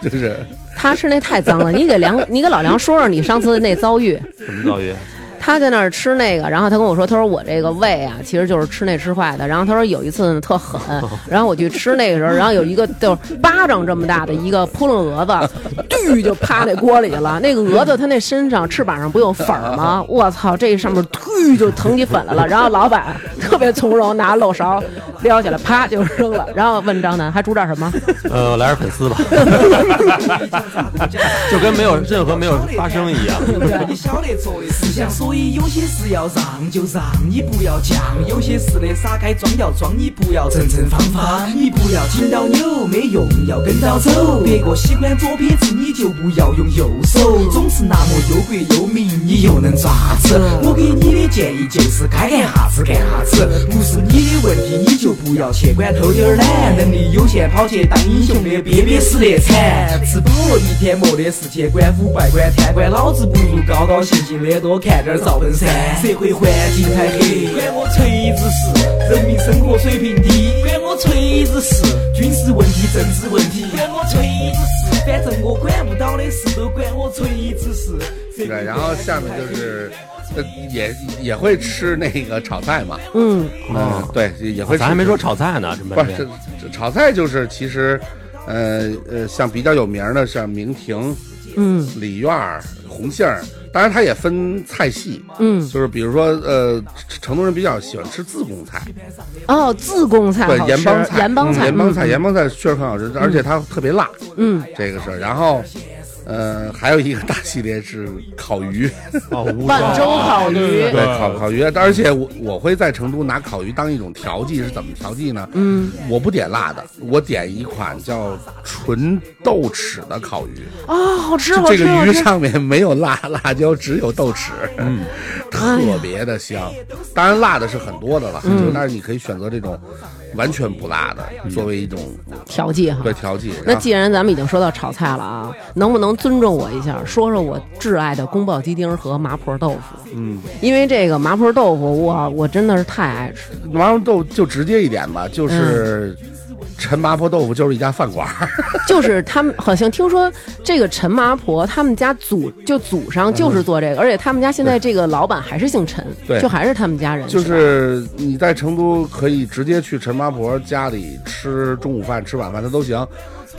S4: 的，就是
S5: 他吃那太 脏了，你给梁，你给老梁说说你上次那遭遇。
S3: 什 么遭遇？
S5: 他在那儿吃那个，然后他跟我说，他说我这个胃啊，其实就是吃那吃坏的。然后他说有一次呢 特狠，然后我去吃那个时候，然后有一个就是巴掌这么大的一个扑棱蛾子， 嘟就趴那锅里去了。那个蛾子它那身上翅膀上不有粉 儿吗？我操，这上面嘟就腾起粉来了。然后老板特别从容，拿漏勺撩起来，啪就扔了。然后问张楠还煮 点什么？
S3: 呃，来点粉丝吧，就跟没有任何没有发生 一样。
S7: 你晓得做的思想，所以有些事要让就让，你不要犟；有些事呢撒开装要装，你不要正正方方，你不要紧到扭，没用要跟到走。别个喜欢左撇子，你就不要用右手，总是那么忧国忧民，你又能咋子？我给你的建议就是该干啥子干啥子，不是你的问题，你就不要去管偷点儿懒，能力有限跑去当英雄的，憋憋死得惨，吃饱了一天没得事去管腐败官贪官，老子不如高高兴兴的多看点儿赵本山。社会环境太黑，管我锤子事，人民生活水平低，管我锤子事，军事问题、政治问题，管我锤子事，反正我管不到的事都管我锤子事。社
S4: 对，
S7: 会
S4: 然后下面就是，呃，也也会吃那个炒菜嘛，
S5: 嗯，
S4: 嗯，对，也也会吃。
S3: 哦咱还没说炒菜呢，这
S4: 不
S3: 半
S4: 是
S3: 天
S4: 这这炒菜就是其实，呃呃，像比较有名儿的像明亭，嗯，李院儿、红杏儿，当然它也分菜系，嗯，就是比如说呃，成都人比较喜欢吃自贡菜，
S5: 哦，自贡菜
S4: 对
S5: 好，吃，
S4: 盐帮菜，
S5: 盐帮菜，
S4: 盐帮菜，
S5: 嗯
S4: 盐帮菜确实很好吃，而且它特别辣，
S5: 嗯，
S4: 这个是。然后，呃，还有一个大系列是烤鱼。
S3: 哦，乌
S5: 万州烤鱼。
S4: 对，
S2: 对
S4: 烤烤鱼，而且我我会在成都拿烤鱼当一种调剂，是怎么调剂呢？嗯，我不点辣的，我点一款叫纯豆豉的烤鱼，
S5: 哦，好吃，
S4: 就
S5: 好
S4: 这
S5: 吃，好
S4: 个鱼
S5: 吃。
S4: 上面没有辣辣椒，只有豆豉，嗯， 特别的香。当然辣的是很多的了，就但是你可以选择这种完全不辣的作为一种
S5: 调剂哈
S4: 对调剂。啊
S5: 那
S4: 然后
S5: 既然咱们已经说到炒菜了啊，能不能尊重我一下，说说我挚爱的宫保鸡丁和麻婆豆腐？嗯，因为这个麻婆豆腐，我我真的是太爱吃了。
S4: 麻婆豆就直接一点吧，就是陈麻婆豆腐就是一家饭馆儿。
S5: 就是他们好像听说这个陈麻婆，他们家祖就祖
S4: 嗯
S5: 上就是做这个，而且他们家现在这个老板还是姓陈，
S4: 对
S5: 就还是他们家人。
S4: 就是你在成都可以直接去陈麻婆家里吃中午饭、吃晚饭，它都行。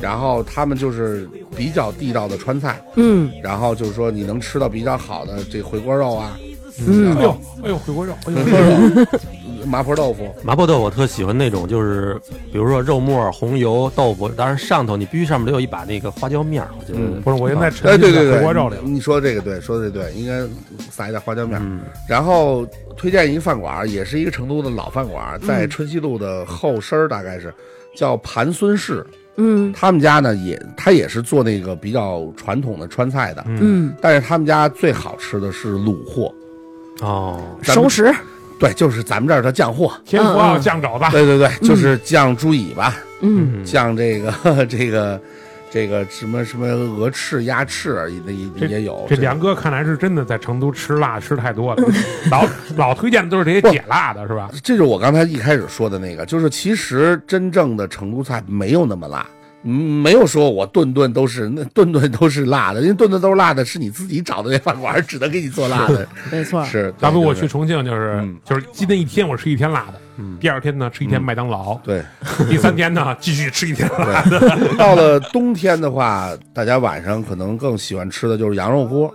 S4: 然后他们就是比较地道的川菜，
S5: 嗯，
S4: 然后就是说你能吃到比较好的这回锅肉啊、
S2: 哎呦，哎呦，回锅肉，哎呦，
S4: 嗯麻婆豆腐，
S3: 麻婆豆腐我特喜欢那种，就是比如说肉末、红油、豆腐，当然上头你必须上面得有一把那个花椒面儿。我觉得
S2: 不是，我现在
S4: 哎，
S2: 沉
S4: 对
S2: 浸
S4: 对对，
S2: 在回锅肉里了。嗯
S4: 你说这个对，说的对，应该撒一点花椒面儿。然后推荐一个饭馆儿，也是一个成都的老饭馆儿，
S5: 嗯
S4: 在春熙路的后身儿，大概是叫盘孙氏。
S5: 嗯
S4: 他们家呢也，他也是做那个比较传统的川菜的，
S5: 嗯，
S4: 但是他们家最好吃的是卤货，
S3: 哦，
S4: 咱们
S5: 熟食，
S4: 对，就是咱们这儿的酱货，
S2: 天府啊，
S5: 嗯嗯
S2: 酱肘子，
S4: 对对对，就是酱猪尾巴，
S5: 嗯，
S4: 酱这个 这个这个什么什么鹅翅、鸭翅也也有，
S2: 这
S4: 这
S2: 梁哥看来是真的在成都吃辣吃太多了，
S4: 嗯
S2: 老老推荐的都是这些解辣的，是吧？
S4: 这是我刚才一开始说的那个，就是其实真正的成都菜没有那么辣。嗯没有说我顿顿都是那顿顿都是辣的，因为顿顿都是辣的是你自己找的那饭馆儿只能给你做 辣的，
S5: 没错。
S4: 是。
S2: 大
S4: 对
S2: 哥，我
S4: 对嗯
S2: 去重庆就是就是今天一天我吃一天辣的，第二天呢吃一天麦当劳，
S4: 对，
S2: 第三天呢继续吃一天辣的。
S4: 对，到了冬天的话，大家晚上可能更喜欢吃的就是羊肉锅，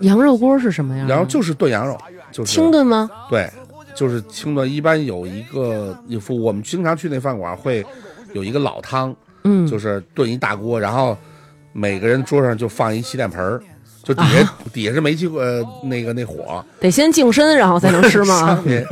S5: 羊肉锅是什
S2: 嗯
S5: 么样的？
S4: 然后就是炖羊肉，就是
S5: 清，炖吗？
S4: 哦对，就是清炖。一般有一个，有我们经常去那饭馆会有一个老汤，
S5: 嗯，
S4: 就是炖一大锅，然后每个人桌上就放一洗脸盆儿，就底
S5: 啊
S4: 下、底下是煤气呃那个那火，
S5: 得先净身，然后才能 吃吗？
S4: 对，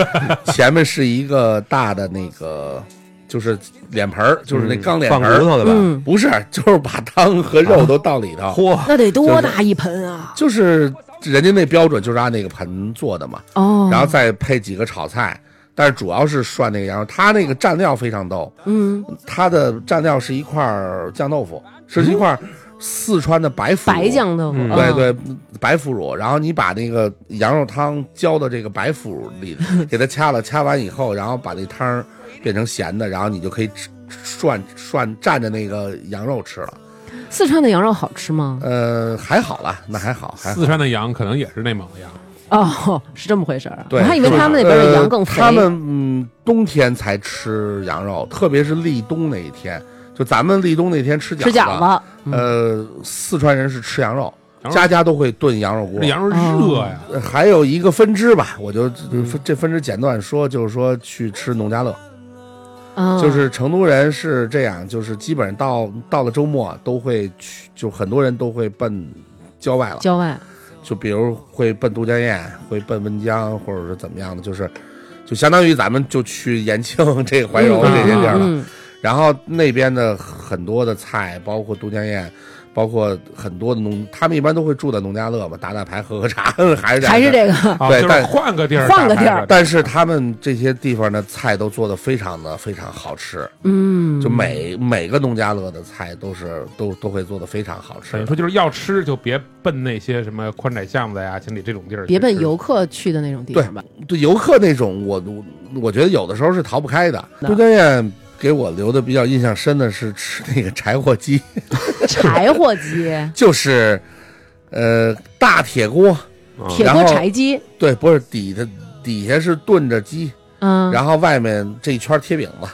S4: 前面是一个大的那个就是脸盆儿，就是那钢脸
S3: 嗯放
S4: 盆
S3: 骨
S4: 儿，
S3: 头的吧？
S5: 嗯，
S4: 不是，就是把汤和肉都倒里头。
S3: 嚯，
S5: 那得多大一盆啊！
S4: 就是人家那标准就是按那个盆做的嘛，
S5: 哦，
S4: 然后再配几个炒菜，但是主要是涮那个羊肉。它那个蘸料非常逗，
S5: 嗯，
S4: 它的蘸料是一块儿酱豆腐，是一块儿四川的白腐乳
S5: 白。酱豆腐，
S3: 嗯
S5: 啊
S4: 对对，白腐乳，然后你把那个 羊肉汤浇到这个白腐乳里，给它掐了，掐完以后，然后把那汤儿变成咸的，然后你就可以吃涮涮蘸着那个羊肉吃了。
S5: 四川的羊肉好吃吗？
S4: 呃，还好啦，那还好，还好
S2: 四川的羊可能也是内蒙的羊，
S5: 哦， 是这么回事儿啊。
S4: 对
S5: 我还以为他们那边的羊更
S4: 呃
S5: 肥。
S4: 他们嗯，冬天才吃羊肉，特别是立冬那一天，就咱们立冬那天吃饺
S5: 吃饺
S4: 子
S5: 子，嗯
S4: 呃，四川人是吃羊肉，
S2: 羊肉
S4: 家家都会炖羊肉锅
S2: 这。羊肉嗯热呀，
S4: 呃还有一个分支吧，我就这这分支简短说，就是说去吃农家乐，
S5: 嗯
S4: 就是成都人是这样，就是基本上到到了周末都会去，就很多人都会奔郊外了，
S5: 郊外，
S4: 就比如会奔都江堰，会奔温江，或者是怎么样的，就是就相当于咱们就去延庆这个怀柔这些地儿了。
S5: 嗯
S4: 然后那边的很多的菜，包括都江堰，包括很多的农，他们一般都会住在农家乐嘛，打打牌、喝喝茶， 还是
S5: 嗯还是
S4: 个。
S5: 这个，
S2: 啊，
S4: 对
S2: 就是
S4: 但
S2: 换个地儿，
S5: 换个地儿
S4: 但是他们这些地方的菜都做的非常的非常好吃，
S5: 嗯，
S4: 就每每个农家乐的菜都是都都会做的非常好吃
S2: 等于
S4: 的。
S2: 说就是要吃就别奔那些什么宽窄巷子呀、锦里这种地儿去吃，
S5: 别奔游客去的那种地方吧。
S4: 对游客那种，我我我觉得有的时候是逃不开的。
S5: 那
S4: 都江堰给我留的比较印象深的是吃那个柴火鸡，
S5: 柴火鸡，
S4: 嗯就是呃大铁锅，
S5: 铁
S4: 然
S5: 锅
S4: 后
S5: 柴鸡，
S4: 对，不是底的底下是炖着鸡，
S5: 嗯，
S4: 然后外面这一圈贴饼子，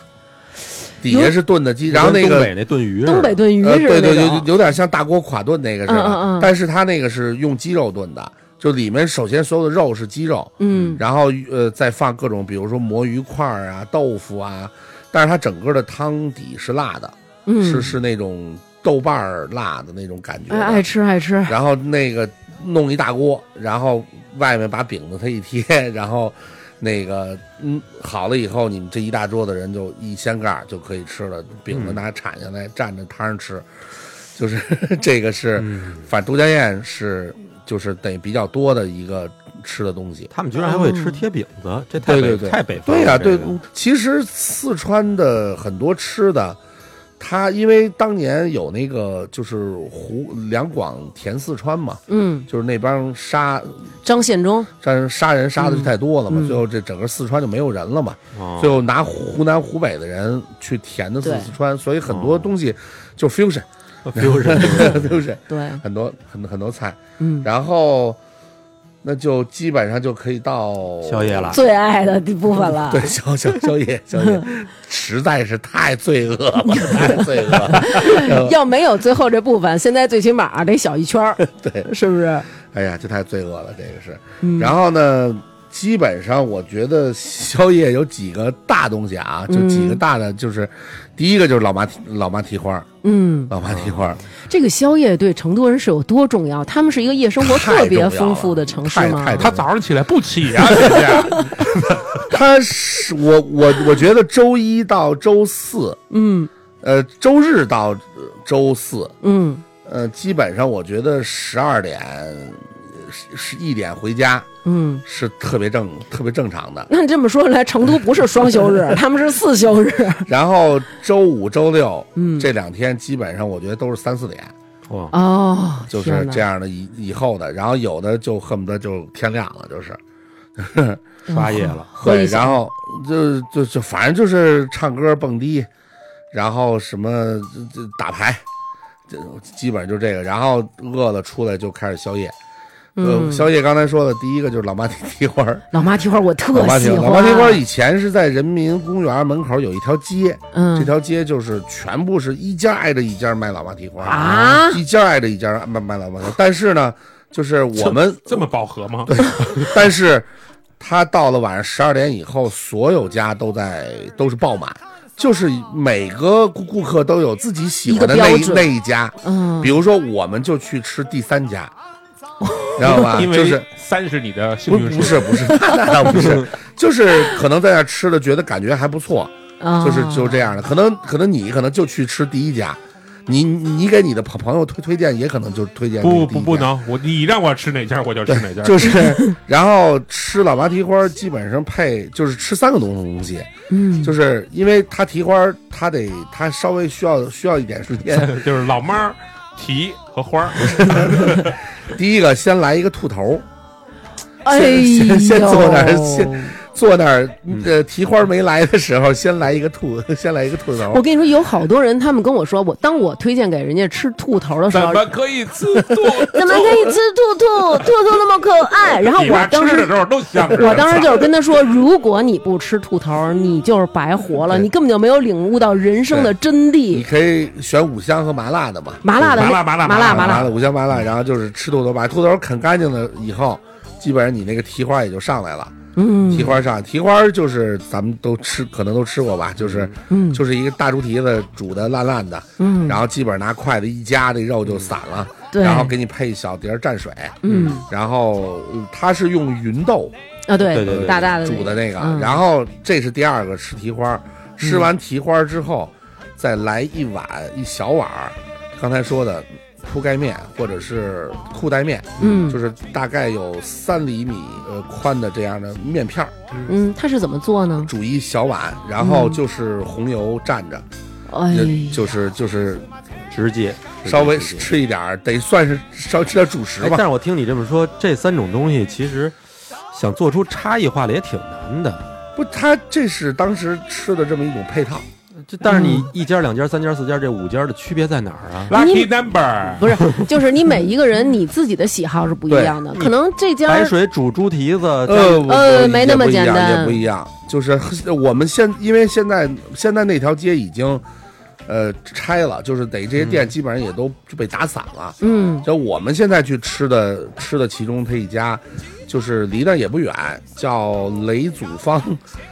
S4: 底
S5: 有
S4: 下是炖的鸡，然后那
S3: 东
S4: 个
S3: 北那炖鱼似的，
S5: 东北炖鱼
S4: 呃，
S5: 似
S4: 对
S5: 的
S4: 对，
S5: 那
S4: 有
S5: 种，
S4: 有点像大锅垮炖那个似的，
S5: 嗯嗯嗯
S4: 但是它那个是用鸡肉炖的，就里面首先所有的肉是鸡肉，
S5: 嗯，
S4: 然后呃再放各种比如说魔芋块儿啊、豆腐啊，但是它整个的汤底是辣的，
S5: 嗯
S4: 是是那种豆瓣儿辣的那种感觉的，
S5: 哎爱吃爱吃，
S4: 然后那个弄一大锅，然后外面把饼子它一贴，然后那个嗯好了以后，你们这一大桌子人就一掀盖儿就可以吃了，饼子拿铲下来蘸着汤吃，就是 这个是，反正都江堰是就是得比较多的一个吃的东西。
S3: 他们居然还会吃贴饼子，这太
S4: 对嗯
S3: 北
S4: 对对
S3: 太北方
S4: 对
S3: 了。
S4: 呀、
S3: 这
S4: 对
S3: 个，
S4: 其实四川的很多吃的，它因为当年有那个就是湖两广填四川嘛，
S5: 嗯，
S4: 就是那帮杀
S5: 张献忠，
S4: 但杀人杀的就太多了嘛，
S5: 嗯嗯
S4: 最后这整个四川就没有人了嘛，
S3: 哦
S4: 最后拿湖南、湖北的人去填的四
S5: 对
S4: 四川，所以很多东西就 fusion，
S3: 丢人
S4: fusion
S5: 嗯对，
S4: 很多很很多菜，
S5: 嗯，
S4: 然后那就基本上就可以到
S3: 宵夜了，
S5: 最爱的部分了，
S4: 啊对，宵宵宵夜宵夜，实在是太罪恶了，太罪恶了。
S5: 要没有最后这部分，现在最起码得小一圈儿，
S4: 对，
S5: 是不是？
S4: 哎呀，这太罪恶了，这个是。然后呢，基本上我觉得宵夜有几个大东西啊，就几个大的，就是、第一个就是老妈蹄老妈蹄花儿，
S5: 嗯，
S4: 老妈蹄花儿、
S5: 这个宵夜对成都人是有多重要？他们是一个夜生活特别丰富的城市吗？
S4: 太重要了太太
S2: 他早上起来不 起呀，这是
S4: 它是我我我觉得周一到周四，
S5: 嗯
S4: 呃，周日到呃周四，
S5: 嗯
S4: 呃，基本上我觉得十二点十十一点回家
S5: 嗯。
S4: 是特别正特别正常的。
S5: 那你这么说来，成都不是双休日，他们是四休日。
S4: 然后周五、周六，
S5: 嗯
S4: 这两天基本上我觉得都是三四点，
S3: 哦，
S5: 哦，
S4: 就是这
S5: 样。
S4: 样的以以后的，然后有的就恨不得就天亮了，就是
S3: 刷
S4: 嗯
S3: 夜了，
S5: 喝
S4: 对，
S5: 一宿
S4: 然后就就就反正就是唱歌、蹦迪，然后什么这这打牌，这基本上就这个，然后饿了出来就开始宵夜。呃，
S5: 嗯
S4: 宵夜刚才说的第一个就是老妈蹄蹄花儿，
S5: 老妈蹄花，我
S4: 老
S5: 特
S4: 妈蹄
S5: 喜欢。啊
S4: 老妈蹄花儿以前是在人民公园门口有一条街，
S5: 嗯，
S4: 这条街就是全部是一家挨着一家卖老妈蹄花
S5: 啊
S4: 一家挨着一家卖卖老妈蹄花。但是呢，就是我们，
S2: 这么饱和吗？
S4: 但是他到了晚上十二点以后，所有家都在都是爆满，就是每个顾顾客都有自己喜欢的
S5: 一个
S4: 那
S5: 标
S4: 一
S5: 准
S4: 那一家。
S5: 嗯
S4: 比如说，我们就去吃第三家，知道吧？
S2: 因
S4: 就
S2: 为
S4: 是
S2: 三是你的幸
S4: 不
S2: 运
S4: 不是不是， 那倒不是，就是可能在那吃了，觉得感觉还不错，
S5: 啊
S4: 就是就是这样的。可能可能你可能就去吃第一家，你你你给你的朋朋友推推荐，也可能就推荐
S2: 不
S4: 这第
S2: 不
S4: 一
S2: 不
S4: 家。
S2: 能，我你让我吃哪家我就吃哪家，
S4: 就是， 然后吃老妈蹄花，基本上配就是吃三个东东西，
S5: 嗯，
S4: 就是因为它蹄花，它得它稍微需要需要一点时 间。
S2: 就是老妈儿、蹄和花 儿，
S4: 第一个先来一个兔头，
S5: 哎呦，
S4: 先先坐那儿先坐那儿呃蹄花没来的时候，先来一个兔，先来一个兔
S5: 我
S4: 头。
S5: 跟你说，有好多人，他们跟我说，我当我推荐给人家吃兔头的时候，
S2: 可以吃兔？
S5: 怎么可以吃兔兔？兔兔那么可 爱。然后
S2: 你妈
S5: 我当
S2: 吃
S5: 时
S2: 的时候都香着呢。
S5: 我当时
S2: 操
S5: 就是跟他说，如果你不吃兔头，你就是白活了，
S4: 对
S5: 你根本就没有领悟到人生的真
S4: 你
S5: 谛。
S4: 可以选五香和麻辣的嘛，
S5: 麻辣的那，
S2: 麻辣麻辣
S5: 麻
S2: 辣
S5: 麻
S4: 辣的五香麻辣，然后就是吃兔头，把兔头啃干净了以后，基本上你那个蹄花也就上来了。
S5: 嗯
S4: 蹄花上，蹄花就是咱们都吃，可能都吃过吧，就是，
S5: 嗯
S4: 就是一个大猪蹄子煮的烂烂的，
S5: 嗯
S4: 然后基本上拿筷子一夹，那肉就散了，
S5: 对
S4: 然后给你配一小碟儿蘸水，
S5: 嗯
S4: 然后呃它是用芸豆
S5: 啊，对
S3: 对对对
S5: 大大的
S4: 煮的那个，
S5: 嗯
S4: 然后这是第二个吃蹄花，吃完蹄花之后，再来一碗一小碗儿，刚才说的铺盖面或者是裤带面，
S5: 嗯
S4: 就是大概有三厘米呃宽的这样的面片儿。
S5: 嗯，他是怎么做呢？
S4: 煮一小碗，然后就是红油蘸着，
S5: 哎
S4: 那，就是就是
S3: 直接
S4: 稍微
S3: 直接
S4: 吃一点儿，得算是稍吃点主食
S3: 哎，但
S4: 吧。
S3: 是我听你这么说，这三种东西其实想做出差异化来也挺难的。
S4: 不，它这是当时吃的这么一种配套，
S3: 这但是你
S4: 嗯
S3: 一家、两家、三家、四家，这五家的区别在哪儿啊？
S2: Lucky number，
S5: 不是，就是你每一个人你自己的喜好是不一样
S4: 嗯
S5: 的，可能这家
S3: 白水煮猪蹄子，
S4: 呃
S5: 呃
S4: 呃，
S5: 没那么简单
S4: 也不一样。就是我们现因为现在现在那条街已经呃拆了，就是得这些
S3: 嗯
S4: 店基本上也都就被打散了。
S5: 嗯
S4: 就我们现在去吃的吃的其中他一家，就是离那儿也不远，叫雷祖芳，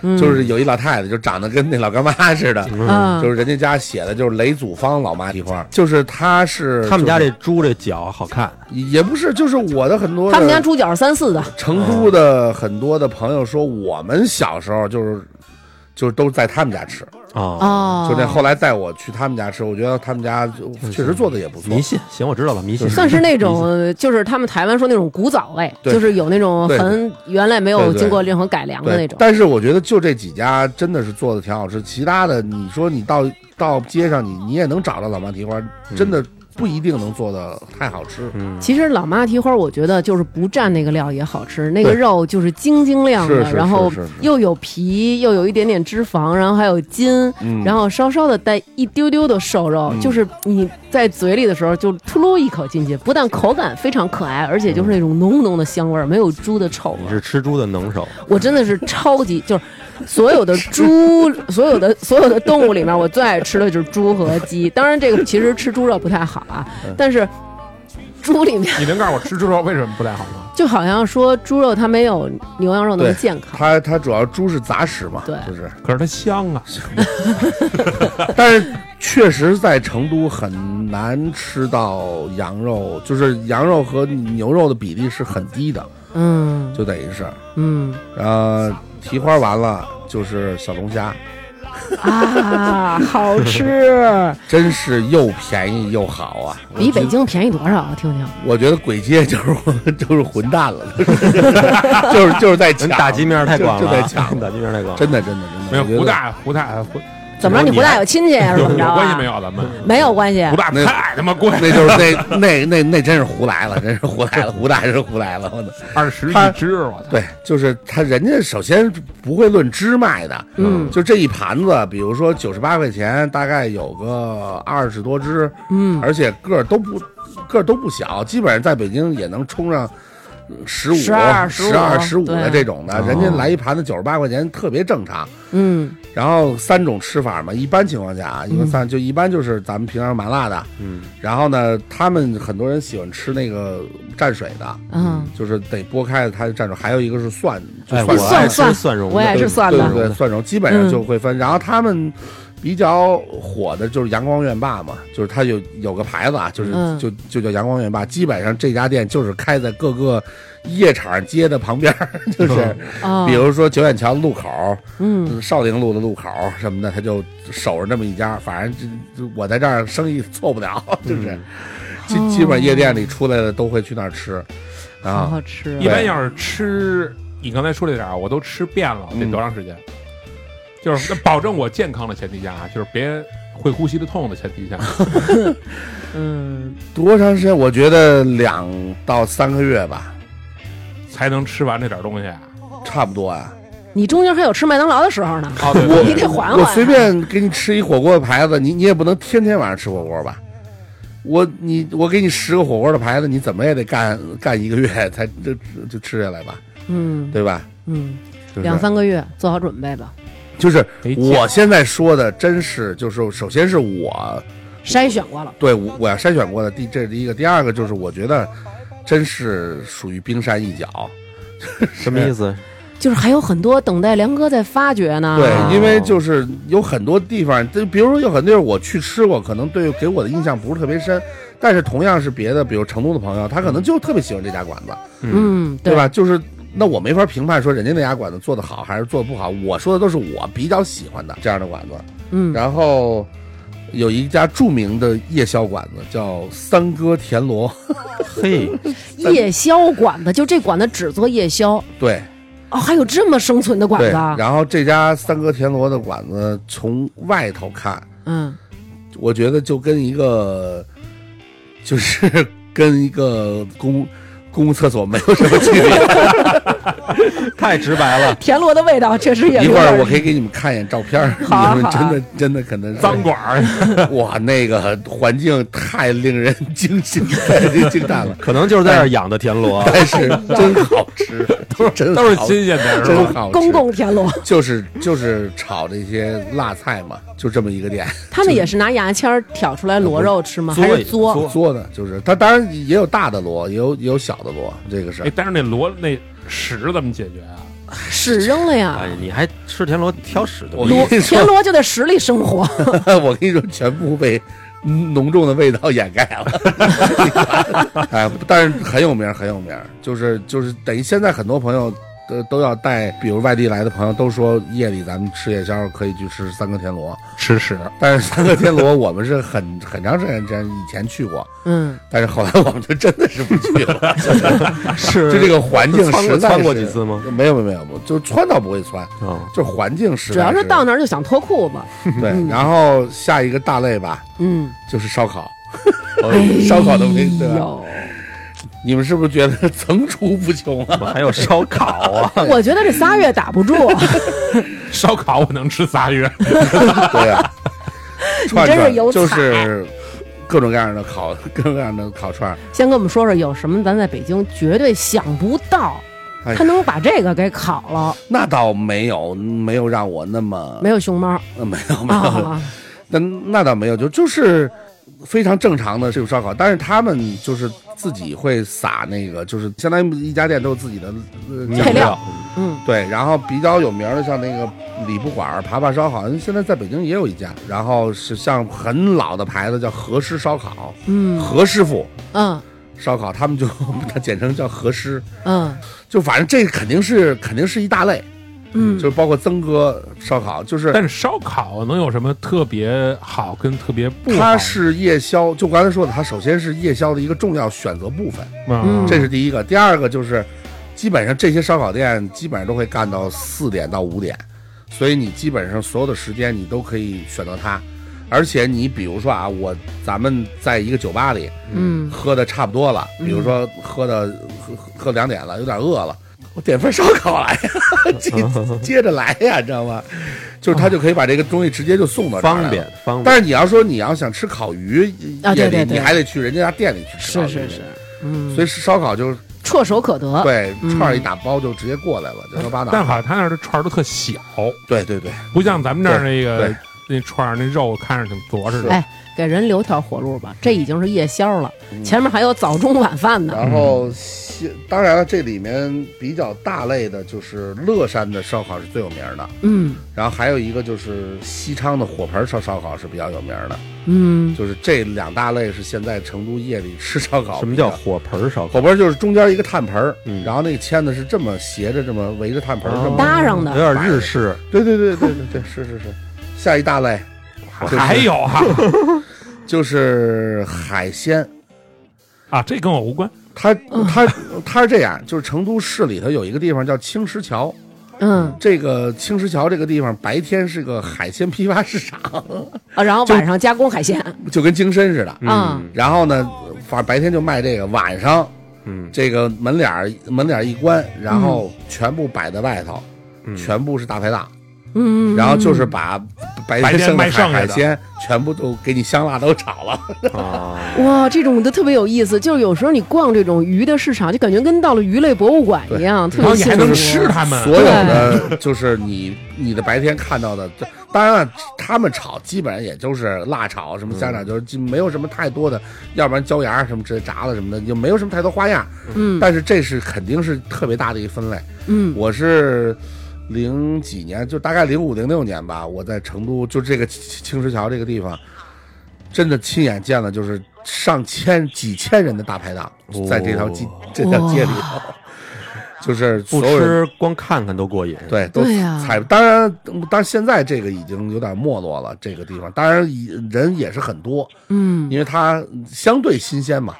S5: 嗯
S4: 就是有一老太太，就长得跟那老干妈似的，
S3: 嗯
S5: 啊
S4: 就是人家家写的就是雷祖芳老妈蹄花，就是她是
S3: 他们家
S4: 就
S3: 这
S4: 是
S3: 猪这脚好看，
S4: 也不是，就是我的很多的
S5: 他们家猪脚是三四的，
S4: 成都的很多的朋友说，我们小时候就是。就是都在他们家吃，
S3: 啊，
S5: 哦，
S4: 就那后来带我去他们家吃，我觉得他们家就确实做的也不错
S3: 迷。信。行，我知道了，迷信
S5: 算是那种，就是他们台湾说那种古早味，
S4: 对
S5: 就是有那种
S4: 对对
S5: 很原来没有
S4: 对对
S5: 经过任何改良的那
S4: 对
S5: 种，。
S4: 但是我觉得就这几家真的是做的挺好吃，其他的你说你到到街上你你也能找到老妈蹄花，真
S5: 嗯
S4: 的不一定能做的太好吃。
S5: 其实老妈蹄花，我觉得就是不蘸那个料也好吃，那个
S4: 对
S5: 肉就是晶晶亮
S4: 是
S5: 的，
S4: 是是
S5: 然后
S4: 是是
S5: 又有皮，又有一点点脂肪，然后还有筋，
S4: 嗯
S5: 然后稍稍的带一丢丢的瘦肉，就是你在嘴里的时候就秃噜一口进去，不但口感非常可爱，而且就是那种浓浓的香味儿，没有猪的臭味
S3: 你
S5: 儿。
S3: 是吃猪的能手，
S5: 我真的是超级，就是所有的 猪，所有的所有的动物里面，我最爱吃的就是猪和鸡。当然，这个其实吃猪肉不太好啊，
S4: 嗯
S5: 但是猪里面
S2: 你能告诉我吃猪肉为什么不太好吗？
S5: 就好像说猪肉它没有牛羊肉那么
S4: 对，
S5: 健康。
S4: 它它主要猪是杂食嘛，
S5: 对
S4: 就是，
S2: 可是它香啊！
S4: 但是确实在成都很难吃到羊肉，就是羊肉和牛肉的比例是很低的，
S5: 嗯
S4: 就等于是，
S5: 嗯
S4: 呃，蹄花完了就是小龙虾，
S5: 啊，好吃，
S4: 真是又便宜又好啊，
S5: 比北京便宜多少？啊我听听，
S4: 我觉得鬼街就是就是混蛋了，就是就是就是在抢
S3: 人打击面太广
S4: 就
S3: 了，
S4: 就在抢
S3: 打击面太广。
S4: 真的真的真的
S2: 没有
S4: 我觉得
S2: 胡大胡大胡
S5: 怎么着？
S3: 你
S5: 你不带有亲戚呀？是
S2: 有
S5: 怎么着
S2: 关系
S5: 啊
S2: 没？有？咱们
S5: 没有关系
S2: 胡，大
S4: 那
S2: 太他妈贵，
S4: 那就是那那那那真是胡来了，真是胡来了，胡大是胡来了，我的。
S2: 二十
S4: 他
S2: 一只，我操！
S4: 对，就是他人家首先不会论支卖的，
S5: 嗯
S4: 就这一盘子，比如说九十八块钱，大概有个二十多只，
S5: 嗯
S4: 而且个儿都不个儿都不小，基本上在北京也能冲上。十五、十
S5: 12
S4: 二、十五
S5: 对
S4: 的这种的，人家来一盘子九十八块钱，特别正常。
S5: 嗯
S4: 然后三种吃法嘛，一般情况下啊，一般三就一般就是咱们平常麻辣的，
S3: 嗯，
S4: 然后呢，他们很多人喜欢吃那个蘸水的，
S5: 嗯，
S4: 就是得剥开了它蘸水，还有一个是蒜，就
S3: 哎，
S4: 蒜
S3: 我嗯
S4: 蓉
S3: 爱
S5: 蒜
S3: 吃
S5: 蒜
S3: 蒜蓉的，
S5: 我也是蒜
S4: 对
S5: 的
S4: 对对，蒜蓉基本上就会分。然后他们比较火的就是阳光院坝嘛，就是它有有个牌子啊，就是、
S5: 嗯
S4: 就就叫阳光院坝，基本上这家店就是开在各个夜场街的旁边儿，
S3: 嗯
S4: 就是、
S5: 哦
S4: 比如说九眼桥路口。
S5: 嗯。
S4: 少陵路的路口什么的，他就守着这么一家，反正这这我在这儿生意错不了，
S5: 嗯
S4: 就是基、基本夜
S5: 哦
S4: 店里出来的都会去那儿吃，
S5: 好
S4: 啊，
S5: 好吃
S2: 一般要是吃你刚才说这点儿，我都吃遍了，得多长时间？就是保证我健康的前提下啊，就是别会呼吸的痛的前提下，
S5: 嗯，
S4: 多长时间？我觉得两到三个月吧，
S2: 才能吃完这点儿东西啊。
S4: 差不多啊。
S5: 你中间还有吃麦当劳的时候呢，
S2: 哦，对对
S5: 你
S2: 对
S5: 得啊缓
S4: 我
S5: 缓。
S4: 随便给你吃一火锅的牌子，你你也不能天天晚上吃火锅吧？我你我给你十个火锅的牌子，你怎么也得干干一个月才就就吃下来吧，
S5: 嗯
S4: 对吧？
S5: 嗯，
S4: 就是、
S5: 两三个月做好准备吧，
S4: 就是
S2: 没见
S4: 我现在说的，真是就是首先是我
S5: 筛选过了。
S4: 对我我要筛选过的第这是第一个，第二个就是我觉得真是属于冰山一角，
S3: 什么意思？
S5: 就是还有很多等待梁哥在发掘呢。
S4: 对，因为就是有很多地方，就比如说有很多地儿我去吃过，可能对给我的印象不是特别深，但是同样是别的，比如成都的朋友，他可能就特别喜欢这家馆子，
S5: 嗯，
S4: 对？吧？就是那我没法评判说人家那家馆子做的好还是做的不好，我说的都是我比较喜欢的这样的馆子。
S5: 嗯，
S4: 然后有一家著名的夜宵馆子叫三哥田螺，
S3: 嘿，
S5: 夜宵馆子，就这馆子只做夜宵
S4: 对
S5: 哦，还有这么生存的馆
S4: 对。
S5: 子，啊
S4: 然后这家三哥田螺的馆子从外头看。
S5: 嗯，
S4: 我觉得就跟一个，就是跟一个公公共厕所没有什么区
S5: 哎
S4: 别。
S3: 太直白了。，
S5: 田螺的味道确实也
S4: 一
S5: 有
S4: 会
S5: 点
S4: 儿我可以给你们看一眼照片儿，
S5: 好啊
S4: 你们
S5: 好啊
S4: 真的真的可能是
S2: 脏管儿，
S4: 哇，那个环境太令人惊心太惊叹 了
S3: 可能就是在这儿养的田螺，
S4: 但是真好吃，都是真
S2: 都是
S4: 好
S2: 新鲜的，是
S4: 真
S2: 吧？
S4: 好吃，
S5: 公共田螺，
S4: 就是就是炒这些辣菜嘛，就这么一个店。
S5: 他们也是拿牙签儿挑出来螺肉吃吗？还是
S3: 嘬
S5: 嘬？
S4: 做的就是它，当然也有大的螺，也有也有小的螺，这个事儿
S2: 哎，。但是那螺那屎怎么解决啊？
S5: 屎扔了呀
S3: 哎，，你还吃田螺挑屎的
S4: 我
S3: 吗？
S5: 螺
S4: 跟你说
S5: 田螺就在屎里生 活。
S4: 我跟你说，全部被浓重的味道掩盖了。 哎，但是很有名儿，很有名儿，就是就是等于现在很多朋友都都要带，比如外地来的朋友都说夜里咱们吃夜宵可以去吃三哥田螺，
S2: 吃屎，
S4: 但是三哥田螺我们是很很长时间之前以前去过，
S5: 嗯，
S4: 但是后来我们就真的是不去 了，
S3: 是
S4: 就这个环境
S3: 窜过
S4: 实在
S3: 窜过
S4: 是
S3: 几次吗？
S4: 没有没有没有，就是窜倒不会窜，
S3: 啊，
S4: 就是环境实
S5: 主
S4: 在
S5: 要是
S4: 是
S5: 到那儿嗯就想脱裤 子。
S4: 对，然后下一个大类吧
S5: 嗯，
S4: 就是烧烤。 哦烧烤都
S5: 哎
S4: 没对吧？
S5: 有。
S4: 你们是不是觉得层出不穷啊？
S3: 我还有烧烤 啊，
S5: 我觉得这仨月打 不住，
S2: 烧烤我能吃仨月，
S4: 对 呀、啊，串
S5: 真
S4: 串
S5: 是有
S4: 就
S5: 才
S4: 是各种各样的烤，各种各样的烤串儿。
S5: 先跟我们说说有什么咱在北京绝对想不到，
S4: 哎
S5: 他能把这个给烤了，
S4: 那倒没有，没有让我那么
S5: 没有熊猫
S4: 呃没有没有，
S5: 啊，
S4: 那、那倒没有，就就是非常正常的这种烧烤，但是他们就是自己会撒那个，就是相当于一家店都有自己的、呃、酱
S5: 配料，嗯，
S4: 对，然后比较有名儿的像那个李不管儿、爬爬烧烤，现在在北京也有一家。然后是像很老的牌子叫何师烧烤，
S5: 嗯
S4: 何师傅
S5: 嗯
S4: 烧烤，他们就 它简称叫何师。
S5: 嗯
S4: 就反正这肯定是肯定是一大类，
S5: 嗯
S4: 就是包括曾哥烧烤，就是
S2: 但是烧烤能有什么特别好跟特别不好？
S4: 它是夜宵，就我刚才说的，它首先是夜宵的一个重要选择部分，
S2: 嗯，
S4: 这是第一个。第二个就是，基本上这些烧烤店基本上都会干到四点到五点，所以你基本上所有的时间你都可以选择它。而且你比如说啊，我咱们在一个酒吧里
S5: 嗯，
S4: 喝的差不多了，比如说喝的喝喝喝两点了，有点饿了，我点份烧烤来呀， 接接着来呀，你知道吗？就是他就可以把这个东西直接就送到这儿来
S3: 方
S4: 了
S3: 便。方
S4: 但
S3: 便。
S4: 是你要说你要想吃烤鱼，
S5: 啊
S4: 也
S5: 对
S4: 得
S5: 对
S4: 你
S5: 对
S4: 还得去人家家店里去吃烤
S5: 是
S4: 鱼。
S5: 是是，嗯，
S4: 所以烧烤就是
S5: 唾手可得，
S4: 对，
S5: 嗯
S4: 串儿一打包就直接过来了，九九八
S2: 但
S4: 档。
S2: 好像他那儿的串儿都特小，
S4: 对对对，
S2: 不像咱们这儿那
S4: 对
S2: 个
S4: 对
S2: 那串儿那肉看着挺多似的。
S5: 哎给人留条活路吧，这已经是夜宵了，前面还有早中晚饭呢，
S4: 然后西当然了，这里面比较大类的就是乐山的烧烤是最有名儿的，
S5: 嗯
S4: 然后还有一个就是西昌的火盆烧烧烤是比较有名儿的，
S5: 嗯
S4: 就是这两大类是现在成都夜里吃烧烤比较。
S3: 什么叫火盆烧烤
S4: 火？盆？就是中间一个炭盆儿，
S3: 嗯哦
S4: 然后那个签子是这么斜着，这么围着炭盆儿这么
S5: 搭上
S3: 有
S5: 的
S3: 点日式，
S4: 对对对对对对，是是是。下一大类就是
S2: 还有啊
S4: 就是海鲜，
S2: 啊，这跟我无关。
S4: 它
S5: 嗯
S4: 它它是这样，就是成都市里头有一个地方叫青石桥，
S5: 嗯
S4: 这个青石桥这个地方白天是个海鲜批发市场，
S5: 啊，然后晚上加工海鲜，
S4: 就跟京深似的。
S5: 啊
S3: 嗯
S4: 然后呢，反正白天就卖这个，晚上
S3: 嗯，
S4: 这个门脸儿门脸儿一关，然后全部摆在外头，全部是大排档，
S5: 嗯，
S4: 然后就是把白
S2: 白天
S4: 天
S2: 卖
S4: 剩
S2: 剩下
S4: 海
S2: 的
S4: 鲜全部都给你香辣都炒了。
S3: 啊，
S5: 哇，这种的特别有意思，就是有时候你逛这种鱼的市场，就感觉跟到了鱼类博物馆一样，特
S2: 然后你
S5: 别
S2: 还
S5: 幸福。
S2: 能吃它们，
S4: 所有的就是你你的白天看到的，这当然了，他们炒基本上也就是辣炒，
S3: 嗯
S4: 什么香炒，就是基没有什么太多的，要不然椒盐啊什么之类炸了什么的，就没有什么太多花样。
S5: 嗯
S4: 但是这是肯定是特别大的一分类。
S5: 嗯
S4: 我是零几年，就大概零五零六年吧，我在成都，就这个青青石桥这个地方，真的亲眼见了，就是上千几千人的大排档，在这条街、这条街里头，就是
S3: 不
S4: 所有人
S3: 吃光看看都过瘾。
S4: 对，都
S5: 对啊呀
S4: 踩。当然，当然现在这个已经有点没落了，这个地方当然以人也是很多，
S5: 嗯，
S4: 因为它相对新鲜嘛，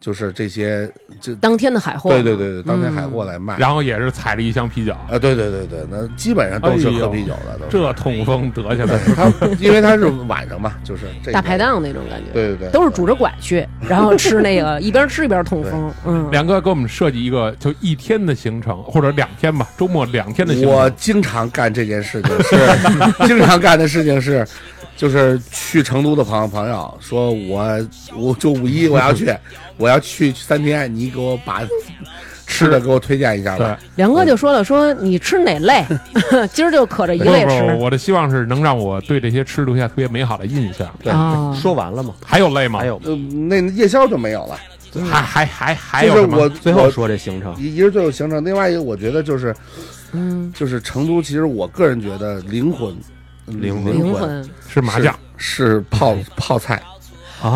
S4: 就是这些这
S5: 当天的海货，嗯
S4: 对对对对，当天海货来卖。
S2: 然后也是踩了一箱啤酒，
S4: 啊，对对对对，那基本上都是
S2: 哎呦
S4: 喝啤酒的，都是。
S2: 这痛风得 下来
S4: 对，它因为它是晚上嘛，就是这
S5: 大
S4: 个
S5: 排，档那种感觉，
S4: 对对对，
S5: 都是拄着拐去，然后吃那个一边吃一边痛风，嗯，
S2: 梁哥给我们设计一个就一天的行程，或者两天 吧，周末两天的行
S4: 我
S2: 程。
S4: 经常干这件事情是，经常干的事情是，就是去成都的朋友朋友说我我就五一我要去，我要去三天，你给我把吃的给我推荐一下
S2: 对
S4: 吧。，
S5: 梁哥就说了，说你吃哪 类，今儿就可着一
S2: 不
S5: 类
S2: 不，
S5: 吃
S2: 我的希望是能让我对这些吃留下特别美好的印象。
S4: 对
S5: 啊，
S3: 说完 了吗？
S2: 还有累吗？
S3: 还有吗
S4: 呃，那夜宵就没有了，
S2: 还还还还
S4: 就
S2: 有
S4: 是
S2: 什么
S4: 我
S3: 最后
S4: 我
S3: 说这行程，
S4: 一一个最后行程，另外一个我觉得就是
S5: 嗯，
S4: 就是成都，其实我个人觉得灵魂嗯
S3: 灵魂
S5: 灵
S4: 灵
S5: 魂。
S2: 是麻将，
S4: 是泡泡菜，
S3: 哎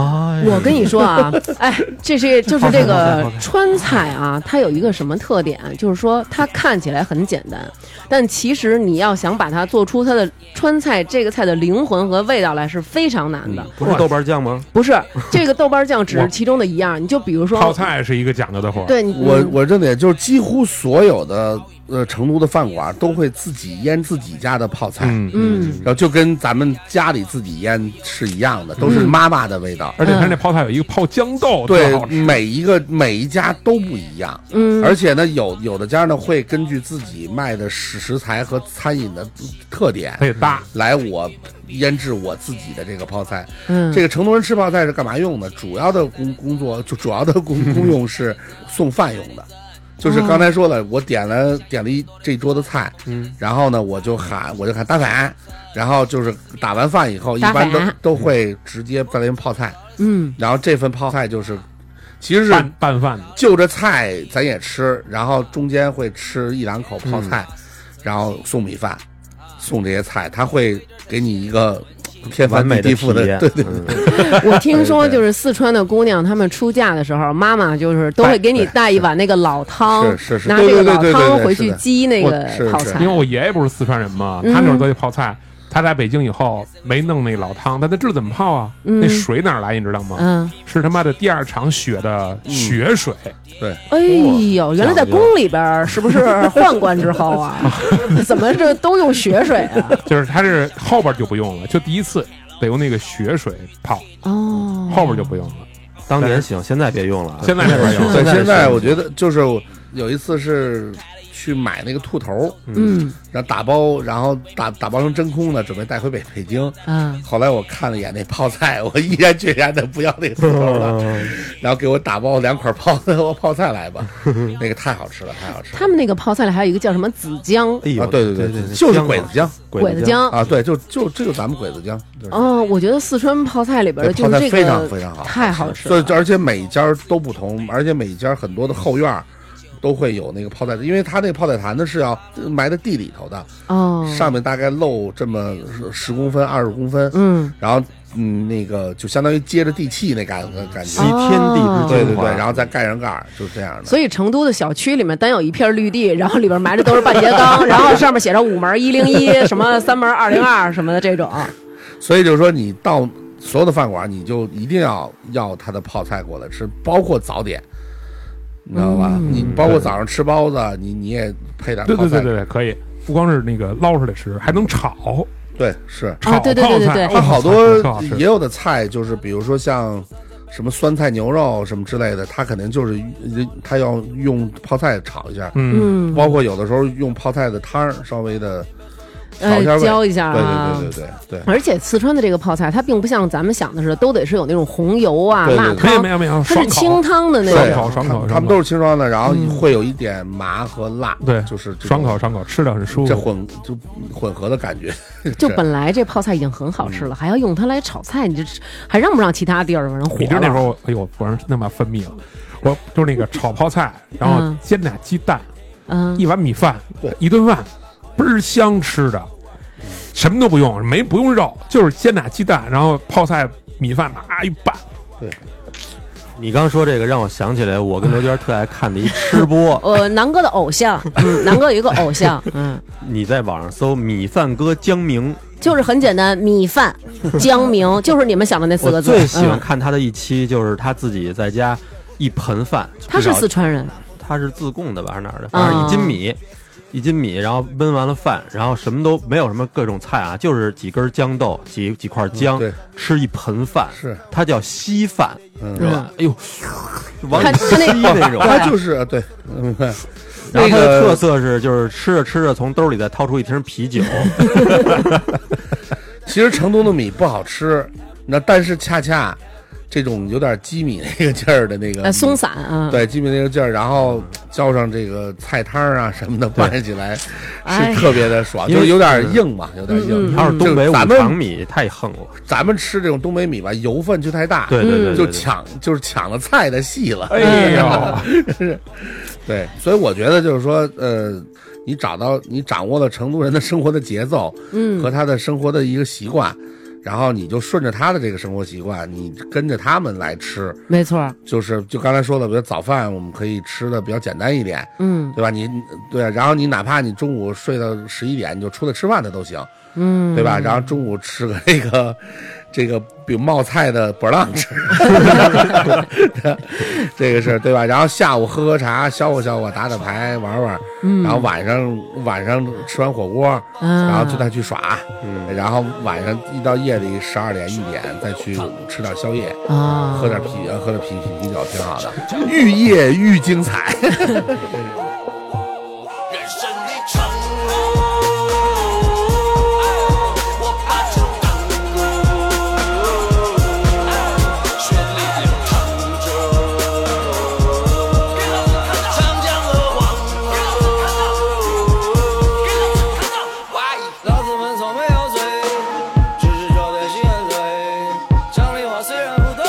S3: 呀
S5: 我跟你说 啊，哎，这是就是这个
S3: 好菜
S5: 川菜啊，它有一个什么特点？就是说它看起来很简单，但其实你要想把它做出它的川菜这个菜的灵魂和味道来，是非常难
S4: 嗯
S5: 的。
S3: 不是豆瓣酱吗？
S5: 不是这个豆瓣酱只
S2: 我
S5: 是其中的一样，你就比如说
S2: 泡，菜是一个讲究的活儿。
S5: 对，你
S4: 我
S5: 嗯
S4: 我认为就是几乎所有的呃成都的饭馆都会自己腌自己家的泡菜，
S2: 嗯，
S5: 嗯
S4: 然后就跟咱们家里自己腌是一样的，都是妈妈的味道。
S2: 而且它那泡菜有一个泡豇豆，特哦好
S4: 对，
S2: 吃。
S4: 每一个每一家都不一样，
S5: 嗯，
S4: 而且呢，有有的家呢会根据自己卖的食食材和餐饮的特点
S2: 它也搭，
S4: 来我腌制我自己的这个泡菜。
S5: 嗯
S4: 这个成都人吃泡菜是干嘛用的？主要的工工作就主要的 工功用是送饭用的，就是刚才说了，我点了点了一这一桌子菜，
S3: 嗯，
S4: 然后呢我就喊我就喊打反，然后就是打完饭以后，一
S5: 打
S4: 般
S5: 反
S4: 都都会直接再来一份泡菜，
S5: 嗯
S4: 然后这份泡菜就是其实是嗯
S2: 拌拌饭的，
S4: 就着菜咱也吃，然后中间会吃一两口泡菜，
S3: 嗯
S4: 然后送米饭，送这些菜，他会给你一个天翻
S3: 完
S4: 地
S3: 美
S4: 地
S3: 的
S4: 覆
S3: 体验，
S4: 对对
S3: 嗯
S5: 我听说就是四川的姑娘，她们出嫁的时候，妈妈就是都会给你带一碗那个老汤，
S4: 是是是
S5: 拿这
S4: 对对
S5: 个
S4: 对
S5: 老
S4: 对对
S5: 汤
S4: 对
S5: 回
S4: 是
S5: 去
S4: 的
S5: 激那
S4: 我
S5: 个
S4: 是
S5: 泡
S4: 是
S5: 菜
S2: 因为。我爷爷不是四川人嘛，
S5: 嗯
S2: 他那会儿做泡菜，他来北京以后没弄那老汤，他那这怎么泡啊？
S5: 嗯
S2: 那水哪儿来你知道吗？
S5: 嗯，
S2: 是他妈的第二场雪的雪水，
S5: 哎呦，原来在宫里边儿是不是宦官之后 啊？怎么这都用血水啊？
S2: 就是他是后边就不用了，就第一次得用那个雪水泡，
S5: 哦，
S2: 后边就不用了。
S3: 当年行，现在别用了啊，
S2: 现在没法用了
S4: 对，
S3: 是
S4: 现在我觉得就是有一次是去买那个兔头，
S5: 嗯
S4: 然后打包，然后打打包成真空的，准备带回北北京。
S3: 嗯
S5: 啊，
S4: 后来我看了一眼那泡菜，我毅然决然的不要那个兔头了，
S3: 嗯
S4: 然后给我打包两块泡 泡菜来 吧，那个太好吃了，太好吃了。
S5: 他们那个泡菜里还有一个叫什么紫姜
S3: 哎呦，
S4: 啊，对
S3: 对
S4: 对就是鬼子姜
S5: 鬼子，姜。
S4: 啊，对，就就这就咱们鬼子姜，就是
S5: 哦，我觉得四川泡菜里边的
S4: 对
S5: 就
S4: 泡
S5: 是
S4: 菜
S5: 这个
S4: 非常非常好，
S5: 太好吃
S4: 所
S5: 了
S4: 以。而且每家都不同，而且每家很多的后院儿都会有那个泡菜，因为它那个泡菜坛子是要埋在地里头的，
S5: 哦，
S4: 上面大概露这么十公分、二十公分，
S5: 嗯，
S4: 然后嗯，那个就相当于接着地气那感感觉
S3: 集，
S5: 哦
S3: 天地之
S4: 对对
S3: 精华，
S4: 对，然后再盖上盖儿，就是这样的。
S5: 所以成都的小区里面单有一片绿地，然后里边埋着都是半截 缸，然后上面写着五门一零一，什么三门二零二什么的这种。
S4: 所以就是说，你到所有的饭馆，你就一定要要他的泡菜过来吃，包括早点，你知道吧？你包括早上吃包子，你你也配点
S2: 嗯对
S4: 泡
S2: 对
S4: 菜，
S2: 对对对，可以。不光是那个捞出来吃，还能炒，
S4: 对是。
S2: 炒
S5: 对对对对对
S2: 泡菜
S5: 对
S2: 哦
S4: 它好
S2: 炒泡
S4: 多
S2: 菜特好吃
S4: 也有的菜，就是比如说像什么酸菜牛肉什么之类的，它肯定就是它要用泡菜炒一下，
S2: 嗯，
S4: 包括有的时候用泡菜的汤儿稍微的炒一下
S5: 呃，
S4: 味，
S5: 教一下
S4: 对
S5: 啊。
S4: 对对对对对。
S5: 而且四川的这个泡菜，它并不像咱们想的似的，都得是有那种红油啊、
S4: 对对对
S2: 没有
S5: 辣汤
S2: 没，有没有，哦
S5: 它
S2: 爽口
S5: 是清汤的那
S4: 对，
S5: 种。
S2: 口爽口
S4: 他们
S2: 爽
S4: 他们
S2: 口
S4: 都是清爽的，然后会有一点麻和辣，
S2: 对
S4: 就是这种
S2: 爽口爽口，吃的很舒
S4: 这
S2: 服。
S4: 混就混合的感觉，
S5: 就是本来这泡菜已经很好吃了，还要用它来炒菜，你这还让不让其他地儿让人火
S2: 你知道那时
S5: 了？
S2: 候，哎呦，我那么分泌了，我就是那个炒泡菜，然后
S5: 嗯
S2: 煎俩鸡蛋，
S5: 嗯，，
S2: 一碗米饭，
S4: 对
S2: 一顿饭倍儿香吃的，什么都不用，没不用肉，就是煎俩鸡蛋，然后泡菜米饭啊啪一拌，
S3: 你刚说这个让我想起来，我跟刘娟特爱看的一吃播
S5: 呃，南哥的偶像，嗯，南哥有一个偶像，嗯，
S3: 你在网上搜“米饭哥江明
S5: 就是很简单，米饭、 江明，就是你们想的那”，四
S3: 我
S5: 个字。
S3: 最喜欢
S5: 嗯，
S3: 看他的一期，就是他自己在家一盆饭，
S5: 他是
S3: 至少
S5: 四川人，
S3: 他是自贡的吧，还是哪儿的？
S4: 啊
S3: 反正一斤米，一斤米，然后焖完了饭，然后什么都没有，什么各种菜啊，就是几根豇豆，几几块
S4: 嗯
S3: 姜
S4: 对，
S3: 吃一盆饭，
S4: 是
S3: 它叫稀饭，
S4: 嗯
S3: 知道吧？哎呦，往
S5: 看
S3: 里
S5: 他
S3: 吸
S5: 那
S3: 那种。
S2: 啊
S4: 它就是对，明白。
S3: 然后它
S4: 那
S3: 的
S4: 个
S3: 特色是，就是吃着吃着，从兜里再掏出一瓶啤 酒，
S4: 其实成都的米不好吃，那但是恰恰这种有点鸡米那个劲儿的那个
S5: 呃，松，散啊，
S4: 嗯对鸡米那个劲儿，然后浇上这个菜汤儿啊什么的拌起来，
S5: 哎
S4: 是特别的爽，
S3: 因
S4: 就
S3: 为
S4: 是有点
S2: 嗯
S4: 硬嘛，有点硬。
S3: 它是东北
S4: 就
S3: 五
S4: 咱
S3: 常
S4: 们
S3: 米，太横了。
S4: 咱们吃这种东北米吧，油分就太大，
S3: 对对对，
S4: 就
S3: 对对
S4: 抢就是抢了菜的戏了。
S2: 哎呦，
S4: 对，所以我觉得就是说，呃，你找到你掌握了成都人的生活的节奏，嗯，和他的生活的一个习惯，然后你就顺着他的这个生活习惯，你跟着他们来吃，
S5: 没错儿，
S4: 就是就刚才说的，比如早饭我们可以吃的比较简单一点，
S5: 嗯
S4: 对吧？你对，然后你哪怕你中午睡到十一点，你就出来吃饭的都行，
S5: 嗯，
S4: 对吧？然后中午吃个这个这个比冒菜的 brunch，这个是对吧？然后下午喝喝茶，消化消化，打打牌，玩玩，然后晚上晚上吃完火锅，
S5: 嗯
S4: 然后就再去耍，然后晚上一到夜里十二点一点再去吃点宵夜。
S5: 啊，
S4: 喝点啤，呃喝点啤啤啤酒挺好的，愈夜愈精彩。
S7: 人生的长路，我把这当路，血泪流淌着，长江和黄河。老子们从没有醉，只是找对心安醉。讲理话虽然不懂，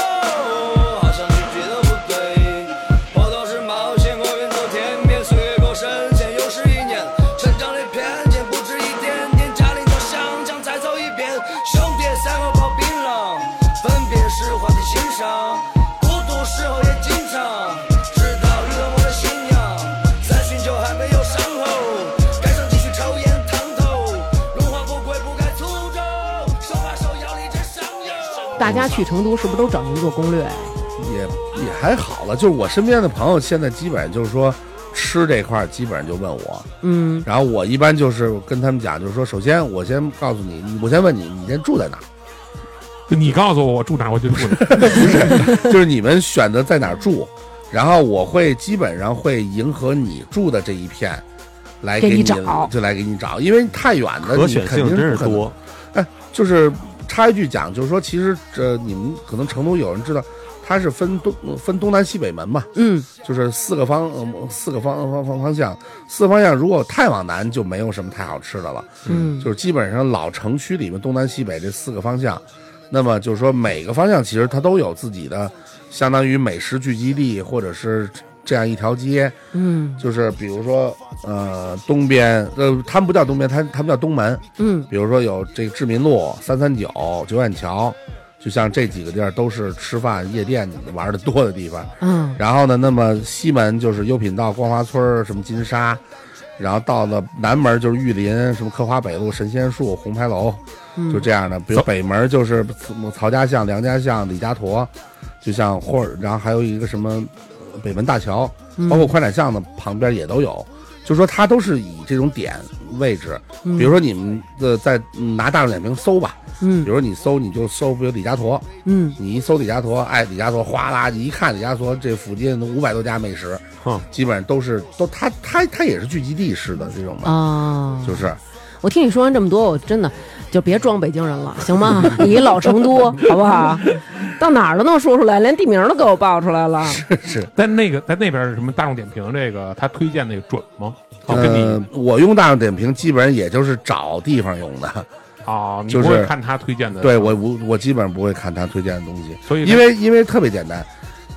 S7: 好像句句都不对。我都是冒险过，远走天边，岁月过深浅，又是一年。成长的偏见不止一点点，家里多想想再走一遍。兄弟三个泡槟榔，分别是话题欣赏，孤独时候也经常。直到遇到我的信仰，在寻求还没有伤透，该上继续抽烟烫头，荣华富贵不该粗重，手把手要你这上游。
S5: 大家去成都是不是都找您做攻略呀？
S4: 也也还好了，就是我身边的朋友现在基本就是说吃这块儿，基本上就问我，
S5: 嗯，
S4: 然后我一般就是跟他们讲，就是说，首先我先告诉你，我先问你，你先住在哪儿？
S2: 就你告诉我我住哪儿，我就住哪儿。
S4: 就是你们选择在哪儿住，然后我会基本上会迎合你住的这一片。来
S5: 给
S4: 给
S5: 你
S4: 你
S5: 找
S4: 就来给你找，因为太远的
S3: 可
S4: 你
S3: 选
S4: 肯
S3: 性
S4: 定
S3: 真是
S4: 不可能
S3: 多，
S4: 就是插一句讲，就是说，其实呃，你们可能成都有人知道，它是分东分东南西北门嘛，
S5: 嗯，
S4: 就是四个方、呃、四个方方方方向，四个方向如果太往南就没有什么太好吃的了，
S5: 嗯
S4: 就是基本上老城区里面东南西北这四个方向，那么就是说每个方向其实它都有自己的相当于美食聚集地或者是。这样一条街，
S5: 嗯
S4: 就是比如说，呃，东边，呃，他们不叫东边，他他们叫东门，
S5: 嗯
S4: 比如说有这个志民路、三三九、九眼桥，就像这几个地儿都是吃饭、夜店玩的多的地方。
S5: 嗯
S4: 然后呢，那么西门就是优品道、光华村儿、什么金沙，然后到了南门就是玉林、什么科华北路、神仙树、红牌楼，就这样的。比如北门就是曹曹家巷、梁家巷、李家沱，就像或者然后还有一个什么北门大桥，包括宽窄巷子旁边也都有。就是说它都是以这种点位置，比如说你们的在拿大众点评搜吧，嗯，比如你搜你就搜，比如李家沱，
S5: 嗯，
S4: 你一搜李家沱，哎，李家沱哗啦，你一看李家沱这附近五百多家美食，
S3: 哼
S4: 基本上都是都它它它也是聚集地式的这种嘛，
S5: 啊，
S4: 就是
S5: 我听你说完这么多，我真的就别装北京人了，行吗？你一老成都好不好？到哪儿都能说出来，连地名都给我报出来了。
S4: 是。
S2: 但那个在那边是什么大众点评这个，他推荐那个准吗？就跟你
S4: 呃，我用大众点评基本上也就是找地方用的，
S2: 啊，
S4: 呃
S2: 你
S4: 就
S2: 不会
S4: 是
S2: 看他推荐的，
S4: 对我我我基本上不会看他推荐的东西，
S2: 所以呢
S4: 因为因为特别简单，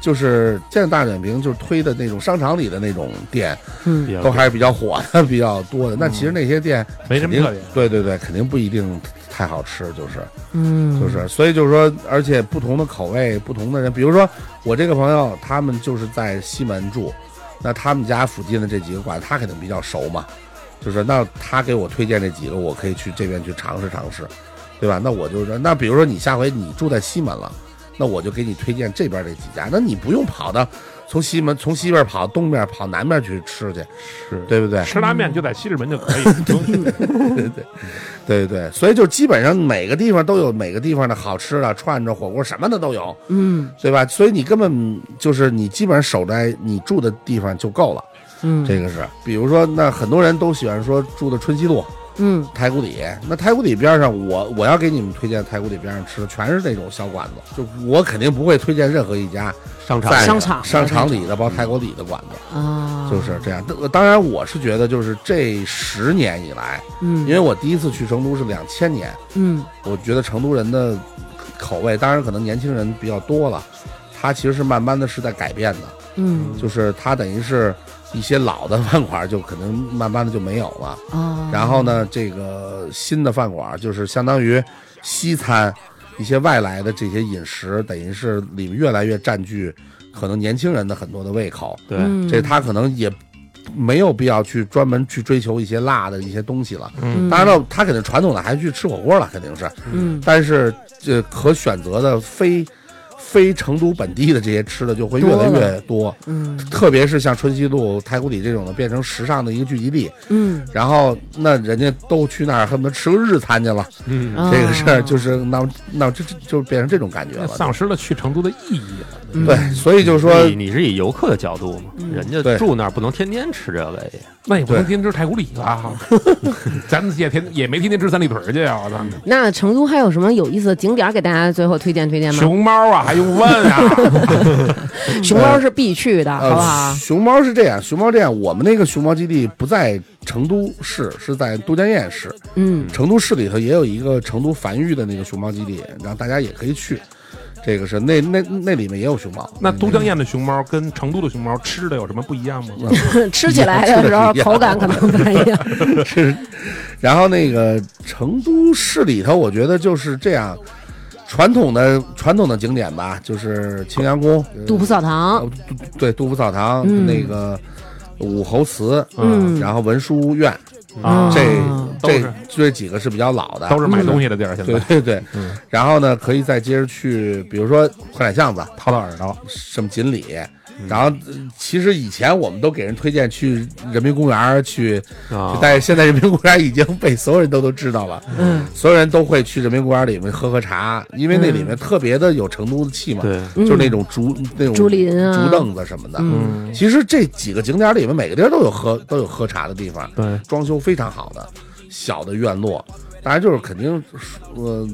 S4: 就是现在大众点评就是推的那种商场里的那种店，
S5: 嗯，
S4: 都还是比较火的、 比较多的。那其实那些店
S2: 嗯没什
S4: 肯
S2: 么
S4: 定
S2: 特点。
S4: 对对对，肯定不一定太好吃，就是
S5: 嗯，
S4: 就是，所以就是说，而且不同的口味，不同的人，比如说我这个朋友，他们就是在西门住，那他们家附近的这几个馆，他肯定比较熟嘛，就是那他给我推荐这几个，我可以去这边去尝试尝试，对吧？那我就是说，那比如说你下回你住在西门了，那我就给你推荐这边这几家，那你不用跑到从西门从西边跑东边跑南边去吃去，
S2: 是
S4: 对不对？
S2: 吃拉面就在西直门 就可以，不用去
S4: 对对对，所以就基本上每个地方都有每个地方的好吃的，串着火锅什么的都有，
S5: 嗯
S4: 对吧？所以你根本就是你基本上守在你住的地方就够了，
S5: 嗯
S4: 这个是。比如说，那很多人都喜欢说住的春熙路、
S5: 嗯
S4: 太古里，那太古里边上我，我要给你们推荐太古里边上吃的全是那种小馆子，就我肯定不会推荐任何一家
S3: 商场
S4: 在
S5: 商场
S4: 商场里的包括泰国里的馆子，
S3: 嗯
S5: 啊，
S4: 就是这样。当当然，我是觉得就是这十年以来，
S5: 嗯，
S4: 因为我第一次去成都是两千年。
S5: 嗯
S4: 我觉得成都人的口味，当然可能年轻人比较多了，他其实是慢慢的是在改变的，
S5: 嗯
S4: 就是他等于是一些老的饭馆就可能慢慢的就没有了，
S5: 啊，
S4: 然后呢，这个新的饭馆就是相当于西餐一些外来的这些饮食，等于是里面越来越占据可能年轻人的很多的胃口，
S3: 对，
S5: 嗯
S4: 这他可能也。没有必要去专门去追求一些辣的一些东西了，
S5: 嗯
S4: 当然了，他肯定传统的还去吃火锅了，肯定是，
S5: 嗯
S4: 但是这可选择的非非成都本地的这些吃的就会越来越多，
S5: 嗯
S4: 特别是像春熙路、太古里这种的，变成时尚的一个聚集地。
S5: 嗯，
S4: 然后那人家都去那儿恨不得吃个日餐去了，
S2: 嗯，
S5: 啊
S4: 这个事儿就是那那这这就变成这种感觉了。
S2: 丧失了去成都的意义了。
S4: 对，所以就是说，
S3: 你你是以游客的角度嘛，人家
S4: 嗯对
S3: 住那儿不能天天吃这个呀。
S2: 那也不能天天吃太古里了， 咱们也天也没天天吃三里屯去啊！我操，
S5: 嗯那成都还有什么有意思的景点儿给大家最后推荐推荐吗？
S2: 熊猫啊，还用问 啊？
S5: 熊猫是必去的，好不好
S4: 呃，？熊猫是这样，熊猫这样，我们那个熊猫基地不在成都市，是在都江堰市。
S5: 嗯
S4: 成都市里头也有一个成都繁育的那个熊猫基地，然后大家也可以去。这个是那那那里面也有熊猫，
S2: 那都江堰的熊猫跟成都的熊猫吃的有什么不 一样吗？
S5: 吃起来的时候口感可能不太一样。
S4: 是。然后那个成都市里头，我觉得就是这样，传统的传统的景点吧，就是青羊宫、
S5: 杜甫草
S4: 呃
S5: 堂，
S4: 杜对杜甫草堂、
S5: 哦嗯
S4: 那个武侯祠，
S5: 嗯
S4: 然后文殊院，
S2: 啊，
S4: 这
S2: 都是
S4: 这这几个是比较老的，
S2: 都是买东西的地儿，现
S4: 对
S2: 在
S4: 对对。然后呢，可以再接着去，比如说宽窄巷子，
S2: 掏掏耳朵。
S4: 什么锦里，然后呃其实以前我们都给人推荐去人民公园儿去，
S3: 啊
S4: 但是现在人民公园儿已经被所有人都都知道了，
S5: 嗯，
S4: 所有人都会去人民公园儿里面喝喝茶，因为那里面特别的有成都的气嘛，
S3: 对
S4: 就是那种竹那种
S5: 嗯竹林啊
S4: 竹凳子什么的。
S5: 嗯
S4: 其实这几个景点儿里面，每个地儿都有喝都有喝茶的地方，
S3: 对，
S4: 装修非常好的小的院落，当然就是肯定呃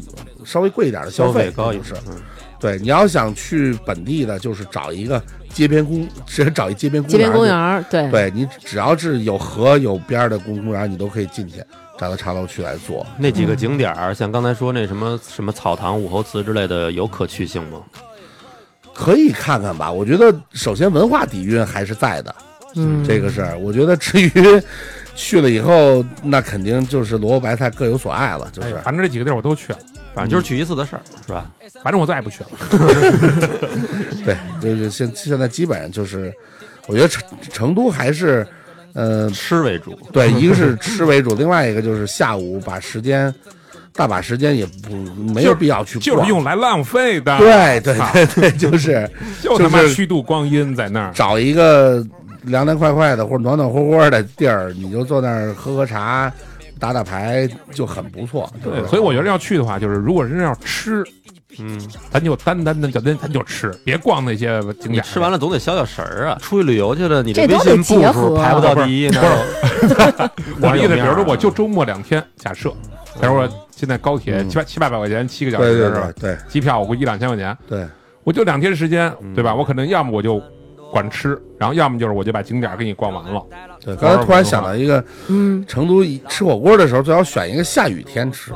S4: 稍微贵一点儿的消
S3: 消
S4: 费
S3: 费高
S4: 就
S3: 也
S4: 是
S3: 是。，嗯
S4: 对，你要想去本地的，就是找一个街边公，只找一街边公
S5: 街边公园
S4: 园。
S5: 儿，对，
S4: 对你只要是有河有边儿的公公园，你都可以进去，找到茶楼去来做。
S3: 那几个景点儿，像刚才说那什么什么草堂、武侯祠之类的，有可去性吗？
S4: 可以看看吧，我觉得首先文化底蕴还是在的，
S5: 嗯，
S4: 这个事儿。我觉得至于去了以后，那肯定就是萝卜白菜各有所爱了，就
S2: 哎
S4: 是。
S2: 反正这几个地儿我都去了，
S3: 反正就是去一次的事儿，嗯是吧？
S2: 反正我再也不去了。
S4: 对，就是现现在基本上就是，我觉得成成都还是，呃，
S3: 吃为主，
S4: 对，一个是吃为主，另外一个就是下午把时间，大把时间也不没有必要去逛，
S2: 就是用啊来浪费的，
S4: 对对
S2: 操
S4: 对对，就是
S2: 就他妈
S4: 就是
S2: 虚度光阴在那儿。
S4: 找一个凉凉快快的或者暖暖和和的地儿，你就坐那儿喝喝茶、打打牌，就很不错。就是
S2: 对，所以我觉得要去的话，就是如果真是要吃，嗯，咱就单单的就咱咱就吃，别逛那些景
S3: 你
S2: 点。
S3: 吃完了总得消消食儿啊！出去旅游去了，你
S5: 这
S3: 微
S5: 都得
S3: 信步
S5: 结
S3: 数
S5: 合
S3: 排不到第一，哪有
S2: 我
S3: 哪
S2: 的意思，
S3: 有
S2: 比
S3: 面儿啊
S2: 如说我就周末两天，假设，假如我现在高铁七八七八百块钱，七个小
S4: 对
S2: 时
S4: 对
S2: 是吧
S4: 对？对
S2: 机票我估计一两千块钱，
S4: 对，
S2: 我就两天时间，对吧？我可能要么我就管吃，然后要么就是我就把景点给你逛完了。
S4: 对，刚才突然想到一个，嗯，成都一吃火锅的时候最好选一个下雨天吃。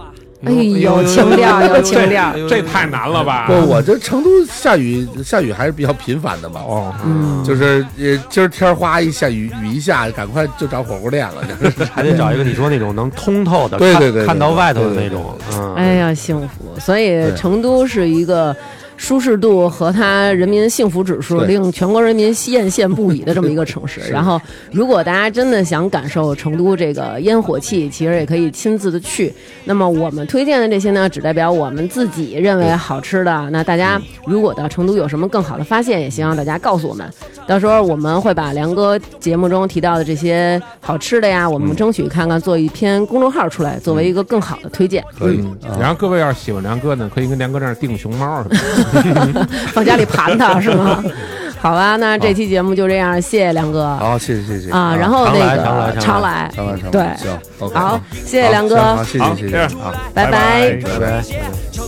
S5: 哎呦，情调有情调，
S2: 这太难了吧
S4: 不？，我这成都下雨下雨还是比较频繁的嘛。
S2: 哦，
S4: 就是呃，今儿天儿哗一下雨，雨一下，赶快就找火锅店了。 就是
S3: 还得找一个你说那种能通透的，
S4: 对
S3: 看
S4: 对对对
S3: 看到外头的
S4: 对对啊
S3: 那
S4: 对
S3: 种，嗯，
S5: 哎呀，幸福！所以
S4: 对
S5: 成都是一个舒适度和它人民幸福指数
S4: 对
S5: 令全国人民艳羡不已的这么一个城市。然后，如果大家真的想感受成都这个烟火气，其实也可以亲自的去。那么我们推荐的这些呢，只代表我们自己认为好吃的。那大
S4: 嗯
S5: 家如果到成都有什么更好的发现，也希望大家告诉我们。到时候我们会把梁哥节目中提到的这些好吃的呀，我
S4: 嗯
S5: 们争取看看做一篇公众号出来，作为一个更好的推荐。嗯
S4: 可以，啊
S2: 然后各位要是喜欢梁哥呢，可以跟梁哥那儿订熊猫什么的。
S5: 放家里盘它是吗？ 好吧，那这期节目就这样，谢谢梁哥
S4: 好，谢谢谢谢
S5: 啊，然后那
S3: 常来
S5: 个
S3: 常来常
S5: 来
S4: 常来常来
S5: 对，
S4: 行，OK，
S5: 好
S4: 好，
S5: 谢谢梁哥，
S4: 好行好，谢啊谢谢
S2: 这样
S4: 谢，好，
S5: 拜拜
S4: 拜拜。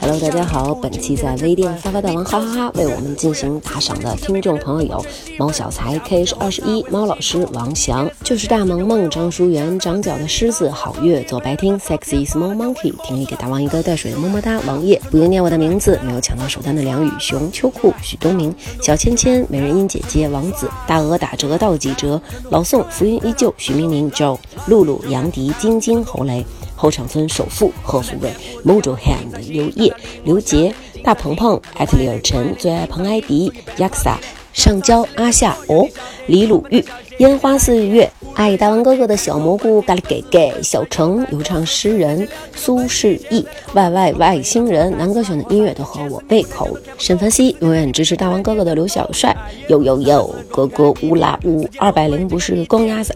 S6: Hello，大家好，本期在微店发发大王哈哈哈为我们进行打赏的听众朋友有猫小才 K H 二十一、猫老师、王翔，就是大萌萌、张淑媛、长脚的狮子、好月、左白听、Sexy Small Monkey、婷丽给大王一个带水的么么哒、王爷、不用念我的名字、没有抢到首单的梁宇、熊、秋裤、许东明、小芊芊、美人音姐姐、王子、大鹅打折到几折、老宋、浮云依旧、徐明明、Joe、露露、杨迪、晶晶、侯雷。后场村首富贺富贵、Mojo Hand、刘烨、刘杰、大鹏鹏、艾特里尔陈、最爱彭艾迪、Yaksa、上交、阿夏哦、李鲁豫、烟花四月、爱大王哥哥的小蘑菇、咖喱给给、小程、有唱诗人、苏世义、外外外星人、南哥选的音乐都合我胃口。沈凡熙永远支持大王哥哥的刘小帅，有有有，哥哥乌拉乌，二百零不是公鸭嗓。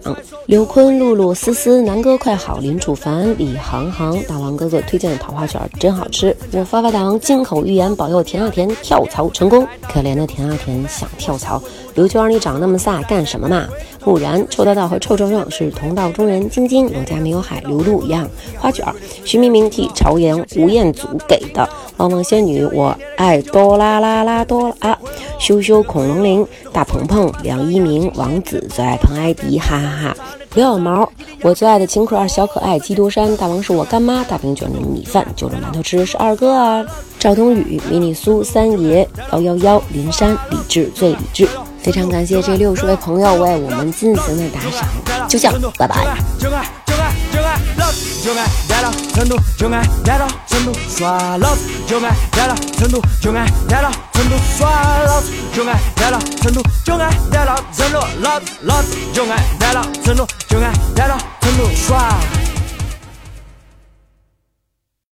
S6: 刘坤、露露、思思、南哥快好、林楚凡、李航航，大王哥哥推荐的桃花卷儿真好吃。我发发大王金口玉言保佑田啊田跳槽成功，可怜的田啊田想跳槽。刘娟儿，你长那么飒干什么嘛？木然、臭道道和臭壮壮是同道中人，晶晶、罗家没有海、刘露一样，花卷儿、徐明明替朝颜吴彦祖给的，旺旺仙女，我爱哆啦啦啦哆啦啊，羞羞恐龙灵、大鹏鹏、梁一鸣、王子最爱彭艾迪，哈哈哈。不要毛，我最爱的秦可儿、小可爱、基督山、大王是我干妈，大饼卷着米饭，就着馒头吃是二哥啊。赵冬雨、迷你苏、三爷、幺幺幺、林山、李志最理智。非常感谢这六十位朋友为我们进行的打赏，就这样，拜拜。
S7: 就爱就爱就爱老子，就爱来到成都，就爱来到成都耍老子，就爱来到成都，就爱来到成都耍老子，就爱来到成都，就爱来到成都老子老子，就爱来到成都，就爱来到成都耍。